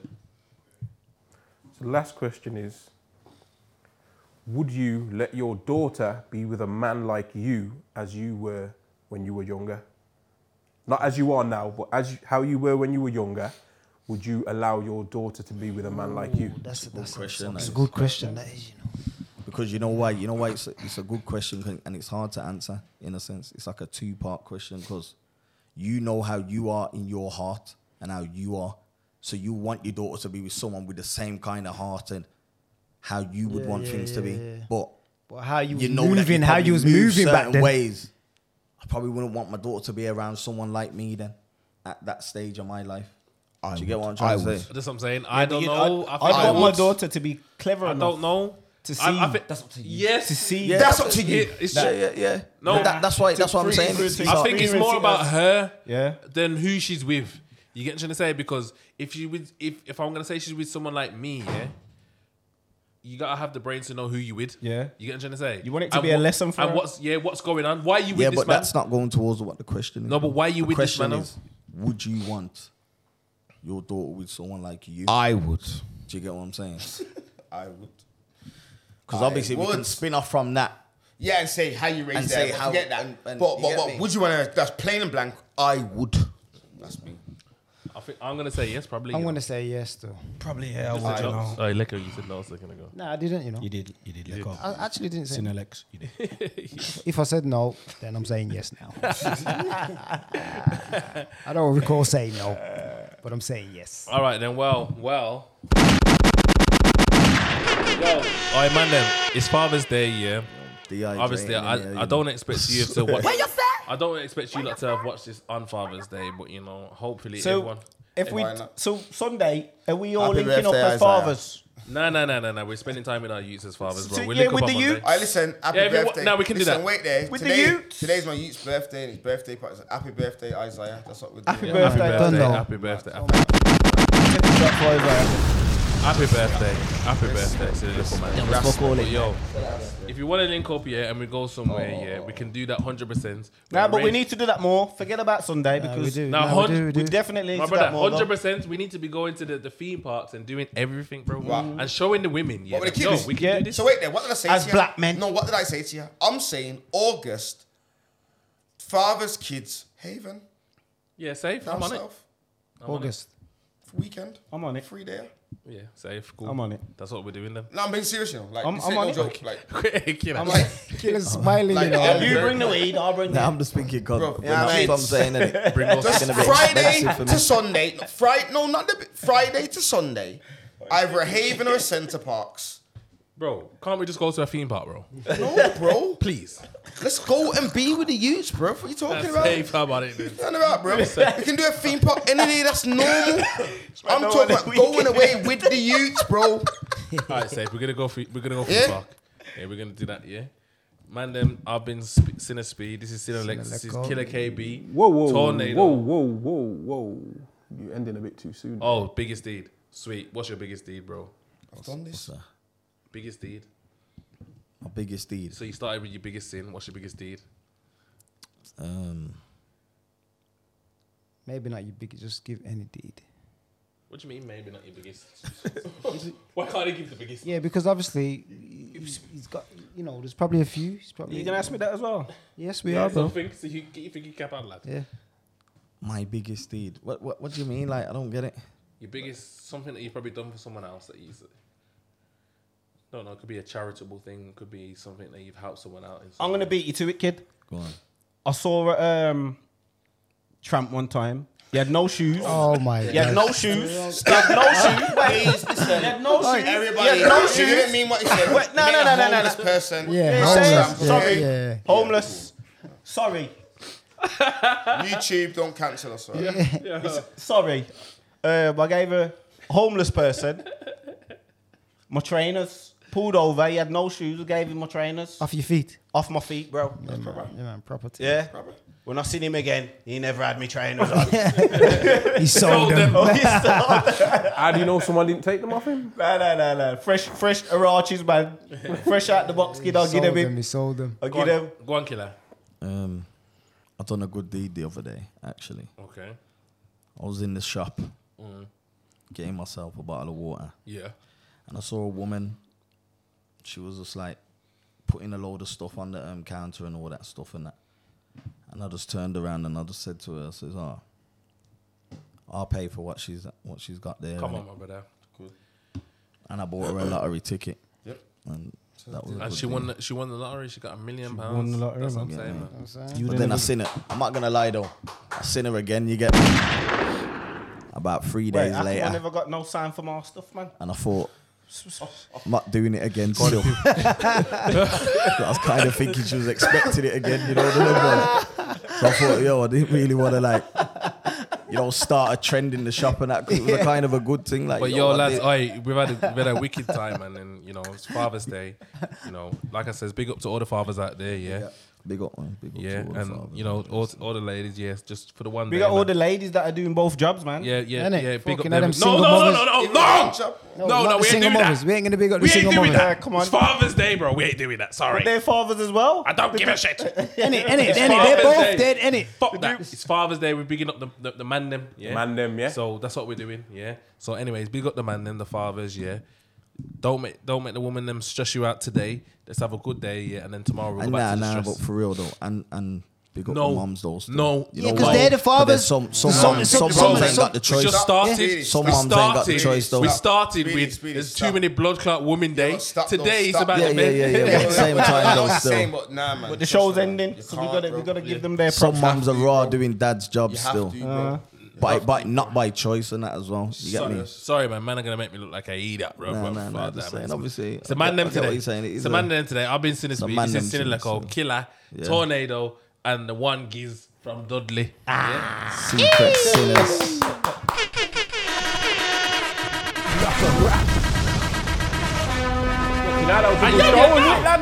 S11: So the last question is Would you let your daughter be with a man like you as you were when you were younger? Not as you are now, but as you, how you were when you were younger, would you allow your daughter to be with a man like you?
S2: That's a, that's
S3: question,
S2: A, that's a
S3: that
S2: good question. eh? That is, you know.
S3: Because you know why? You know why it's a, it's a good question 'cause- and it's hard to answer in a sense. It's like a two part question because you know how you are in your heart and how you are. So you want your daughter to be with someone with the same kind of heart and how you would
S2: Yeah,
S3: want
S2: yeah,
S3: things to be.
S2: yeah, yeah.
S3: But
S2: But how you,
S3: you
S2: was
S3: know that
S2: moving,
S3: you
S2: how you
S3: probably
S2: was
S3: move
S2: moving back
S3: certain
S2: then.
S3: ways. I probably wouldn't want my daughter to be around someone like me then at that stage of my life. Do you get what I'm trying to say?
S1: That's what I'm saying. I don't
S8: You-
S1: know. I,
S8: I,
S1: think
S8: I'd want my
S1: would.
S8: daughter to be clever
S1: I
S8: enough.
S1: don't know.
S8: To see.
S1: I, I think,
S4: That's up to you.
S1: yes.
S8: To see.
S3: Yeah,
S4: That's up to you.
S1: It- it's
S3: Yeah,
S1: ju-
S3: yeah, yeah.
S1: No.
S3: that, that's why. That's what I'm saying.
S8: free-
S3: It's
S8: free-
S1: I
S3: like-
S1: think it's more
S8: Experience it
S1: about
S8: as-
S1: her
S8: Yeah.
S1: than who she's with. You get what I'm trying to say? Because if she with if, if I'm gonna say she's with someone like me, yeah, you gotta have the brains to know who you with.
S8: Yeah.
S1: You get what I'm trying to say?
S8: You want it to be a lesson for
S1: And
S8: her?
S1: what's yeah, what's going on? Why are you with
S3: Yeah,
S1: this
S3: but
S1: man?
S3: that's not going towards what the question is.
S1: No, but why you
S3: the
S1: with this
S3: question
S1: man
S3: Is, would you want your daughter with someone like you?
S4: I would.
S3: Do you get what I'm saying?
S4: I would.
S3: Because
S4: I
S3: obviously we can
S4: would.
S3: spin off from that.
S4: Yeah, and say how you raised
S3: And
S4: and
S3: say
S4: say
S3: how-
S4: Forget that.
S3: and- and
S4: but
S3: you
S4: but,
S3: get
S4: but
S3: me?
S4: would you want to? That's plain and blank. I would. That's me.
S1: I think I'm gonna say yes, probably.
S2: I'm gonna say yes, though.
S8: Probably, yeah. I
S1: say
S8: would, you
S1: no.
S8: know.
S1: Oh, Leko, you said no a second ago.
S2: No, I didn't. You know,
S8: You did. You did. Let go.
S2: I actually didn't say.
S8: Sin
S2: no.
S8: Alex. You did.
S2: If I said no, then I'm saying yes now. I don't recall saying no, but I'm saying yes.
S1: All right then. Well, well. Well, all right, man. Then it's Father's Day, yeah.
S3: Dehydrating
S1: Obviously,
S3: in there,
S1: I, I
S3: you
S1: don't
S3: know.
S1: expect you to watch. I don't expect you lot to have watched this on Father's Day, but you know, hopefully
S8: So
S1: everyone.
S8: if we
S4: Why not?
S8: so Sunday, are we all
S4: Happy
S8: linking up
S4: birthday,
S8: as
S4: Isaiah.
S8: fathers?
S1: No, no, no, no, no. We're spending time with our youths as fathers, bro.
S8: So,
S1: we
S8: yeah,
S1: link
S8: with
S1: up
S8: the
S1: on Monday.
S8: youth.
S4: I listen. Happy
S1: Yeah, if you wa-
S4: birthday.
S1: no, we can do
S4: Listen,
S1: that.
S4: Wait there.
S8: With the
S4: Today,
S8: youths.
S4: Today's my youth's birthday, and his birthday party. is- Happy birthday, Isaiah. That's what we're doing.
S8: Happy
S1: Happy
S8: birthday.
S1: birthday,
S2: Dunno.
S1: happy birthday, happy, happy birthday, happy birthday to the little man. But yo, if you want to link up, yeah, and we go somewhere, yeah, we can do that 100%.
S8: Nah, but we
S1: arrange-
S8: need to do that more. Forget about Sunday
S2: Nah, we
S8: because
S2: do.
S1: Nah,
S2: Nah,
S1: hun-
S2: we do. We
S8: we
S2: do.
S8: definitely need
S1: My
S8: to do that
S1: brother,
S8: more. though.
S1: hundred percent. We need to be going to the, the theme parks and doing everything, bro,
S4: Right.
S1: and showing the women. Yeah,
S4: But
S1: that,
S4: with the
S1: yo,
S4: kids,
S1: we can
S8: yeah.
S1: do this.
S4: So wait there, what did I say
S8: As
S4: to you?
S8: black men.
S4: No, what did I say to you? I'm saying August, father's kids, Haven,
S1: Yeah, safe.
S4: down
S1: I'm on it.
S4: south,
S2: August.
S4: weekend.
S8: I'm on it.
S4: Free day.
S1: Yeah, safe. Cool.
S8: I'm on it.
S1: That's what we're doing then.
S4: No, I'm being serious, you know. Like,
S8: I'm-
S4: this
S8: I'm
S4: ain't
S8: on
S4: no
S8: it.
S4: joke. Like,
S1: You know?
S4: like,
S2: Killer's smiling.
S4: like,
S2: you know.
S4: I'm
S8: You
S4: very-
S8: bring the weed, I'll bring
S3: Nah,
S8: the
S3: I'm just thinking, God,
S4: Bro,
S3: we're
S4: yeah,
S3: not-
S4: mate.
S3: that's what I'm saying, innit? Bring us
S4: just
S3: gonna be
S4: Friday
S3: expensive for me.
S4: to Sunday, no, Friday, no, not the Friday to Sunday, either a Haven or a Centre Parks.
S1: bro, can't we just go to a theme park, bro?
S4: No, bro,
S1: Please.
S4: let's go and be with the youths, bro. What are you talking about?
S1: Safe. How about it, dude?
S4: Turn about, bro. you can do a theme park any day. That's normal. I'm
S8: no
S4: talking
S8: other
S4: about going away with the youths, bro.
S1: All right, safe. We're gonna go. Free, we're gonna go theme
S4: Yeah.
S1: park. Yeah, we're gonna do that. Yeah. Man, them. I've been sp- Sinner Speed. This is Sinner Lex. This is
S2: Leco.
S1: Killer KB.
S11: Whoa, whoa,
S1: Tornado.
S11: whoa, whoa, whoa, whoa. You're ending a bit too soon.
S1: Oh, biggest deed. Sweet. What's your biggest deed, bro?
S4: I've done this.
S1: Biggest deed.
S3: My biggest deed.
S1: So you started with your biggest sin. What's your biggest deed?
S3: Um,
S2: Maybe not. You big. Just give any deed.
S1: What do you mean? Maybe not your biggest. Why can't I give the biggest?
S2: Yeah, because obviously he's he's got. You know, there's probably a few. He's probably.
S8: You gonna ask me that as well?
S2: Yes, we
S1: Yeah,
S2: are, bro.
S1: something. So you, you think you cap out, lad?
S2: Yeah.
S3: my biggest deed. What, what What do you mean? Like, I don't get it.
S1: Your biggest something that you've probably done for someone else that you don't know. It could be a charitable thing. It could be something that you've helped someone out. in some
S8: I'm gonna
S1: way.
S8: beat you to it, kid.
S3: Go on.
S8: I saw um, Tramp one time. He had no shoes.
S2: Oh my
S8: He had no
S2: gosh.
S8: shoes. He had no shoes.
S4: Please listen.
S8: He had no shoes.
S4: Everybody,
S8: He had no
S4: You
S8: shoes.
S4: didn't mean what you said.
S8: Wait, no,
S4: You meant
S8: no, no,
S4: a
S8: no, no,
S4: homeless
S8: no.
S4: person.
S2: Yeah,
S8: It says-
S2: homeless. Yeah,
S8: sorry,
S2: yeah.
S8: homeless. Sorry,
S4: YouTube, don't cancel us. all right?
S8: sorry. Um, I gave a homeless person my trainers. Pulled over. He had no shoes. I gave him my trainers
S2: Off your feet.
S8: off my feet, bro.
S2: Yeah, man, yeah, man, property.
S8: Yeah. When I seen him again, he never had me trainers on.
S2: He sold them.
S11: How do you know someone didn't take them off him?
S8: No, no, no, no. Fresh, fresh Arachis, man. Fresh out the box, kid. I'll
S2: sold
S8: get him.
S2: them. He
S8: in.
S2: sold them.
S8: I'll
S1: Go
S8: get him.
S1: on, go on, killer.
S3: Um, I done a good deed the other day. Actually,
S1: Okay.
S3: I was in the shop
S2: Mm.
S3: getting myself a bottle of water,
S1: Yeah.
S3: and I saw a woman. She was just like putting a load of stuff on the um, counter and all that stuff and that. And I just turned around and I just said to her, I says, "Oh, I'll pay for what she's what she's got there."
S1: Come
S3: innit?"
S1: on, my brother.
S3: And I bought her a lottery ticket. Yep. And that was. a
S1: And
S3: good
S1: she won.
S3: deed.
S1: The, she won the lottery. She got a million pounds.
S5: won the lottery,
S1: That's what I'm
S5: man.
S1: saying. man.
S3: But then I seen it. I'm not gonna lie though. I seen her again. You get me? about three
S8: Wait,
S3: days
S8: how come I
S3: later,
S8: never got no sign for my stuff, man.
S3: and I thought I'm not doing it again. Still, I was kind of thinking she was expecting it again. You know what I mean? bro? So I thought, yo, I didn't really want to like, you know, start a trend in the shop and that. 'cause It was a kind of a good thing. Like,
S1: But yo,
S3: I
S1: lads,
S3: did-
S1: oi, we've had a, we've had a wicked time, man, and you know it's Father's Day. You know, like I says, big up to all the fathers out there, yeah,
S3: big up, man. Big up
S1: yeah,
S3: to all the
S1: and
S3: fathers.
S1: you know all, all the ladies, yes, just for the one.
S8: We
S1: day,
S8: got all
S1: man.
S8: the ladies that are doing both jobs, man.
S1: Yeah, yeah,
S2: Innit?
S1: yeah. Big up
S2: Fucking
S1: them.
S2: them
S1: No,
S2: single
S1: no, no, no,
S2: mothers.
S1: no,
S4: Even
S1: no,
S4: if it's-
S1: no, no,
S2: not
S1: we
S2: the
S1: ain't
S2: single
S1: doing
S2: mothers.
S1: that.
S2: We ain't gonna big up the
S1: We ain't
S2: single
S1: doing
S2: mothers.
S1: that.
S8: Yeah, come on.
S1: It's Father's Day, bro. We ain't doing that. Sorry,
S8: Their fathers as well.
S1: I don't give a shit.
S2: In it, in it, in it.
S1: Father's
S2: They're both
S1: Day.
S2: dead. In it.
S1: Fuck that. It's Father's Day. We're bigging up the, the, the man them. Yeah?
S11: Man them, yeah.
S1: So that's what we're doing. Yeah. So anyways, big up the man them, the fathers. Yeah. Don't make don't make the woman them stress you out today. Let's have a good day. Yeah. And then tomorrow we'll go
S3: And
S1: back
S3: nah,
S1: to the
S3: nah,
S1: stress.
S3: but for real though, and and big up
S1: No.
S3: the moms though. Still.
S1: No.
S3: you
S2: Yeah,
S3: know
S2: 'cause
S3: why?
S2: they're the
S3: But there's
S2: fathers.
S3: Some some
S2: Some-
S3: moms,
S2: some-
S3: some,
S2: some-
S3: moms ain't
S2: some-
S3: got the
S1: we
S3: choice.
S1: just started.
S4: Yeah.
S1: we
S3: Some moms ain't got the
S1: started-
S3: choice, though.
S1: We
S4: Stop.
S1: started
S4: Really,
S1: with
S4: really,
S1: there's
S4: stop.
S1: too many blood clot women day.
S4: but stop, though,
S1: Today it's
S4: stop.
S1: about
S3: Yeah,
S1: the
S3: yeah,
S1: men.
S3: yeah, yeah. But at the same time, though,
S4: I'm saying,
S3: still,
S4: but nah, man.
S8: But the show's
S4: Trust me,
S8: ending,
S4: you
S8: so we
S4: can't,
S8: gotta
S4: bro.
S8: we gotta give
S1: Yeah.
S8: them their props.
S3: some moms are raw doing dad's job
S4: You have
S3: still,
S4: to, bro.
S3: but but not by choice and that as well. You get me?
S1: Sorry, man. Man are gonna make me look like I eat up, bro.
S3: Nah,
S1: bro,
S3: nah,
S1: fuck
S3: nah.
S1: that,
S3: Just
S1: man.
S3: saying, obviously,
S1: It's a man them
S3: I get
S1: today.
S3: what you're saying. It
S1: It's
S3: is
S1: a man them today. I've been seeing this
S3: a
S1: week.
S3: man
S1: This is
S3: them thing,
S1: Sinileko,
S3: so-
S1: Killer,
S3: Yeah.
S1: Tornado, and the one Giz from Dudley. Yeah.
S3: secret sinners.
S11: Fucking hell, that was a good
S1: yeah, yeah,
S11: show,
S1: yeah.
S11: wasn't it, lads?